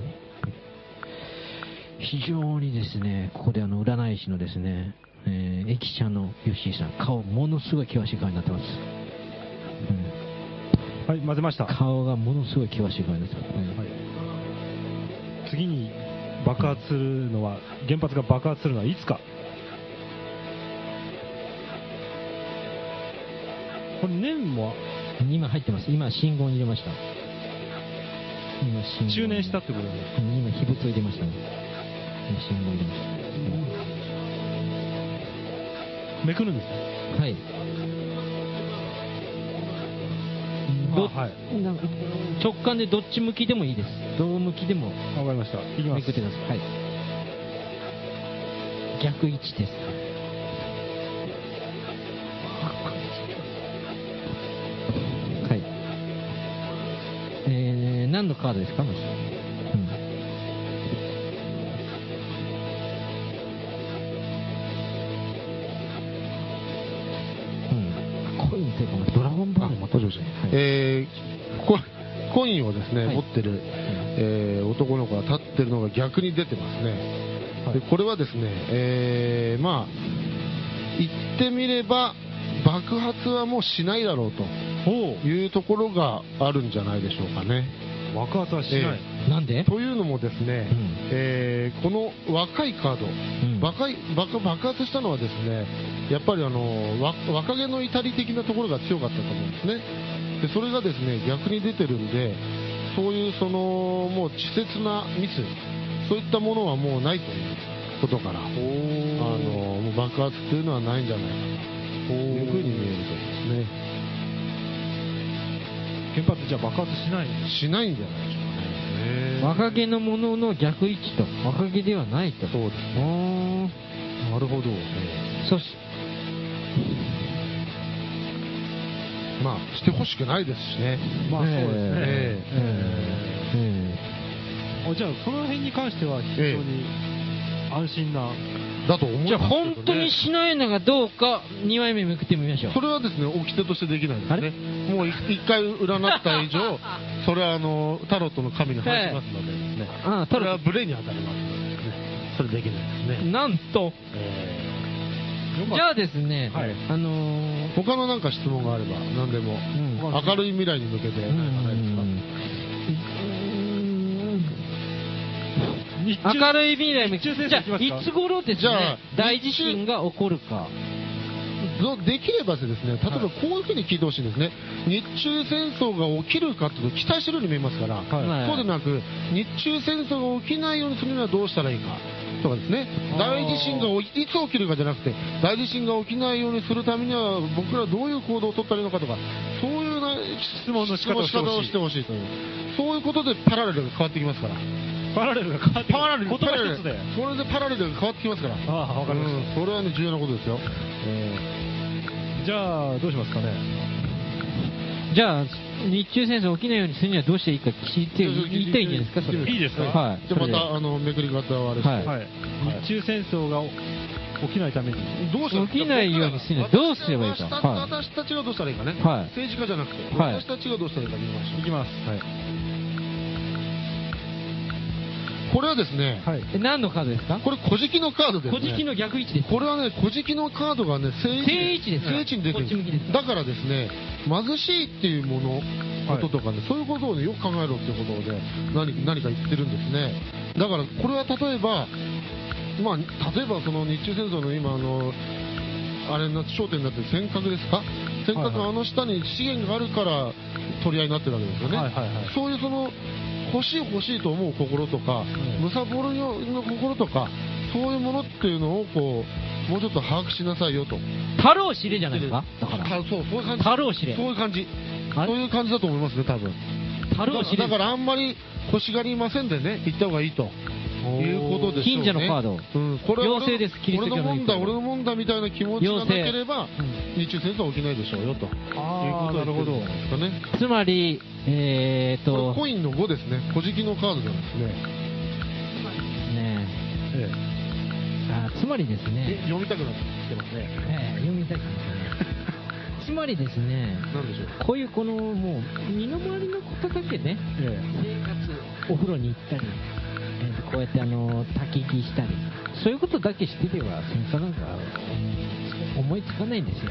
Speaker 1: 非常にですね、ここであの、占い師のですね、えー、駅舎の吉井さん、顔、ものすごい険しい顔になってます。うん
Speaker 3: はい、混ぜました。
Speaker 1: 顔がものすごい険しい顔になってますね。
Speaker 3: 次に爆発するのは、原発が爆発するのはいつか。これ年も
Speaker 1: 今入ってます。今、信号に入れました。今、信号。
Speaker 3: 中年したってことですね。
Speaker 1: 今、秘仏を入れましたね。今信号入れまし
Speaker 3: めくるんですね。
Speaker 1: た。はい。ど
Speaker 3: あはい。
Speaker 1: なんか直感でどっち向きでもいいです。どう向きでも
Speaker 3: わかりました。いきま
Speaker 1: め
Speaker 3: す
Speaker 1: くって。ください。はい。逆位置です。はい。えー、何のカードですか、まず。うん。うん。コインというか、ドラゴンボールも登場しない。はい
Speaker 2: えココインをですね、
Speaker 1: はい
Speaker 2: 持ってる、えー男の子が立ってるのが逆に出てますね、
Speaker 1: はい
Speaker 2: でこれはですね、えーまあ言ってみれば爆発はもうしないだろうと
Speaker 3: お
Speaker 2: いうところがあるんじゃないでしょうかね。
Speaker 3: お爆発はしない、
Speaker 2: え
Speaker 1: なんで
Speaker 2: というのもですね、
Speaker 1: うん
Speaker 2: えーこの若いカード、
Speaker 1: ん
Speaker 2: 若い爆爆発したのはですねやっぱりあのわ若気の至り的なところが強かったと思うんですねでそれがですね逆に出てるんでそういうそのもう稚拙なミスそういったものはもうないということからあのもう爆発というのはないんじゃないかというふうに見えると思いますね
Speaker 3: 原発じゃあ爆発しない
Speaker 2: しないんじゃないでしょ
Speaker 3: へー
Speaker 1: 若気のものの逆位置と若気ではないと
Speaker 2: うかそうです
Speaker 1: おー
Speaker 2: なるほど、
Speaker 1: そし
Speaker 2: まあしてほしくないですしね
Speaker 3: まあそうですね、
Speaker 2: ええ
Speaker 1: えー
Speaker 3: おじゃあその辺に関しては非常に安心な、
Speaker 2: だと思います
Speaker 1: じゃあ本当にしないのがどうか2枚目めくってみましょう
Speaker 2: それはですね、掟としてできないですね。もうい一回占った以上、 それはあの、タロットの神に反しますのでですね。
Speaker 1: ああ
Speaker 2: そ
Speaker 1: タ
Speaker 2: れは
Speaker 1: ロ
Speaker 2: ブレに当たりますのでですね。それできないですね。
Speaker 1: なんと
Speaker 2: え
Speaker 1: じゃあですね、
Speaker 3: はい
Speaker 1: あのー
Speaker 2: ー他のなんか質問があれば、何でも、
Speaker 1: ん
Speaker 2: 明るい未来に向けて、
Speaker 1: う
Speaker 2: なんんかないですか
Speaker 3: 日中
Speaker 1: 明るい未来め
Speaker 3: 日中戦争
Speaker 1: じゃ
Speaker 3: いきま
Speaker 1: あ
Speaker 3: すか
Speaker 1: いつ頃です
Speaker 2: じゃ
Speaker 1: ね
Speaker 2: あ
Speaker 1: 大地震が起こるか
Speaker 2: どできればですね、例えばこういうふうに聞いてほしいんですね、日中戦争が起きるかっていうのを期待してるように見えますか
Speaker 1: は
Speaker 2: ら、
Speaker 1: い
Speaker 2: そうでなく、日中戦争が起きないようにするにはどうしたらいいかとかですね、
Speaker 1: あー
Speaker 2: 大地震が起きいつ起きるかじゃなくて、大地震が起きないようにするためには、僕らどういう行動を取ったらいいのかとか、そういうな質
Speaker 3: 問の仕方をしてほしい
Speaker 2: 質問のしてほしいという、そういうことでパラレルが変わってきますから、
Speaker 3: パラレルが変わってくる
Speaker 2: パラレル、
Speaker 3: 言
Speaker 2: パラレル
Speaker 3: 葉一つで
Speaker 2: それでパラレルが変わってきますから、
Speaker 3: ああわかりまし
Speaker 2: うんそれはね、重要なことですよ。えー
Speaker 3: たじゃあどうしますかね
Speaker 1: じゃあ日中戦争起きないようにするにはどうしていいか聞いて言いたいんじゃないですかそれ
Speaker 3: いいですか
Speaker 1: はい
Speaker 2: じゃ
Speaker 1: それ
Speaker 2: あま
Speaker 1: で
Speaker 2: た、あの、めくり方をあれして。
Speaker 1: はい
Speaker 3: はい、日中戦争が起きないために
Speaker 2: どうしたら
Speaker 1: 起きないようにするにはどうすればいいか
Speaker 2: 私た
Speaker 1: はい
Speaker 2: 私たちがどうしたらいいかね。
Speaker 1: はい
Speaker 2: 政治家じゃなくて、
Speaker 1: はい
Speaker 2: 私たちがどうしたらいいか見ましょ
Speaker 3: いきます
Speaker 2: う。はい。これはですね、
Speaker 3: はい
Speaker 1: え何の数ですか
Speaker 2: これ、古事記のカードです
Speaker 1: 小
Speaker 2: ね。
Speaker 1: じきの逆位置です
Speaker 2: これはね、古事記のカードがね、正
Speaker 1: 正位
Speaker 2: 位
Speaker 1: 置です
Speaker 2: 正位置に出て
Speaker 1: こっち向きです
Speaker 2: る。だからですね、貧しいっていうもの、こととかね、そういうことをね、よく考えろっていうことで、何、何か言ってるんですね。だから、これは例えば、まあ、例えばその日中戦争の今、あの、あれになって焦点になってる尖閣ですか尖閣のあの下に資源があるから取り合いになってるわけですよね。
Speaker 3: はいはいはい
Speaker 2: そういうその欲しい欲しいと思う心とか、
Speaker 3: ん
Speaker 2: むさぼるような心とか、そういうものっていうのをこう、もうちょっと把握しなさいよと。
Speaker 1: 太郎知れじゃないですかだから
Speaker 2: たそう、そういう感じ。
Speaker 1: 太郎知れ
Speaker 2: そういう感じ。
Speaker 1: あれ
Speaker 2: そういう感じだと思いますね、多分。
Speaker 1: 太郎知れ
Speaker 2: だからあんまり欲しがりませんでね、行った方がいいと。いうことでしょう
Speaker 1: 近
Speaker 2: ね。
Speaker 1: 所のカード
Speaker 2: うん、これは
Speaker 1: 妖精ですキリスト教
Speaker 2: 俺
Speaker 1: の
Speaker 2: のもんだ、俺のもんだみたいな気持ちがなければ、日中戦争は起きないでしょうよと。
Speaker 3: ああ
Speaker 2: い
Speaker 3: な
Speaker 2: う
Speaker 3: る
Speaker 2: こと
Speaker 3: ほど
Speaker 2: を言ってるんですかね。
Speaker 1: つまりえーっ
Speaker 2: ことれコインの5ですね。小じきのカードなんですね。
Speaker 1: ね
Speaker 3: え
Speaker 1: あつまりです
Speaker 2: え
Speaker 1: ね、
Speaker 2: 読みたくなってきてます
Speaker 1: え
Speaker 2: ね。
Speaker 1: ー読みたいですねつまりですね
Speaker 2: なんでしょう。
Speaker 1: こういうこのもう身の回りのことだけね
Speaker 3: ええ
Speaker 1: 生活お風呂に行ったり、えーとこうやってあの焚き火したりそういうことだけしてれば戦争なんかうん思いつかないんですよ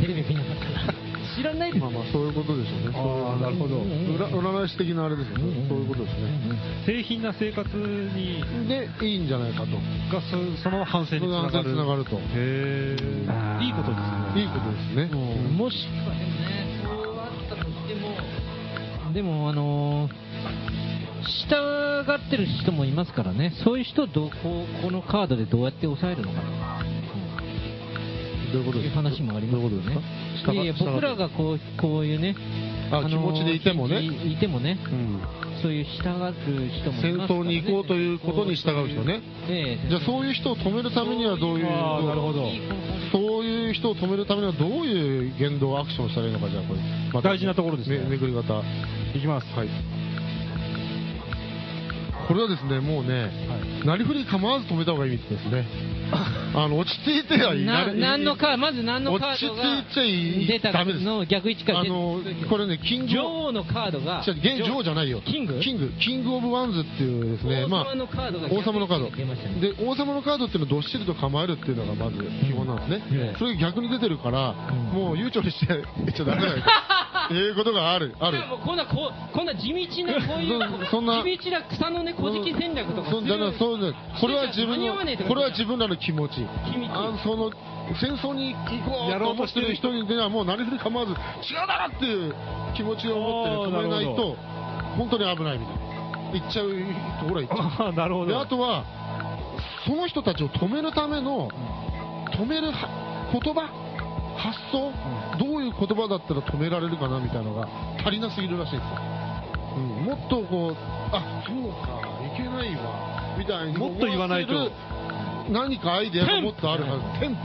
Speaker 1: テレビ見なかったら知ら ないです
Speaker 2: まあまあ、そういうことでしょうね。
Speaker 3: ああなるほど
Speaker 2: 裏占い師的なあれですよね。そういうことですね。
Speaker 1: ね
Speaker 3: え、製品な生活に
Speaker 2: で、いいんじゃないかと。
Speaker 3: がそその反省につ
Speaker 2: その
Speaker 3: な
Speaker 2: 反省
Speaker 3: がる
Speaker 2: につながると。
Speaker 3: へ
Speaker 1: あ
Speaker 3: え
Speaker 1: ー
Speaker 3: いいことです
Speaker 2: いいことですね。
Speaker 1: もしかでもねそうあったとしてもでもあのー従ってる人もいますからねそういう人をどうこうこのカードでどうやって抑えるのかな
Speaker 2: どういうこ
Speaker 1: と
Speaker 2: と
Speaker 1: い
Speaker 2: で
Speaker 1: う
Speaker 2: すか
Speaker 1: 話もありますよ
Speaker 2: どういうこと
Speaker 1: ね
Speaker 2: ですか
Speaker 1: いやいや
Speaker 2: 従っ
Speaker 1: 僕らがこうこういうね
Speaker 2: あ
Speaker 1: のー
Speaker 2: 気持ちでいてもね
Speaker 1: 気持ちいてもね
Speaker 2: うん
Speaker 1: そういう従う人もい
Speaker 2: 戦
Speaker 1: ますからね
Speaker 2: 争に行こうということに従う人ね。
Speaker 1: ええ
Speaker 2: じゃあそういう人を止めるためにはどういう、
Speaker 3: ああなるほど
Speaker 2: そういう人を止めるためにはどういう言動、アクションをしたらいいのか、じゃあこれ。また
Speaker 3: 大事なところですね
Speaker 2: めめくり方。
Speaker 3: いきます
Speaker 2: はい。これはですね、もうね、なりふり構わず止めた方がいいです ね。あの、落ち着いてはい
Speaker 1: な
Speaker 2: れ
Speaker 1: 何のカーまず何のカードが
Speaker 2: 落ち着いちゃい
Speaker 1: 出た
Speaker 2: ダメです
Speaker 1: の逆位置から
Speaker 2: あ
Speaker 1: 出
Speaker 2: の、これね、キングオブ、
Speaker 1: 女王のカードが
Speaker 2: 違う現女王じゃないよ。
Speaker 1: キング
Speaker 2: キング、キングオブワンズっていうですね、
Speaker 1: 王
Speaker 2: まあ
Speaker 1: 様、のカードが
Speaker 2: 王様のカード。
Speaker 1: 出ましたね
Speaker 2: で、王様のカードっていうのはどっしりと構えるっていうのがまず基本なんです
Speaker 1: え
Speaker 2: ね
Speaker 1: え。
Speaker 2: それが逆に出てるから、
Speaker 1: うん
Speaker 2: もう悠長にしていっちゃダメだよ。 っていうことがある、ある
Speaker 1: いや。もうこんなこうこんな地道なこういう
Speaker 2: そそんな
Speaker 1: 地道な草の根小じき戦略とか
Speaker 2: そんだ
Speaker 1: 強
Speaker 2: ないそうだこれは自
Speaker 1: 間
Speaker 2: 分
Speaker 1: に合わねえって
Speaker 2: の
Speaker 1: こと
Speaker 2: これは自分らの気持ち
Speaker 1: 気持ち
Speaker 2: あのその戦争に行こ
Speaker 3: や
Speaker 2: うと
Speaker 3: ろう
Speaker 2: 思
Speaker 3: と
Speaker 2: っ
Speaker 3: しててる
Speaker 2: る人にはもう何ふり構わず違うだろっていう気持ちを持ってね止めない
Speaker 3: おーなるほ
Speaker 2: と本当に危ないみたいな行っちゃうところは行っちゃ
Speaker 3: ああ、なるほ
Speaker 2: うで
Speaker 3: ど。
Speaker 2: あとはその人たちを止めるための止めるは言葉発想どういう言葉だったら止められるかなみたいなのが足りなすぎるらしいですようんもっとこう、あそうか、いけないわ、みたいに
Speaker 3: もっと言わないと
Speaker 2: 思わせる何かアイデアがもっとあるはず、テンポ、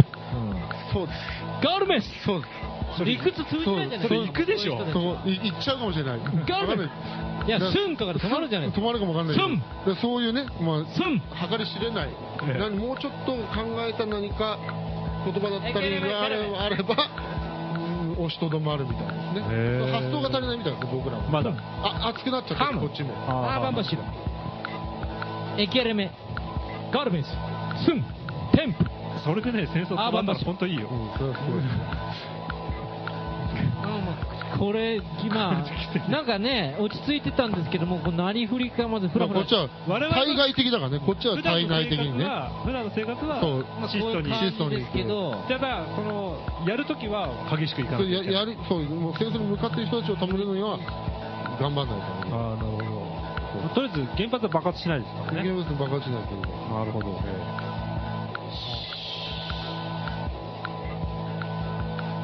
Speaker 2: そうです、
Speaker 1: ガールメンス
Speaker 2: そうです、
Speaker 1: 理屈通じないんじゃない
Speaker 2: そうそれ
Speaker 1: そう
Speaker 2: 行くで
Speaker 3: しょ
Speaker 1: そういう人たち
Speaker 2: そうい行っちゃうかもしれない、
Speaker 1: ガールメンスいやスンとかで止まるじゃないです
Speaker 2: 止
Speaker 1: か
Speaker 2: まるかもわかんないけど、でそういうね、ま
Speaker 1: スン
Speaker 2: あ、計り知れない、
Speaker 3: ええ
Speaker 2: 何もうちょっと考えた何か言葉だったりがあれあれば、うん押しとどまるみたいですね、
Speaker 3: へえ
Speaker 2: 発想が足りないみたいです、僕らは。
Speaker 3: まだ。
Speaker 2: あ熱くなっちゃった、
Speaker 1: ハム
Speaker 2: こっちも。
Speaker 1: アーバンバシロエケレメガールメンススンテンプ
Speaker 3: それでね、戦争止まったら本当いいよ
Speaker 2: う。ん、それはすごい。
Speaker 1: これ、まあ、なんかね、落ち着いてたんですけども、こうなりふりかまずふら
Speaker 2: まあ
Speaker 1: ふ
Speaker 2: こ
Speaker 1: ら
Speaker 2: っちは対外的だからね、こっちは
Speaker 3: 普段
Speaker 2: 対
Speaker 3: の
Speaker 2: 内
Speaker 3: 生
Speaker 2: 的
Speaker 3: 活
Speaker 2: にね。
Speaker 3: は、普段の生活
Speaker 2: そう
Speaker 1: ま
Speaker 3: は
Speaker 1: あ、
Speaker 3: シス
Speaker 1: こ
Speaker 3: ト
Speaker 1: ういう
Speaker 3: に。
Speaker 1: 感じですけど、
Speaker 3: ただ、その、やるときは激しくいか
Speaker 2: そ
Speaker 3: な
Speaker 2: う
Speaker 3: い。
Speaker 2: ややるそうもう戦争に向かっている人たちを止めるのには頑張らないと、ね。
Speaker 3: ああ、なるほど。とりあえず、原発は爆発しないですから
Speaker 2: 人間
Speaker 3: ね。
Speaker 2: 物に爆発しないというか
Speaker 3: なるほど。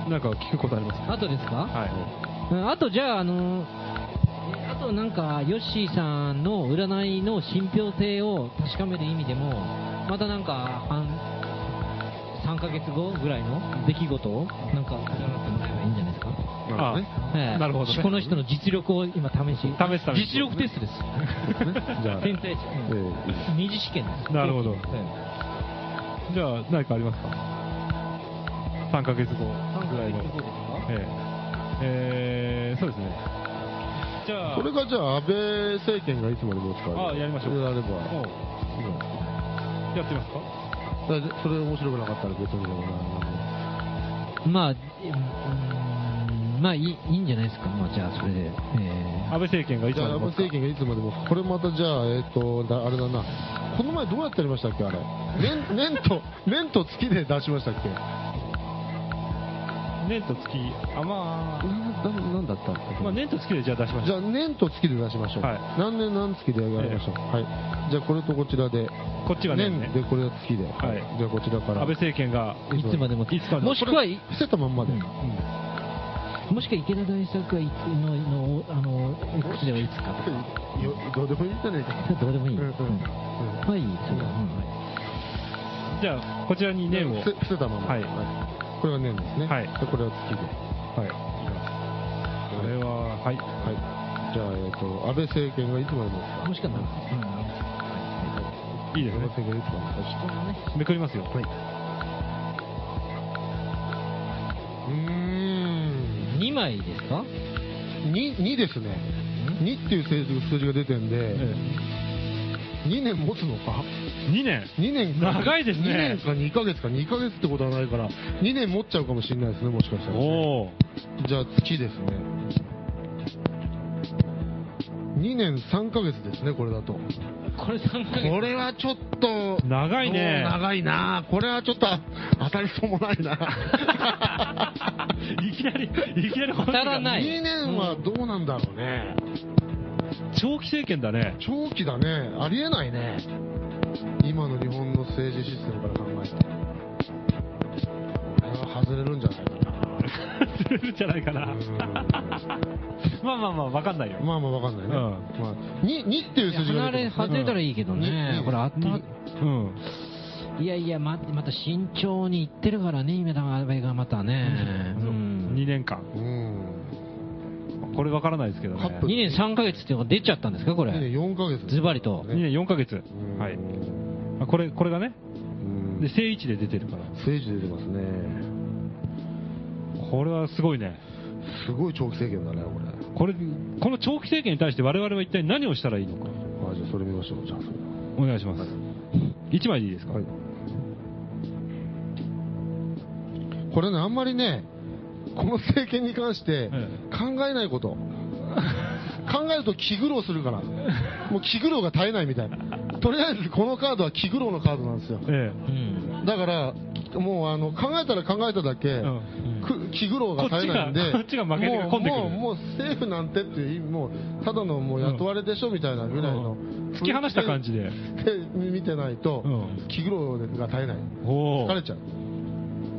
Speaker 3: なんか聞くことありますか
Speaker 1: あとですか、
Speaker 3: はい。
Speaker 1: うんあとじゃあ、あの、あとなんか、ヨッシーさんの占いの信憑性を確かめる意味でも、またなんか、3ヶ月後ぐらいの出来事を、なんか、占ってもらえばいいんじゃないですか。
Speaker 2: なる
Speaker 1: ええ
Speaker 3: なるほどね
Speaker 1: この人の実力を今試し、試
Speaker 3: 試すために
Speaker 1: 実力テスト です。
Speaker 3: じゃあ
Speaker 1: 天体値。
Speaker 2: ほどねえ
Speaker 1: 二次試験です。
Speaker 3: なるほど
Speaker 1: え
Speaker 3: じゃあ、何かありますか ?3 ヶ月後
Speaker 1: え三
Speaker 3: ぐら
Speaker 1: 回
Speaker 3: い
Speaker 1: 目の。
Speaker 3: の
Speaker 1: ことですか
Speaker 3: えええーそうですね。じゃ
Speaker 2: え
Speaker 3: あ、
Speaker 2: これがじゃあ安倍政権がいつまで持つか
Speaker 3: あやりましょう
Speaker 2: やれば
Speaker 3: おうやってみますか
Speaker 2: だからそれ面白くなかったら別にでもな
Speaker 1: まあ、うんまあいいいいんじゃないですか。まあじゃあそれで。ええ
Speaker 3: 安倍政権がいつ
Speaker 2: じゃあ
Speaker 3: まで
Speaker 2: 安倍
Speaker 3: 持つか
Speaker 2: 政権がいつまでもこれまたじゃあえっ、とだあれだなこの前どうやってやりましたっけあれ年年と年と月で出しましたっけな
Speaker 3: 年と月、あ、ま
Speaker 2: ななんだったんだっ
Speaker 3: あ、
Speaker 2: け
Speaker 3: まあ、年と月でじゃあ出しまし
Speaker 2: じ
Speaker 3: ょ
Speaker 2: ゃあ
Speaker 3: う。
Speaker 2: 年と月で出しましょう、
Speaker 3: はい
Speaker 2: 何年何月でやりましょう、はい、じゃあこれとこちらで
Speaker 3: こっちが年ね
Speaker 2: でこれは月で、
Speaker 3: はい
Speaker 2: じゃあこちらから
Speaker 3: 安倍政権が、
Speaker 1: いつまでも。
Speaker 3: いつまでも
Speaker 1: もしくは、い
Speaker 2: 伏せたまんまで、
Speaker 1: うんもしくは池田大作はいつののあのいくつではいつかとか。
Speaker 2: よどうでもいいんじゃないかな
Speaker 1: それどうでもいい。
Speaker 2: うんうん
Speaker 1: うんまあいい。それはうんはい
Speaker 3: じゃあ、こちらに年を。
Speaker 2: 伏せ伏せたまんま、
Speaker 3: はい
Speaker 2: これが年ですね、
Speaker 3: はい
Speaker 2: でこれは月で、
Speaker 3: はい。これは、は
Speaker 2: はい、
Speaker 3: い。
Speaker 2: じゃあ、えっと安倍政権がいつまでも
Speaker 1: もしくはなんか。うん
Speaker 3: いいです
Speaker 2: 安倍
Speaker 3: ね。
Speaker 2: 政権がいつまでも
Speaker 1: このね
Speaker 3: めくりますよ。はい。
Speaker 2: うーん
Speaker 1: 二枚ですか？
Speaker 2: 2, 2ですね2っていう数字数字が出てんで、2年持つのか
Speaker 3: 2年。
Speaker 2: 2年か
Speaker 3: 長いですね
Speaker 2: 2年か2ヶ月か2ヶ月ってことはないから2年持っちゃうかもしれないですねもしかしたら
Speaker 3: おお。
Speaker 2: じゃあ月ですね2年3ヶ月ですねこれだとこ
Speaker 1: これ三回。
Speaker 2: れはちょっと
Speaker 3: 長いね
Speaker 2: もう長いなこれはちょっと当たりそうもない な
Speaker 3: いきなり、いきなり
Speaker 1: 当たらない
Speaker 2: 2年はどうなんだろうね
Speaker 3: 長期政権だね。
Speaker 2: 長期だねありえないね今の日本の政治システムから考えてこれは外れるんじゃないかな
Speaker 3: 釣れるんじゃないかな。 まあまあまあ、わかんないよ。
Speaker 2: まあまあわかんないね、
Speaker 3: うん
Speaker 2: まあ、2, 2っていう数字が
Speaker 1: 離
Speaker 2: 出て
Speaker 1: れ
Speaker 2: ます
Speaker 1: 外れたらいいけどね。
Speaker 2: うん
Speaker 1: これあた。
Speaker 3: うん。
Speaker 1: いやいや、ままた慎重にいってるからね、今だ安倍がまたね。うん
Speaker 3: 2年間。
Speaker 2: うん
Speaker 3: これわからないですけどね。
Speaker 2: カップ
Speaker 3: 2
Speaker 1: 2年3ヶ月っていうのが出ちゃったんですか、こ
Speaker 2: いいね
Speaker 1: れ。
Speaker 2: 4ヶ月。
Speaker 1: ズバリと。
Speaker 3: 年4ヶ月。
Speaker 2: うん
Speaker 3: はい。あこれ、これがね、
Speaker 2: うん
Speaker 3: で、正位置で出てるから。
Speaker 2: 政治出てますね。
Speaker 3: これはすごいね。
Speaker 2: すごい長期政権だね、これ。
Speaker 3: これ、この長期政権に対して我々は一体何をしたらいいのか。
Speaker 2: あじゃあそれ見ましょう、じゃあそれ
Speaker 3: お願いします。1枚でいいですか
Speaker 2: はい。これね、あんまりね、この政権に関して
Speaker 3: え
Speaker 2: 考えないこと、考えると気苦労するから、もう気苦労が絶えないみたいな、とりあえずこのカードは気苦労のカードなんですよ、
Speaker 3: え
Speaker 1: うん。
Speaker 2: だから、もうあの考えたら考えただけ、く気苦労が絶えないんで、
Speaker 3: こっちがこっちが負けて
Speaker 2: も
Speaker 3: 込
Speaker 2: うん
Speaker 3: でくる
Speaker 2: もうもう政府なんてっていう、もうただのもう雇われでしょみたいなぐらいの、
Speaker 3: うん突き放した感じで。
Speaker 2: で見てないと、
Speaker 3: うん
Speaker 2: 気苦労が絶えない、
Speaker 3: おお
Speaker 2: 疲。れちゃう、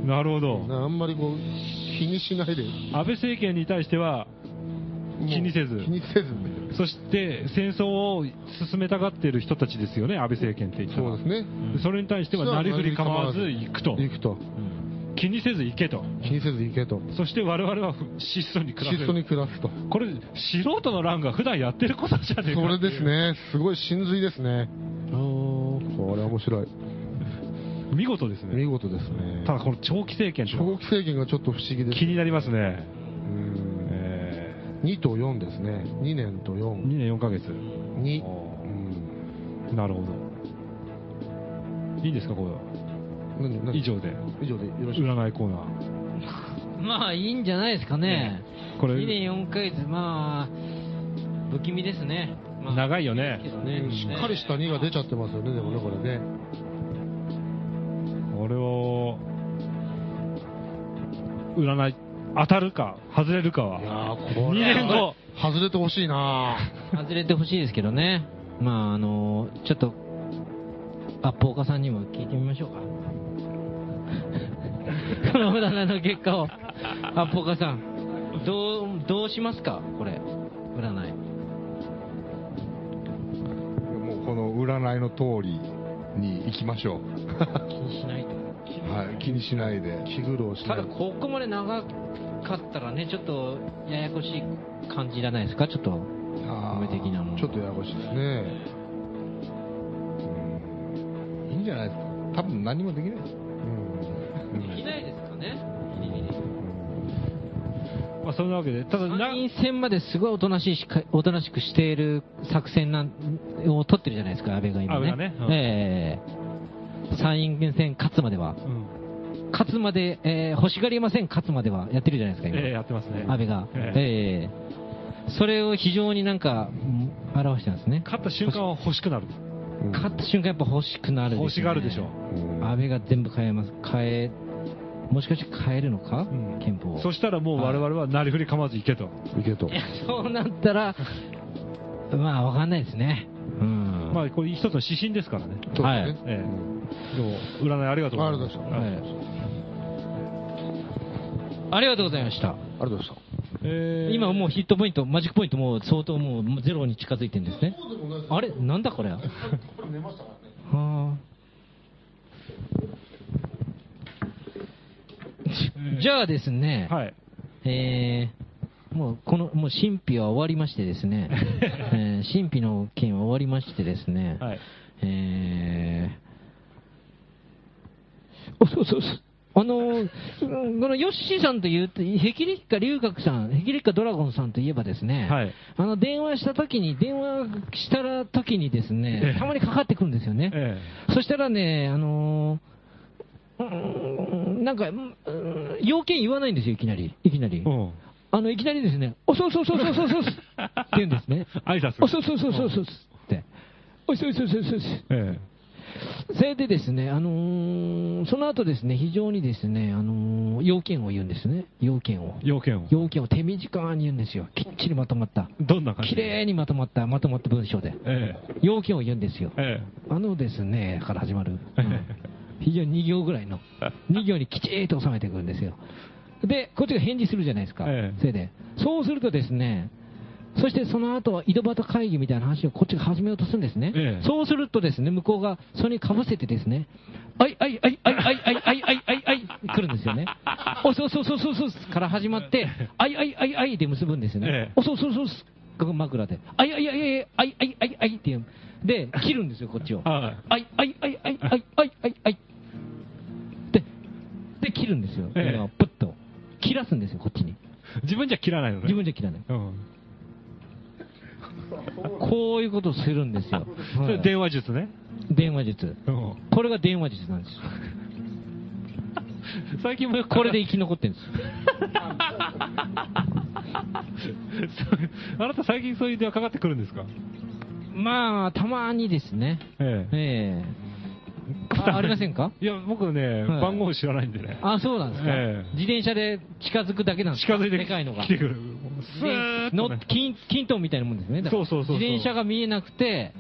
Speaker 3: なるほど。
Speaker 2: あんまりこう気にしないで、
Speaker 3: 安倍政権に対しては、
Speaker 2: もう
Speaker 3: 気にせず
Speaker 2: 気にせず、
Speaker 3: そして戦争を進めたがっている人たちですよね、安倍政権って言ったら
Speaker 2: そうですね、
Speaker 3: それに対しては、なりふり構わず行くと、
Speaker 2: 行くと、
Speaker 3: 気にせず行けと、
Speaker 2: 気にせず行けと、
Speaker 3: そして我々はふ質素に暮らせ
Speaker 2: 質素に
Speaker 3: る、
Speaker 2: 暮らすと、
Speaker 3: これ、素人の欄が普段やってることじゃねえか
Speaker 2: そ
Speaker 3: ってい
Speaker 2: れ
Speaker 3: う
Speaker 2: です、ね、すごい真髄ですね、これは面白い、
Speaker 3: 見事です
Speaker 2: 見
Speaker 3: ね、
Speaker 2: 事ですね、
Speaker 3: ただこの長期政権って
Speaker 2: 長期政権がちょっと不思議です、
Speaker 3: 気になりますね、
Speaker 2: うん
Speaker 3: え
Speaker 2: 2と4ですね、2年と
Speaker 3: ー、
Speaker 2: 4、
Speaker 3: 2年4ヶ月、
Speaker 2: 2、
Speaker 3: お
Speaker 2: うん
Speaker 3: ーなるほど、いいんですか、これは、
Speaker 2: 何何
Speaker 3: 以上で、
Speaker 2: 以上でよろしい
Speaker 3: 占いコーナー。
Speaker 1: まあ、いいんじゃないですかね。
Speaker 3: これ
Speaker 1: 2年4ヶ月、まあ、不気味ですね。まあ
Speaker 3: 長いよね
Speaker 1: けどね
Speaker 2: しっかりした2が出ちゃってますよね、でもね、これね。
Speaker 3: 俺を占い当たるか外れるか
Speaker 2: い
Speaker 3: は
Speaker 2: やーこれ
Speaker 3: 2年後
Speaker 2: 外れてほしいな
Speaker 1: 外れてほしいですけどね。まあ、あの、ちょっと、アップ岡さんにも聞いてみましょうか。 この占いの結果を、アップ岡さん、どう、どうしますかこれ、占い。
Speaker 4: もうこの占いの通りに行きましょ
Speaker 1: 気にしないと。
Speaker 4: う、はい、気にしないで、
Speaker 2: 気苦労した
Speaker 1: た
Speaker 2: い
Speaker 1: だ、ここまで長かったらね、ちょっと、ややこしい感じじゃないですかちょっと、
Speaker 4: あー
Speaker 1: 運命的なもの。
Speaker 2: ちょっとややこしいですね
Speaker 4: いいんじゃないですか、多分何もできないです、
Speaker 1: できないですかね
Speaker 3: まあ、そんなわけでただな
Speaker 1: 参院選まですごいおとなしいしかおとなしくしている作戦なんを取ってるじゃないですか、安倍が今ね。
Speaker 3: 安倍がねうん
Speaker 1: ええ参院選勝つまでは、
Speaker 3: うん
Speaker 1: 勝つまで、ええ欲しがりません、勝つまではやってるじゃないですか、今、
Speaker 3: ええやってますね
Speaker 1: 安倍が、
Speaker 3: え
Speaker 1: え
Speaker 3: え
Speaker 1: えそれを非常になんか、うん表してますね、
Speaker 3: 勝った瞬間は欲しくなる
Speaker 2: うん
Speaker 1: 勝った瞬間、やっぱ欲しくなる、
Speaker 3: 欲しがるでしょ、
Speaker 2: うん
Speaker 1: 安倍が全部変えます、変え、もしかして変えるのか、
Speaker 3: うん
Speaker 1: 憲法を。
Speaker 3: そしたらもう我々はなりふり構わず行けと、
Speaker 2: いけと
Speaker 1: いやそうなったら、まあ、わかんないですね。うん。
Speaker 3: まあこれ一つの指針ですからね、
Speaker 2: そう
Speaker 1: は
Speaker 2: で
Speaker 1: い
Speaker 2: すね
Speaker 3: ええでも占いありがとうござ
Speaker 2: ありが
Speaker 3: いま
Speaker 2: とう
Speaker 3: す
Speaker 2: ござい
Speaker 1: は
Speaker 2: ま
Speaker 1: いありがとうございました。
Speaker 2: ありがとうございました
Speaker 3: ええ
Speaker 1: 今もうヒットポイント、マジックポイントもう相当もうゼロに近づいてるんですね。あれなんだこれ。はあ。じじゃあですね、
Speaker 3: はい
Speaker 1: えーもうこの、もう神秘は終わりましてです ね、えー神秘の件は終わりましてですね、
Speaker 3: はい
Speaker 1: えー、おそうそうそう。あのーうんこのヨッシーさんというと、ヘキリッカ龍角さん、ヘキリッカドラゴンさんといえばですね、
Speaker 3: はい
Speaker 1: あの電話した時に、電話したら時にです
Speaker 3: え
Speaker 1: ね、
Speaker 3: え
Speaker 1: たまにかかってくるんですよね。
Speaker 3: え
Speaker 1: そしたらね、あのーうんなんか、うんうん要件言わないんですよ、いきなり。いきなり。
Speaker 3: えうん。
Speaker 1: あの、いきなりですね、おそうそうそうそうそうそうって言うんですね
Speaker 3: 挨拶
Speaker 1: おそうそうそうそうそうって。おいそうそうそうそうそう。
Speaker 3: え
Speaker 1: それでですね、あのーその後ですね、非常にですね、あのー要件を言うんですね。要件を
Speaker 3: え。要件を
Speaker 1: 要件を手短に言うんですよ。きっちりまとまった。
Speaker 3: どんな感じ
Speaker 1: きれいにまとまった、まとまった文章で。
Speaker 3: え
Speaker 1: 要件を言うんですよ
Speaker 3: え。え
Speaker 1: あのですね、から始ま る。うん非常に2行ぐらいの。2行にきちっと収めてくるんですよ。で、こっちが返事するじゃないですか。
Speaker 3: ええ
Speaker 1: それで。そうするとですね、そしてその後は井戸端会議みたいな話をこっちが始めようとするんですね。
Speaker 3: ええ
Speaker 1: そうするとですね、向こうがそれにかぶせてですね、あいあいあいあいあいあいあいあいあいあいはい、来るんです よね。おそうそうそうそうそうっすから始まって、あいあいあいあいで結ぶんですよね
Speaker 3: ええ。
Speaker 1: おそうそうそうっす。枕で。あいあいあいあいあいあいあいっていう。で、切るんですよ、こっちを。
Speaker 3: はい
Speaker 1: あいあいあいあいあいあいあいあい。で、で、切るんですよ。
Speaker 3: ええ
Speaker 1: 今プッと。切らすんですよ、こっちに。
Speaker 3: 自分じゃ切らないのね。
Speaker 1: 自分じゃ切らない。
Speaker 3: うん。
Speaker 1: こういうことをするんですよ。
Speaker 3: そ
Speaker 1: は
Speaker 3: れ
Speaker 1: い
Speaker 3: 電話術ね。
Speaker 1: 電話術。
Speaker 3: うん。
Speaker 1: これが電話術なん ですよ。
Speaker 3: 最近もよく
Speaker 1: これで生き残ってるんですよ。
Speaker 3: あなた最近そういう電話かかってくるんですか
Speaker 1: まあ、たまにですね。
Speaker 3: ええ。
Speaker 1: ええあありませんか
Speaker 3: いや、僕ね、
Speaker 1: はい
Speaker 3: 番号知らないんでね。
Speaker 1: あ、そうなんですか、
Speaker 3: ええ
Speaker 1: 自転車で近づくだけなんですか
Speaker 3: 近づいて
Speaker 1: でかいのが。
Speaker 3: 来てくる。スー
Speaker 1: で
Speaker 3: ッと
Speaker 1: の
Speaker 3: ね
Speaker 1: 金金ンみたいなもんですね。だから
Speaker 3: そうそうそうそう
Speaker 1: 自転車が見えなくて、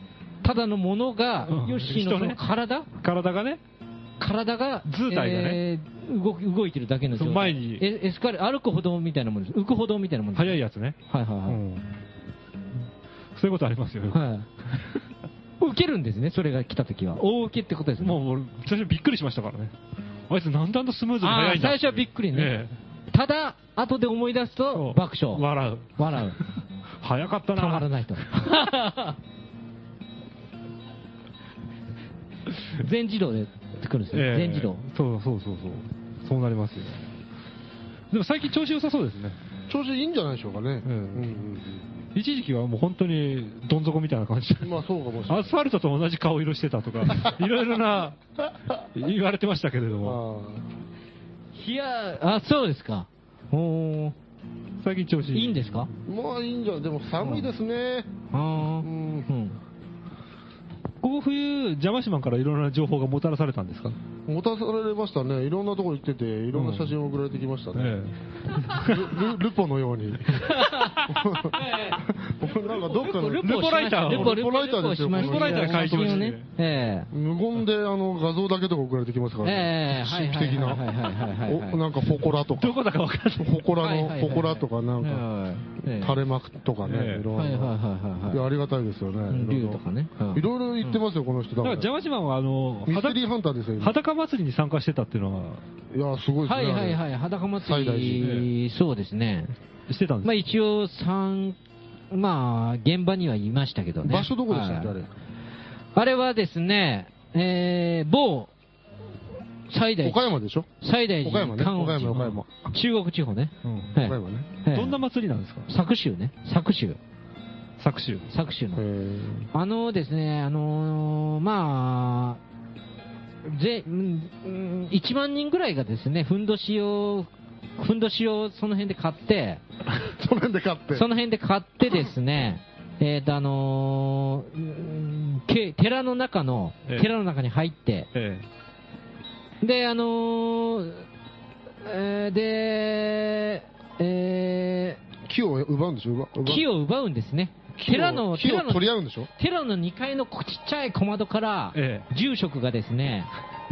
Speaker 1: ただのものが、
Speaker 3: うん
Speaker 1: ヨッシーのそ
Speaker 3: 人ね
Speaker 1: の体、
Speaker 3: 体がね、
Speaker 1: 体が、
Speaker 3: 図体がね
Speaker 1: えー動き動いてるだけの状態。
Speaker 3: そう前に
Speaker 1: えエスカレ歩く歩道みたいなもんです。浮く歩道みたいなもんです。
Speaker 3: 速いやつね。
Speaker 1: はいはいうはい。
Speaker 3: ん。そういうことありますよ。
Speaker 1: はい。受けるんですね、それが来た時は。大受けってことですね。
Speaker 3: もう俺、最初びっくりしましたからね。あいつなんであんなスムーズに速
Speaker 1: あ
Speaker 3: い
Speaker 1: ー
Speaker 3: んだ
Speaker 1: 最初はびっくりね
Speaker 3: え。
Speaker 1: ただ、後で思い出す
Speaker 3: えそ
Speaker 1: と
Speaker 3: う
Speaker 1: 爆笑。
Speaker 3: 笑う。
Speaker 1: 笑う。
Speaker 3: 早かったな。
Speaker 1: たまら ないと。全自動で来るんですよ。
Speaker 3: ええ
Speaker 1: 全自動。
Speaker 3: そうそうそうそう。そうなりますよ。でも最近調子良さそうですね。
Speaker 2: 調子いいんじゃないでしょうかね。
Speaker 3: うん
Speaker 2: うん
Speaker 3: 一時期はもう本当にどん底みたいな感 じで
Speaker 2: う。んまあそうかもしれない。
Speaker 3: アスファルトと同じ顔色してた とか、いろいろな、言われてましたけれども、
Speaker 1: いや、あ、そうですか。おー
Speaker 3: 最近調子
Speaker 1: いいんですか
Speaker 2: あーまあいいんじゃないでも寒いですね。
Speaker 1: あ
Speaker 2: う
Speaker 1: ーう
Speaker 2: ん
Speaker 1: ん。
Speaker 3: ここ冬、邪魔島からいろいろな情報がもたらされたんですか
Speaker 2: 持たされましたね。いろんなとこ行ってて、いろんな写真送られてきましたね。
Speaker 3: え
Speaker 2: ルルルポのように。なんかどっかの
Speaker 1: ル
Speaker 3: ルポライターを
Speaker 1: ルポ、ルポ
Speaker 2: ルポライターですよ
Speaker 1: ルポしました
Speaker 2: ルポライター
Speaker 3: で解
Speaker 1: 写
Speaker 3: 禁
Speaker 1: 真をね。え
Speaker 2: 無言であの画像だけとか送られてきますか
Speaker 1: え。
Speaker 2: らね。
Speaker 1: ええ。はい
Speaker 2: 神秘
Speaker 1: はい
Speaker 2: 的な
Speaker 1: はいはいはいはいはい。
Speaker 2: おなんか祠と
Speaker 3: えど
Speaker 2: か、
Speaker 3: こだか分からない。
Speaker 2: 祠
Speaker 1: はいはいはい
Speaker 2: の
Speaker 1: はい
Speaker 2: 祠とかなんか、
Speaker 1: ええ
Speaker 2: 垂れ幕とか
Speaker 3: え
Speaker 2: ね、
Speaker 3: え
Speaker 2: いろ
Speaker 1: はい
Speaker 2: ん
Speaker 1: はいはい
Speaker 2: な。
Speaker 1: はい
Speaker 2: いや
Speaker 1: は
Speaker 2: ありがたいですよ
Speaker 1: い。
Speaker 2: ね。いろい
Speaker 1: 竜
Speaker 2: ろ
Speaker 1: とかね。
Speaker 2: いろいろ言ってますよ、この人。だ
Speaker 3: だ
Speaker 2: から
Speaker 3: から邪魔島は、あの、
Speaker 2: ミス
Speaker 3: 裸
Speaker 2: テリーハンターですよ、今
Speaker 3: 裸祭りに参加してたっていうのは、
Speaker 2: いや、すごいです
Speaker 1: は
Speaker 2: ね。
Speaker 1: いはいはい、裸祭
Speaker 2: 最大
Speaker 1: り、そうですね。
Speaker 3: してたん
Speaker 1: まあ
Speaker 3: です
Speaker 1: 一応三、まあ現場にはいましたけどね。
Speaker 2: 場所どこでしたっけ、あ
Speaker 1: はい
Speaker 2: れ。
Speaker 1: あれはですね、えー、某、最大
Speaker 2: 岡
Speaker 1: 寺、
Speaker 2: 山でしょ
Speaker 1: 最大寺
Speaker 2: 岡山ね。
Speaker 1: 観音
Speaker 2: 岡
Speaker 1: 寺
Speaker 2: 山、岡山。
Speaker 1: 中国地方ね。
Speaker 3: うん
Speaker 1: はい
Speaker 2: 岡山ね。
Speaker 1: ええ
Speaker 3: どんな祭りなんですか
Speaker 1: 佐久州ね。佐久州。
Speaker 3: 作詞を。
Speaker 1: 佐久州
Speaker 2: へ
Speaker 1: の。
Speaker 2: ー
Speaker 1: あのですね、あのーまあ、ぜ、うん、1万人ぐらいがですね、ふんどしを、ふんどしをその辺で買って、
Speaker 2: その辺で買って。
Speaker 1: その辺で買ってですね、えっ、と、あのーうんけ寺の中の、
Speaker 3: ええ
Speaker 1: 寺の中に入って、
Speaker 3: え
Speaker 1: で、あのーえーで、え
Speaker 2: 木を奪うんでしょ奪
Speaker 1: ー
Speaker 2: 奪
Speaker 1: 木を奪うんですね。
Speaker 2: 木を
Speaker 1: 寺の、
Speaker 2: 木を
Speaker 1: 寺の
Speaker 2: 取り合うんでしょ
Speaker 1: 寺の2階のこちっちゃい小窓から、
Speaker 3: え
Speaker 1: 住職がですね、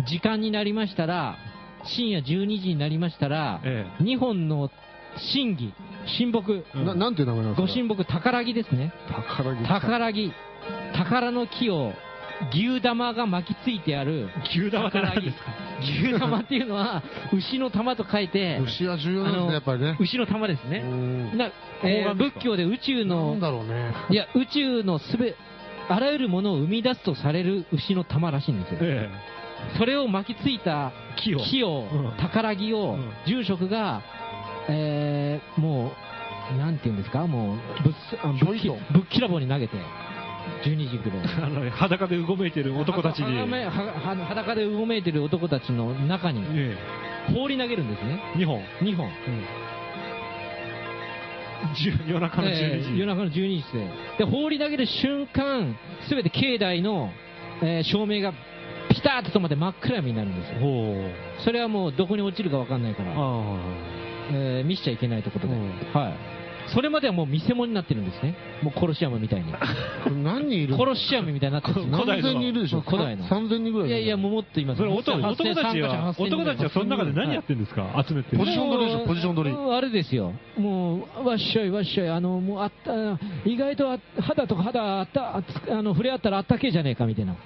Speaker 1: 時間になりましたら、深夜12時になりましたら、
Speaker 3: え
Speaker 1: 2本の神儀、神木、
Speaker 3: うん
Speaker 2: ななんていう名前なん
Speaker 1: ご
Speaker 2: ですか
Speaker 1: 神木、宝木ですね。
Speaker 2: 宝木
Speaker 1: 宝木、宝の木を牛玉が巻きついてある、
Speaker 3: 牛玉って何ですか
Speaker 1: 牛玉っていうのは、牛の玉と書いて、
Speaker 2: 牛は重要なんですね、やっぱりね。
Speaker 1: 牛の玉です
Speaker 2: う
Speaker 1: ね。
Speaker 2: ん
Speaker 1: なえー
Speaker 3: 方眼ですか
Speaker 1: 仏教で宇宙
Speaker 2: な
Speaker 1: の
Speaker 2: ん、だろうね。
Speaker 1: いや、宇宙のすべ、あらゆるものを生み出すとされる牛の玉らしいんですよ。
Speaker 3: え
Speaker 1: それを巻きついた
Speaker 3: え。木を。
Speaker 1: 木を、
Speaker 3: うん
Speaker 1: 宝木を、
Speaker 3: うん
Speaker 1: 住職が、えーもう、なんていうんですか、もう、ぶっあぶっき
Speaker 2: ひょい
Speaker 1: ぶっきらぼうに投げて、12時ぐらい。
Speaker 3: あの裸でうごめいてる男たちに
Speaker 1: は、ははは裸でうごめいてる男たちの中に
Speaker 3: え
Speaker 1: 放り投げるんですね、
Speaker 3: え、2本。
Speaker 1: 2本。
Speaker 3: じゅ夜中の12時。
Speaker 1: えー夜中の12時で。で、放り投げる瞬間、すべて境内の、えー照明がピタッと止まって真っ暗闇になるんですよ。
Speaker 3: ほう。
Speaker 1: それはもうどこに落ちるかわかんないから、
Speaker 3: あ
Speaker 1: えー見しちゃいけないってことで、
Speaker 3: うん
Speaker 1: はい。それまではもう見せ物になってるんですね。もう殺し山み たいに。
Speaker 2: これ何人いるの
Speaker 1: 殺し山みたいになってるんです
Speaker 3: 古
Speaker 2: 何
Speaker 3: 代の
Speaker 2: 千人いるでしょ
Speaker 1: 古代の
Speaker 2: 三千人ぐらい
Speaker 1: い
Speaker 2: い
Speaker 1: や
Speaker 2: る
Speaker 1: いや、もうもっといま
Speaker 3: あ。
Speaker 1: す。
Speaker 3: それ男男たちは、
Speaker 1: 参加者8000
Speaker 3: 男たちはその中で何やってるんですか集めて。
Speaker 2: ポジション取りでしょポジション取り
Speaker 1: もうあれですよ。もう、わっしょいわっしょい。あの、もうあった、意外とあ肌と肌あった、あつあの、触れ合ったらあったけえじゃねえかみたいな。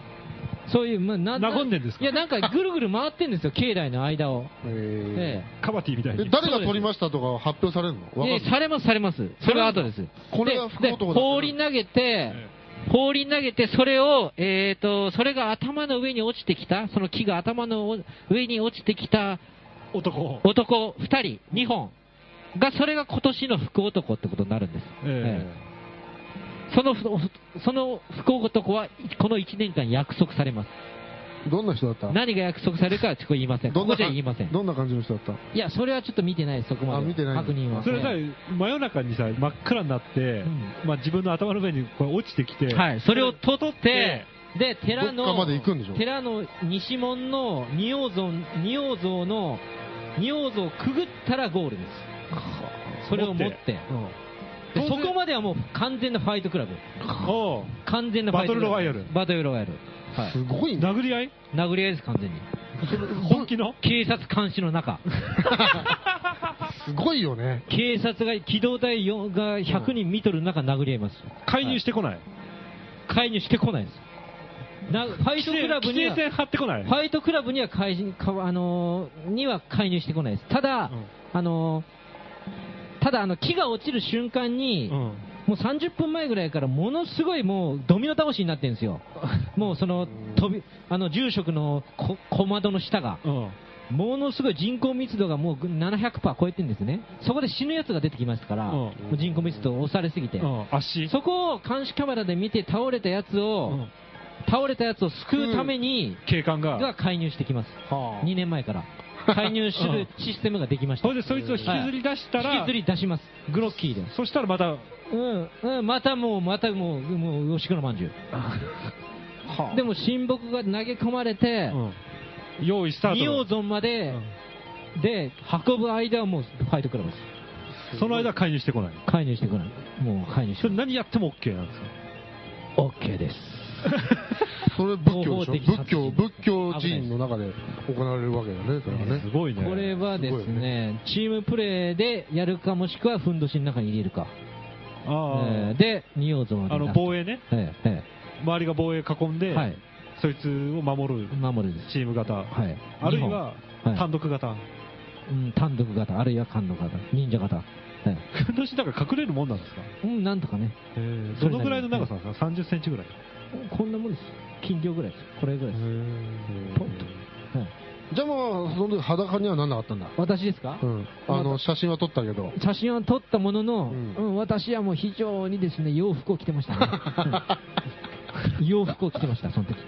Speaker 1: そういう、まあ、な
Speaker 3: 和んでんですか
Speaker 1: いや、なんかぐるぐる回ってんですよ、境内の間を。え
Speaker 3: カバティみたい
Speaker 2: え
Speaker 3: に。
Speaker 2: 誰が取りましたとか発表されるの
Speaker 1: え
Speaker 2: わかんな
Speaker 1: でされます、されます。それは後です。
Speaker 2: これが福
Speaker 1: で、で
Speaker 2: 男だ
Speaker 1: 放り投げて、放り投げて、それを、えーと、それが頭の上に落ちてきた、その木が頭の上に落ちてきた
Speaker 3: 男を。
Speaker 1: 男2人、2本が、それが今年の福男ってことになるんです。
Speaker 3: え
Speaker 1: ええそのふ、その福男は、この1年間約束されます。
Speaker 2: いどんな人だった
Speaker 1: 何が約束されるかはちょっと言いません。
Speaker 2: ど
Speaker 1: こ
Speaker 2: ん
Speaker 1: こ
Speaker 2: な
Speaker 1: じゃ言いません。
Speaker 2: どんな感じの人だった
Speaker 1: いや、それはちょっと見てないです、そこまでは。
Speaker 2: あ見てない
Speaker 1: 確認は。
Speaker 3: それさ、真夜中にさ、真っ暗になって、
Speaker 1: ん
Speaker 3: まあ自分の頭の上にこう落ちてきて、
Speaker 1: はい、それを取って、で、寺
Speaker 2: どっか
Speaker 1: の
Speaker 2: まで行くんでしょ、
Speaker 1: 寺の西門の仁王像、仁王像の、仁王像をくぐったらゴールです。それを持っ。
Speaker 3: 持って
Speaker 1: でそこまではもう完全なファイトクラブ。
Speaker 3: おう
Speaker 1: 完全なファイトクラブ。
Speaker 3: バトルロワイヤル
Speaker 1: バトルロワイヤル。はい
Speaker 2: すごいね
Speaker 3: 殴り合い
Speaker 1: 殴り合いです、完全に。
Speaker 3: 本気の
Speaker 1: 警察監視の中。
Speaker 2: すごいよね
Speaker 1: 警察が、機動隊よが100人見とる中殴り合います。
Speaker 3: 介入してこない。
Speaker 1: 介入してこないです。なファイトクラブ
Speaker 3: 規
Speaker 1: に
Speaker 3: 制
Speaker 1: は、
Speaker 3: 線張ってこない。
Speaker 1: ファイトクラブには介入かあのーには介入してこないです。ただ、
Speaker 3: うん
Speaker 1: あのーただあの木が落ちる瞬間に、
Speaker 3: うん
Speaker 1: もう30分前ぐらいからものすごいもうドミノ倒しになってるんです よ。もうその飛びあの住職のこ小窓の下が。
Speaker 3: うん
Speaker 1: ものすごい人口密度がもう700%超えてるんですね、そこで死ぬやつが出てきますから、
Speaker 3: うん
Speaker 1: もう人口密度を押されすぎて、
Speaker 3: うん足。
Speaker 1: そこを監視カメラで見て倒れたやつを、
Speaker 3: うん
Speaker 1: 倒れたやつを救うために、
Speaker 3: 警官が
Speaker 1: が。介入してきます、
Speaker 3: はあ
Speaker 1: 2年前から、介入するシステムができま した
Speaker 3: そ、れでそいつを引きずり出したら、
Speaker 1: 引きずり出します、グロッキーで、
Speaker 3: そしたらまた、
Speaker 1: うん、うん、またもう、またもう、もう、吉黒まんじゅう、でも、親睦が投げ込まれて、
Speaker 3: うん用意スタート。
Speaker 1: 仁王像まで、で、運ぶ間はもう、ファイトクラブです。
Speaker 3: その間は介入してこない。
Speaker 1: 介入してくない。もう介入し
Speaker 3: そ
Speaker 1: て
Speaker 3: れ
Speaker 1: くない。
Speaker 3: 何やっても OK なんですか
Speaker 1: OK です。
Speaker 2: それ仏教でし
Speaker 1: 合
Speaker 2: ょ
Speaker 1: 法的
Speaker 2: 仏教仏教寺院の中で行われるわけだねそれはね
Speaker 3: すごいね。
Speaker 1: これはです
Speaker 2: すごいよ
Speaker 1: ね、チームプレーでやるかもしくはふんどしの中に入れるか。
Speaker 3: あ
Speaker 1: え
Speaker 3: あ
Speaker 1: ーで、仁王像まで
Speaker 3: あの、防衛ね。
Speaker 1: えええ
Speaker 3: 周りが防衛囲ん
Speaker 1: え
Speaker 3: で、
Speaker 1: はい。
Speaker 3: そいつを守る
Speaker 1: 守るです。
Speaker 3: チーム型。
Speaker 1: はい。
Speaker 3: あるいは
Speaker 1: 日本はい
Speaker 3: 単独型。
Speaker 1: うん、単独型、あるいは感動型、忍者型。はい
Speaker 3: ふんどしなんか隠れるもんなんですか
Speaker 1: うん、なんとかね。
Speaker 3: どのぐらいの長さなんですか ?30 センチぐらい。
Speaker 1: こんなもんです。金魚ぐらいです。これぐらいです。ポンと。はい
Speaker 2: じゃあもうその時裸にはなんなかったんだ
Speaker 1: 私ですか
Speaker 2: うんあの写真は撮ったけど
Speaker 1: 写真を撮ったものの、う
Speaker 2: うんん
Speaker 1: 私はもう非常にですね洋服を着てましたね、うん洋服を着てました、その時、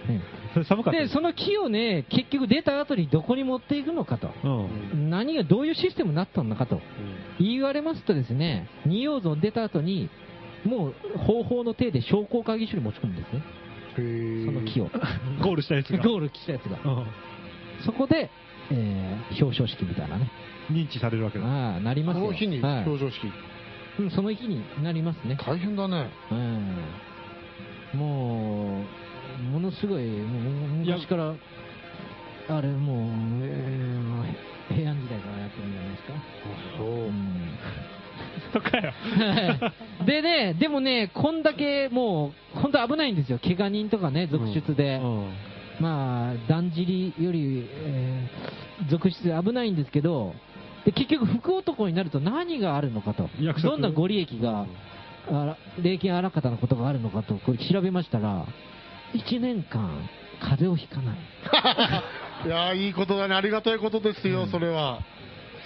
Speaker 3: それ寒
Speaker 1: う
Speaker 3: か
Speaker 1: ん
Speaker 3: った
Speaker 1: でその木をね結局出た後にどこに持っていくのかと、
Speaker 3: うん。
Speaker 1: 何がどういうシステムになったのかと言われますと、ですね仁王像出た後に、もう方法の手で商工会議所に持ち込むんですね、その木を、
Speaker 3: ゴールしたやつが。
Speaker 1: ゴールしたやつが、そこで、えー表彰式みたいなね、
Speaker 3: うん認知されるわけだ。
Speaker 1: ああなり
Speaker 2: こ
Speaker 1: ますよ
Speaker 2: の日に
Speaker 1: はい
Speaker 2: 表彰式
Speaker 1: うんその日になりますね。
Speaker 2: 大変だね
Speaker 1: うんもう、ものすごい、もう
Speaker 3: いや
Speaker 1: 昔から、あれもう、えーもうへ平安時代からやってるんじゃないですか。
Speaker 3: そっかよ。
Speaker 1: うん でね、でもね、こんだけもう、本当危ないんですよ、怪我人とかね、続出で、
Speaker 3: うん
Speaker 1: まあ、だんじりより、えー続出で危ないんですけど、で結局、福男になると何があるのかと、
Speaker 3: 約束
Speaker 1: どんなご利益が、あら霊験あらかたなことがあるのかと、これ調べましたら、1年間、風邪をひかない。
Speaker 2: いやーいいことだねありがたいことですよそれは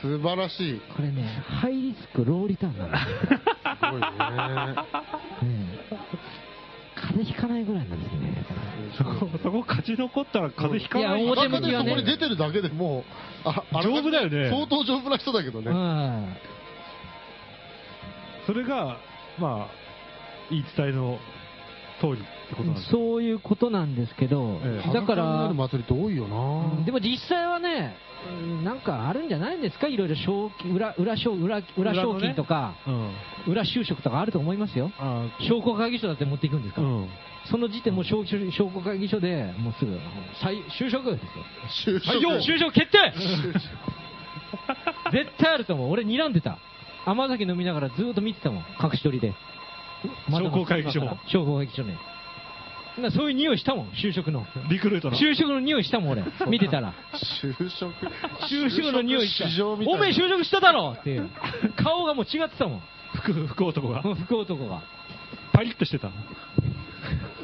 Speaker 2: 素晴らしい
Speaker 1: これね、ハイリスク、ローリターンなんですよ。
Speaker 2: すごい ね
Speaker 1: ええ風邪ひかないぐらいなんですね。
Speaker 3: そこ、そこ勝ち残ったら風邪ひかない
Speaker 1: いや表
Speaker 2: 裸
Speaker 1: 向き
Speaker 2: で
Speaker 1: は
Speaker 2: そ
Speaker 1: ね
Speaker 2: こに出てるだけでもうああらかじめ
Speaker 3: 丈夫だよね
Speaker 2: 相当丈夫な人だけど
Speaker 1: う
Speaker 2: ね
Speaker 1: ん
Speaker 3: それが、まあ、言い伝えの通りってことなんですね
Speaker 1: そういうことなんですけど
Speaker 3: ええ、
Speaker 1: だか
Speaker 2: 裸にな
Speaker 1: ら
Speaker 2: る、祭りって多いよな
Speaker 1: でも実際はね、うんなんかあるんじゃないんですか、いろいろ賞金裏裏賞裏裏
Speaker 3: 裏の
Speaker 1: 賞
Speaker 3: ね
Speaker 1: 金とか、
Speaker 3: うん。
Speaker 1: 裏就職とかあると思いますよ、
Speaker 3: あ
Speaker 1: 商工会議所だって持っていくんです
Speaker 3: う
Speaker 1: から、
Speaker 3: ん。
Speaker 1: その時点、もう商商工会議所でもうすぐ、再就職ですよ、
Speaker 2: 就職
Speaker 1: 就職決定 絶対あると思う、俺、睨んでた、甘酒飲みながらずーっと見てたもん、隠し撮りで、
Speaker 3: 商工会議所も
Speaker 1: 商工会議所ね、なそういう匂いしたもん、就職の。
Speaker 3: リクルートの。
Speaker 1: 就職の匂いしたもん、俺。見てたら。
Speaker 2: 就職、
Speaker 1: 就職の匂いした
Speaker 2: 就職市場。みたい
Speaker 1: お
Speaker 2: な
Speaker 1: めえ就職しただろっていう。顔がもう違って たもん。
Speaker 3: 服、服男が
Speaker 1: こ。の服男が。
Speaker 3: パリッとしてた。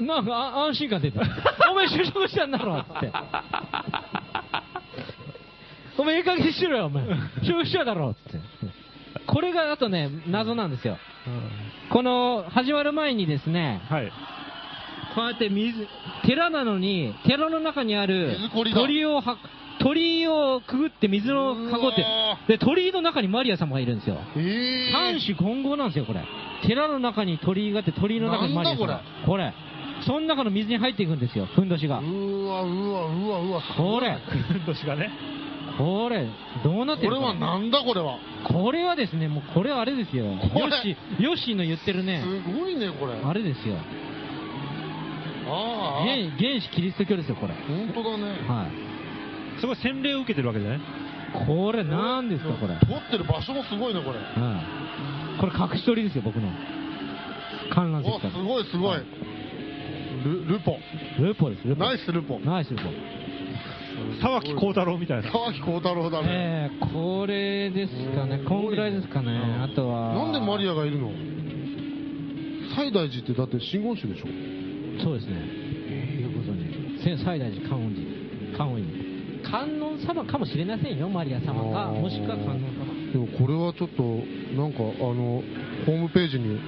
Speaker 1: なんかあ安心感出 た。おめえ就職したんだろって。おめえいい加減にしろよ、お 前。就職しただろって。これがあとね、謎なんですよ。この、始まる前にですね、
Speaker 3: はい。
Speaker 1: こうやって水、寺なのに、寺の中にある
Speaker 2: 水堀だ
Speaker 1: 鳥をは、鳥居をくぐって水の囲って
Speaker 2: うわ、
Speaker 1: で、鳥居の中にマリア様がいるんですよ。
Speaker 2: え
Speaker 1: 三種混合なんですよ、これ。寺の中に鳥居があって、鳥居の中にマリア様
Speaker 2: なんだ
Speaker 1: これ。その中の水に入っていくんですよ、ふんどしが。
Speaker 2: うわ、うわ、うわ、うわ。
Speaker 1: これ、
Speaker 3: 年がね。
Speaker 1: これ、どうなって
Speaker 2: こ
Speaker 1: る
Speaker 2: れはなんだこれは。
Speaker 1: これはですね、もうこれはあれですよ。ヨ
Speaker 2: これ
Speaker 1: ッシー、ヨッシーの言ってるね、
Speaker 2: すごいね、これ。
Speaker 1: あれですよ。
Speaker 2: ああ、
Speaker 1: 原原始キリスト教ですよ、これ。
Speaker 2: 本当だね。
Speaker 1: はい。
Speaker 3: すごい洗礼を受けてるわけじゃない
Speaker 1: これ何ですかこれ、
Speaker 2: 撮ってる場所もすごいね、これ。
Speaker 1: はいこれ隠し撮りですよ僕の観覧
Speaker 2: お
Speaker 1: 席
Speaker 2: す
Speaker 1: から
Speaker 2: ごい、すごい。ルルポ。
Speaker 1: ルポですルポ
Speaker 2: ナイスルポ。
Speaker 1: ナイスルポ
Speaker 3: 沢木幸太郎みたいな。
Speaker 2: 沢木幸太郎だね。
Speaker 1: えー、これですかねこんぐらいですかねあとは
Speaker 2: なんでマリ
Speaker 1: ア
Speaker 2: アがいるの西大寺ってだって真言宗でしょ
Speaker 1: そうですねいうことにせ西大寺観音寺観音院観音様かもしれませんよマリア様か
Speaker 2: あー
Speaker 1: もしくは観音様
Speaker 2: でもこれはちょっと、なんか、あの、ホームページに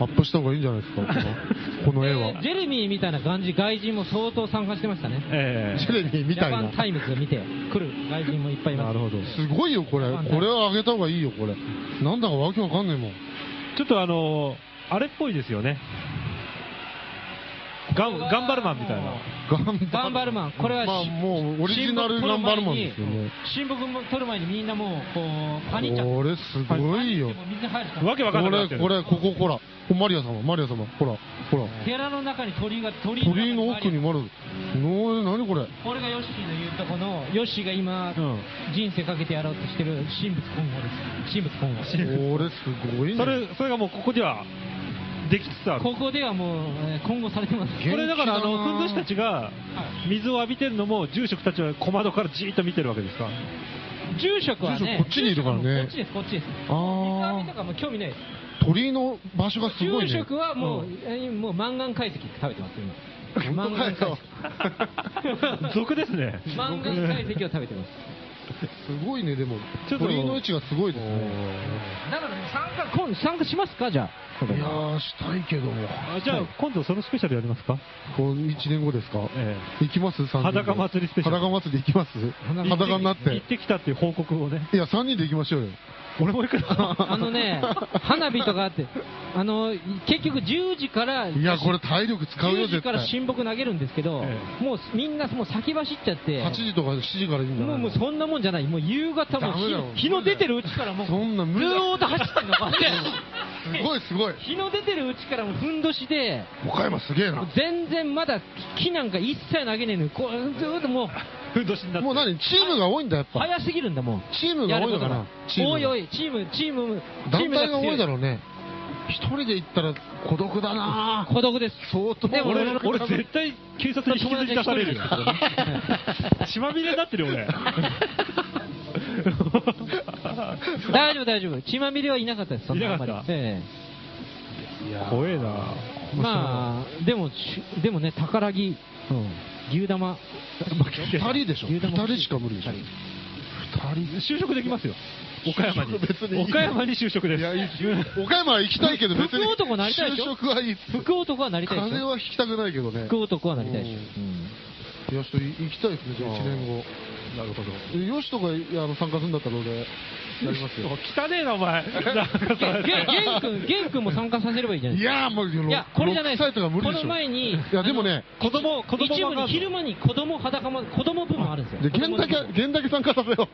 Speaker 2: アップした方がいいんじゃないですか、 このこの絵は。
Speaker 1: ジェレミーみたいな感じ外人も相当参加してましたね
Speaker 3: え
Speaker 2: ジェレミーみた
Speaker 1: ジャ
Speaker 2: い
Speaker 1: パ
Speaker 2: な
Speaker 1: ン。タイムズ見て来る外人もいっぱいい
Speaker 3: え
Speaker 1: ます
Speaker 3: なるほど。
Speaker 2: すごいよ、これ。
Speaker 1: ジャパンタイムズ
Speaker 2: これはあげた方がいいよ、これ。なんだかわけわかんねえもん。
Speaker 3: ちょっとあのー、あれっぽいですよね。ガン、ガンバルマンみたいな。
Speaker 1: ガンバルマン、これは、
Speaker 2: まあもうオリジナルガンバルマンですよね。
Speaker 1: 新聞も撮る前にみんなもう、こう、パニっちゃって。
Speaker 2: これすごいよ。
Speaker 1: パニってもう水入るから
Speaker 3: わけわ
Speaker 2: こ
Speaker 3: かんなくなっ
Speaker 2: れ
Speaker 3: て、る。
Speaker 2: これ、ここ、ほら。マリア様、マリア様、ほら、ほら。
Speaker 1: 寺の中に鳥居が、鳥居中
Speaker 2: 鳥居の奥に。マリア。のえ、なにこれ。
Speaker 1: これがヨッシーの言うとこの、ヨッシーが今、
Speaker 3: うん
Speaker 1: 人生かけてやろうとしてる神仏混合です。神仏混合。
Speaker 2: これすごいね。
Speaker 3: それ、それがもうここでは、できつつある。
Speaker 1: ここではもう、えー混合されてます。
Speaker 2: 元気
Speaker 3: これだから、あ
Speaker 2: だな
Speaker 3: の、ふんどしたちが
Speaker 1: は
Speaker 3: 水を浴びてるのも、住職たちは小窓からじーっと見てるわけ ですか。
Speaker 1: 住職はね、
Speaker 2: 住職こっちにいるからね
Speaker 1: 住職はもうこっちです、こっちです。
Speaker 2: あー
Speaker 1: 水浴びとかも興味ないです。
Speaker 2: 鳥居の場所がすごいね。
Speaker 1: 住職はもう、
Speaker 2: ん
Speaker 1: えーもう満願解析食べてます、今。
Speaker 2: 本当かよ。
Speaker 3: 俗ですね。
Speaker 1: 満願解析を食べてます。
Speaker 2: すごいね、でも
Speaker 3: ちょ。っと
Speaker 2: 鳥居の位置がすごいですね。
Speaker 1: だからね参加、今度参加しますかじゃあ。
Speaker 2: いやー、したいけども。
Speaker 3: あじゃあ、今度そのスペシャルやりますか
Speaker 2: こう1年後ですか
Speaker 3: え
Speaker 2: 行きます三人で
Speaker 3: 裸祭りスペシャル
Speaker 2: 裸祭り行きます
Speaker 1: 裸祭り
Speaker 2: 裸になっ
Speaker 3: 行
Speaker 2: て
Speaker 3: っ。てきたっていう報告をね。
Speaker 2: いや、3人で行きましょうよ。
Speaker 3: 俺も行くな。
Speaker 1: あのね、花火とかあって、あの、結局10時から、
Speaker 2: いや、これ体力使うよ、
Speaker 1: 10
Speaker 2: 絶
Speaker 1: 時か
Speaker 2: 対。
Speaker 1: ら
Speaker 2: 8
Speaker 1: 親睦投げるんですけど、
Speaker 3: え
Speaker 1: もうみんなもう先走っちゃって、
Speaker 2: 時とか7時からいいんだ
Speaker 1: もうもうそんなもんじゃない、もう夕方も
Speaker 2: ダメだよ
Speaker 1: う日日の出てるうちからもう、ず
Speaker 2: そんな無理だ
Speaker 1: ーっと走ってんのか
Speaker 2: すごいすごい。
Speaker 1: 日の出てるうちからもうふんどしで、
Speaker 2: 岡山すげえな。
Speaker 1: 全然まだ木なんか一切投げねえのに、こうずーっともう、
Speaker 3: ふんどしになって。
Speaker 2: もう何チームが多いんだ、やっぱ。
Speaker 1: 早すぎるんだもん。
Speaker 2: チームが多いのか
Speaker 1: や
Speaker 2: な
Speaker 1: ることが
Speaker 2: チーム
Speaker 1: 多
Speaker 2: が
Speaker 1: い多い、チーム、チーム、チー
Speaker 2: 団
Speaker 1: ム強
Speaker 2: 体が多いだろうね。一人で行ったら孤独だな
Speaker 1: 孤独 です。
Speaker 2: 相当
Speaker 1: でも
Speaker 3: 俺
Speaker 1: 俺、
Speaker 3: 俺絶対警察に引きずり出されるよ。血まみれになってるよ、俺。
Speaker 1: 大丈夫、大丈夫。血まみれはいなかったです、そんなあんまり
Speaker 3: いなかっ。た
Speaker 1: え
Speaker 3: 怖えな
Speaker 1: えまあ、でも、しでもね、宝木、牛玉。
Speaker 2: 二人でしょ
Speaker 1: 牛
Speaker 2: 二
Speaker 1: 玉欲
Speaker 2: 人
Speaker 1: い
Speaker 2: しか無理でしょ
Speaker 1: 二人
Speaker 2: 二人
Speaker 3: 就職できますよ。岡山に
Speaker 2: 就職別にいい。
Speaker 3: 岡山に就職です。
Speaker 2: いや、いい岡山は行きたいけど別に。
Speaker 1: 福男なりたいでしょ
Speaker 2: 就職はいいっす。
Speaker 1: 福男はなりたいでし
Speaker 2: 風
Speaker 1: ょ。
Speaker 2: は引きたくないけどね。
Speaker 1: 福男はなりたいでしょ。
Speaker 2: いや、ちょっと行きたいですね、じゃあ1年後。
Speaker 3: なるほど。
Speaker 2: えよしとかいやあの参加するんだったら俺、やりますよ。
Speaker 3: 汚ねえな、お前。なんか
Speaker 1: げ
Speaker 3: さ
Speaker 1: げ玄君、玄君も参加させればいいじゃない
Speaker 2: い
Speaker 1: です
Speaker 2: やー、もう、い
Speaker 1: か。いや、これじゃない
Speaker 2: サイ
Speaker 1: です。
Speaker 2: トが無
Speaker 1: こ
Speaker 2: 理でしょ。
Speaker 1: の前に、
Speaker 2: いや、でもね、
Speaker 3: 子供、子供
Speaker 1: 一部
Speaker 3: が
Speaker 1: に昼間に子供裸も、子供部門あるんですよ。
Speaker 2: で、源だけ、源だけ参加させよう。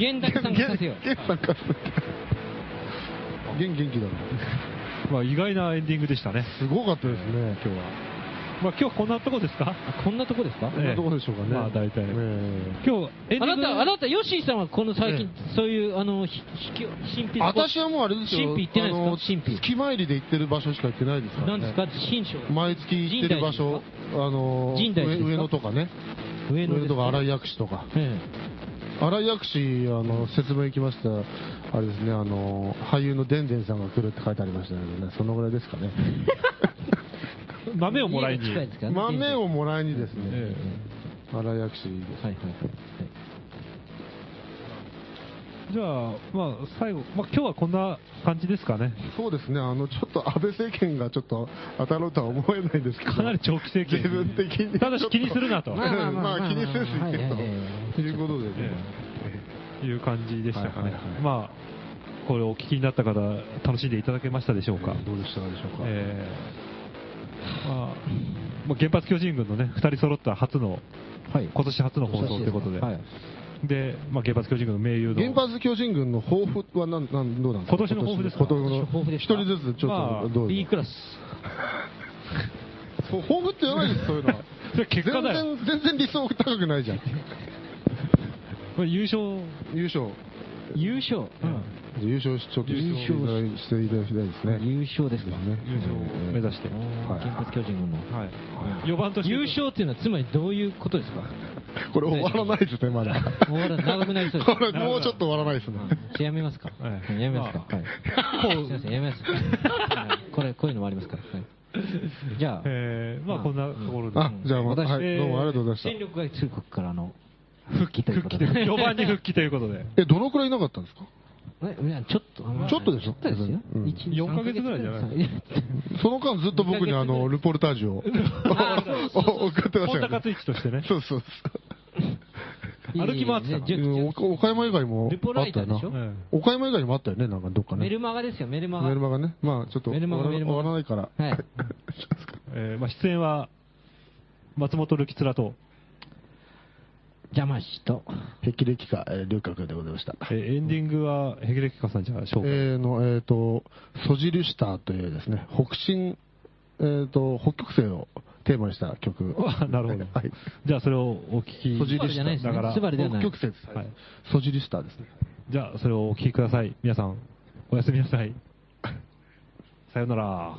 Speaker 1: 源だけ参加させよう
Speaker 2: 源源源参加させよう。源元気だな。
Speaker 3: まあ、意外なエンディングでしたね。
Speaker 2: すごかったですね、今日は。
Speaker 3: まあ今日こんなとこですか
Speaker 1: こんなとこですか
Speaker 3: ええ
Speaker 2: どうでしょうかね。
Speaker 3: まあ大体
Speaker 2: ええ
Speaker 3: 今日、エ
Speaker 1: あ
Speaker 3: ンディン
Speaker 1: な
Speaker 3: グ
Speaker 1: た、あなた、ヨッシーさんはこの最近
Speaker 2: え、
Speaker 1: そういう、あの、ひひき神秘
Speaker 2: 私はもうあれですよ。
Speaker 1: 神秘行ってないですか
Speaker 2: あの
Speaker 1: 神秘
Speaker 2: 月参りで行ってる場所しか行ってないですから、ね。
Speaker 1: 何ですか新章。
Speaker 2: 毎月行ってる場所、あの
Speaker 1: 神
Speaker 2: ー、
Speaker 1: 代ですか
Speaker 2: 上上野とかね。
Speaker 1: 上野
Speaker 2: 上
Speaker 1: です
Speaker 2: 野と
Speaker 1: か
Speaker 2: か荒井薬師とか。
Speaker 1: え
Speaker 2: 荒井薬師、あの、説明行きました。あれですね、あの、俳優のでんでんさんが来るって書いてありましたけどね、そのぐらいですかね。
Speaker 1: え
Speaker 3: 豆をもらいに。
Speaker 1: 家が近ですからね
Speaker 2: 豆をもらいにですね、
Speaker 3: え
Speaker 2: 荒井薬師です。
Speaker 1: はいはいはいはい。
Speaker 3: えじゃあ、まあ最後、まあ今日はこんな感じですか ね。
Speaker 2: そうですね、あの、ちょっと安倍政権がちょっと当たろうとは思えないんですけど。
Speaker 3: かなり長期政権
Speaker 2: 自分的に。
Speaker 3: ただし気にするなと
Speaker 2: まあまあまあまあ気にせず行け
Speaker 1: はいはい
Speaker 2: と。
Speaker 1: はい
Speaker 2: ということでね。
Speaker 3: えいう感じでしたか
Speaker 2: は
Speaker 3: ね。
Speaker 2: いはいはい
Speaker 3: まあ、これお聞きになった方、楽しんでいただけましたでしょうか。
Speaker 2: どうでしたでしょうか。
Speaker 3: ええまあまあ原発巨人軍のね、2人揃った初の、
Speaker 1: はい
Speaker 3: 今年初の放送ということで、
Speaker 1: はい
Speaker 3: で、まあ、原発巨人軍の盟友の、
Speaker 2: 原発巨人軍の抱負はなんなんどうなんですか
Speaker 3: 今年の抱負ですか
Speaker 2: 今年の
Speaker 1: 今年の抱負です
Speaker 2: 一
Speaker 1: か
Speaker 2: 人ずつち
Speaker 3: ま
Speaker 2: ょ
Speaker 3: あ
Speaker 2: っとどうぞ
Speaker 1: B クラス。
Speaker 2: そう抱負って言わないですそういうのは
Speaker 3: それ結果だよ、
Speaker 2: 全然全然理想高くないじゃん
Speaker 3: これ優勝、
Speaker 2: 優勝
Speaker 1: 優勝。
Speaker 2: 優勝しちょっと
Speaker 1: 優勝
Speaker 2: していただきたいですね
Speaker 1: 優勝ですか。
Speaker 2: ね
Speaker 3: 優勝を目指して、
Speaker 2: はい
Speaker 1: 金髪巨人軍の。
Speaker 3: はい、4番として
Speaker 1: 優勝っていうのはつまりどういうことですか
Speaker 2: これ終わらないですねまだ
Speaker 1: 終わらない長くなりそうです
Speaker 2: これもうちょっと終わらないですね
Speaker 1: じゃあやめますか、
Speaker 3: ええ
Speaker 1: やめますか、はい、すいませんやめます、はいこれこういうのもありますから、はい、じゃあ、
Speaker 3: えーまあ、こんなところで、
Speaker 2: あじゃあ、ま
Speaker 1: 私
Speaker 2: はい、どうもありがとうございました
Speaker 1: 戦力外通告からの復帰ということで
Speaker 3: 4番に 復帰ということで、
Speaker 2: えどのくらいいなかったんですか
Speaker 1: えいやちょっとあんまり
Speaker 2: ちょっとでしょ
Speaker 1: ちょっとですよ、
Speaker 2: うん
Speaker 1: 一
Speaker 3: 4ヶ月ぐらいじゃない
Speaker 1: 三ヶ月ぐらい
Speaker 2: その間ずっと僕にあのルポルタージュを送ってましたよ
Speaker 3: 本田
Speaker 2: ね
Speaker 3: 勝一としてね、
Speaker 2: そうそう
Speaker 1: いやいやいや
Speaker 3: 歩き回ってたの
Speaker 1: じ
Speaker 2: そ
Speaker 1: ゃ
Speaker 2: う
Speaker 1: あ
Speaker 2: うん岡岡山以外も
Speaker 1: ルポ
Speaker 2: あ
Speaker 1: ラ
Speaker 2: っ
Speaker 1: イ
Speaker 2: た
Speaker 1: ター
Speaker 2: よ
Speaker 1: で
Speaker 2: な
Speaker 1: しょ、
Speaker 3: え
Speaker 2: 岡山以外にもあったよね、なんかどっかね。
Speaker 1: メルマガですよメルマガ
Speaker 2: メルマガね。まあちょっと
Speaker 1: メル
Speaker 2: 終
Speaker 1: マ
Speaker 2: わ
Speaker 1: ガ
Speaker 2: ら
Speaker 1: メル
Speaker 2: 終
Speaker 1: マガ
Speaker 2: わらないから。
Speaker 1: はい
Speaker 3: ええーまあ、出演は松本るきつらと、
Speaker 1: 邪魔しと
Speaker 2: 霹靂か、えー、龍角でございました。
Speaker 3: えーエンディングはヘゲレキカさんじゃあ紹介、
Speaker 2: えー、の、えっ、と、ソジルシターというですね、北進、えっ、と、北極星をテーマにした曲。
Speaker 3: あ なるほど、
Speaker 2: はい。
Speaker 3: じゃあそれをお聞き
Speaker 2: ソ
Speaker 1: ス
Speaker 2: ジル
Speaker 1: バルじ
Speaker 2: シ
Speaker 1: ゃ
Speaker 2: タ
Speaker 1: ないで
Speaker 2: ー。
Speaker 1: すね
Speaker 3: だから
Speaker 1: スバルではな
Speaker 2: 北
Speaker 1: い
Speaker 2: 極星です。
Speaker 3: は
Speaker 2: はいい。ソジルシターですね。
Speaker 3: じゃあそれをお聞きください皆さんおやすみなさいさようなら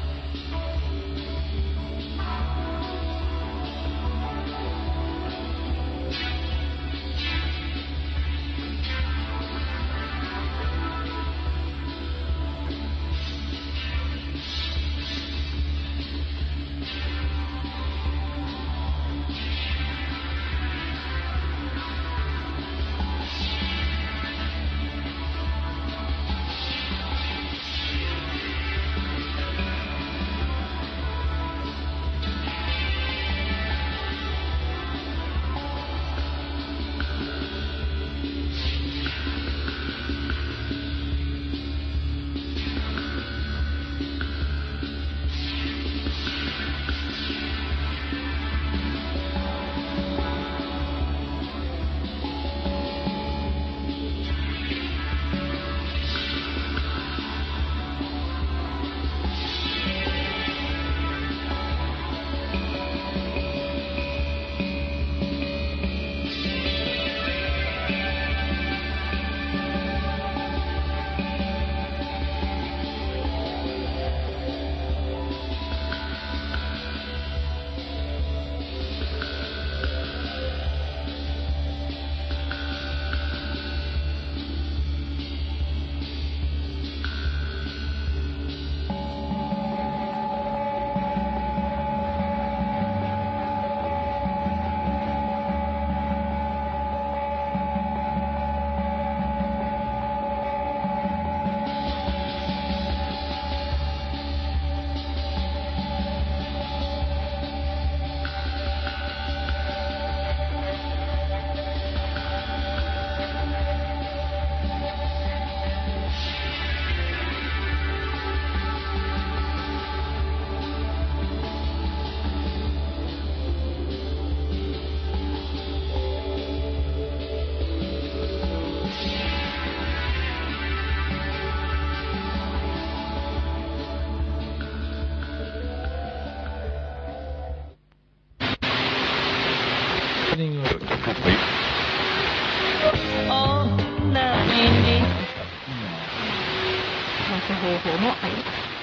Speaker 5: 「リングを。
Speaker 6: 女に。巻く方法もあります。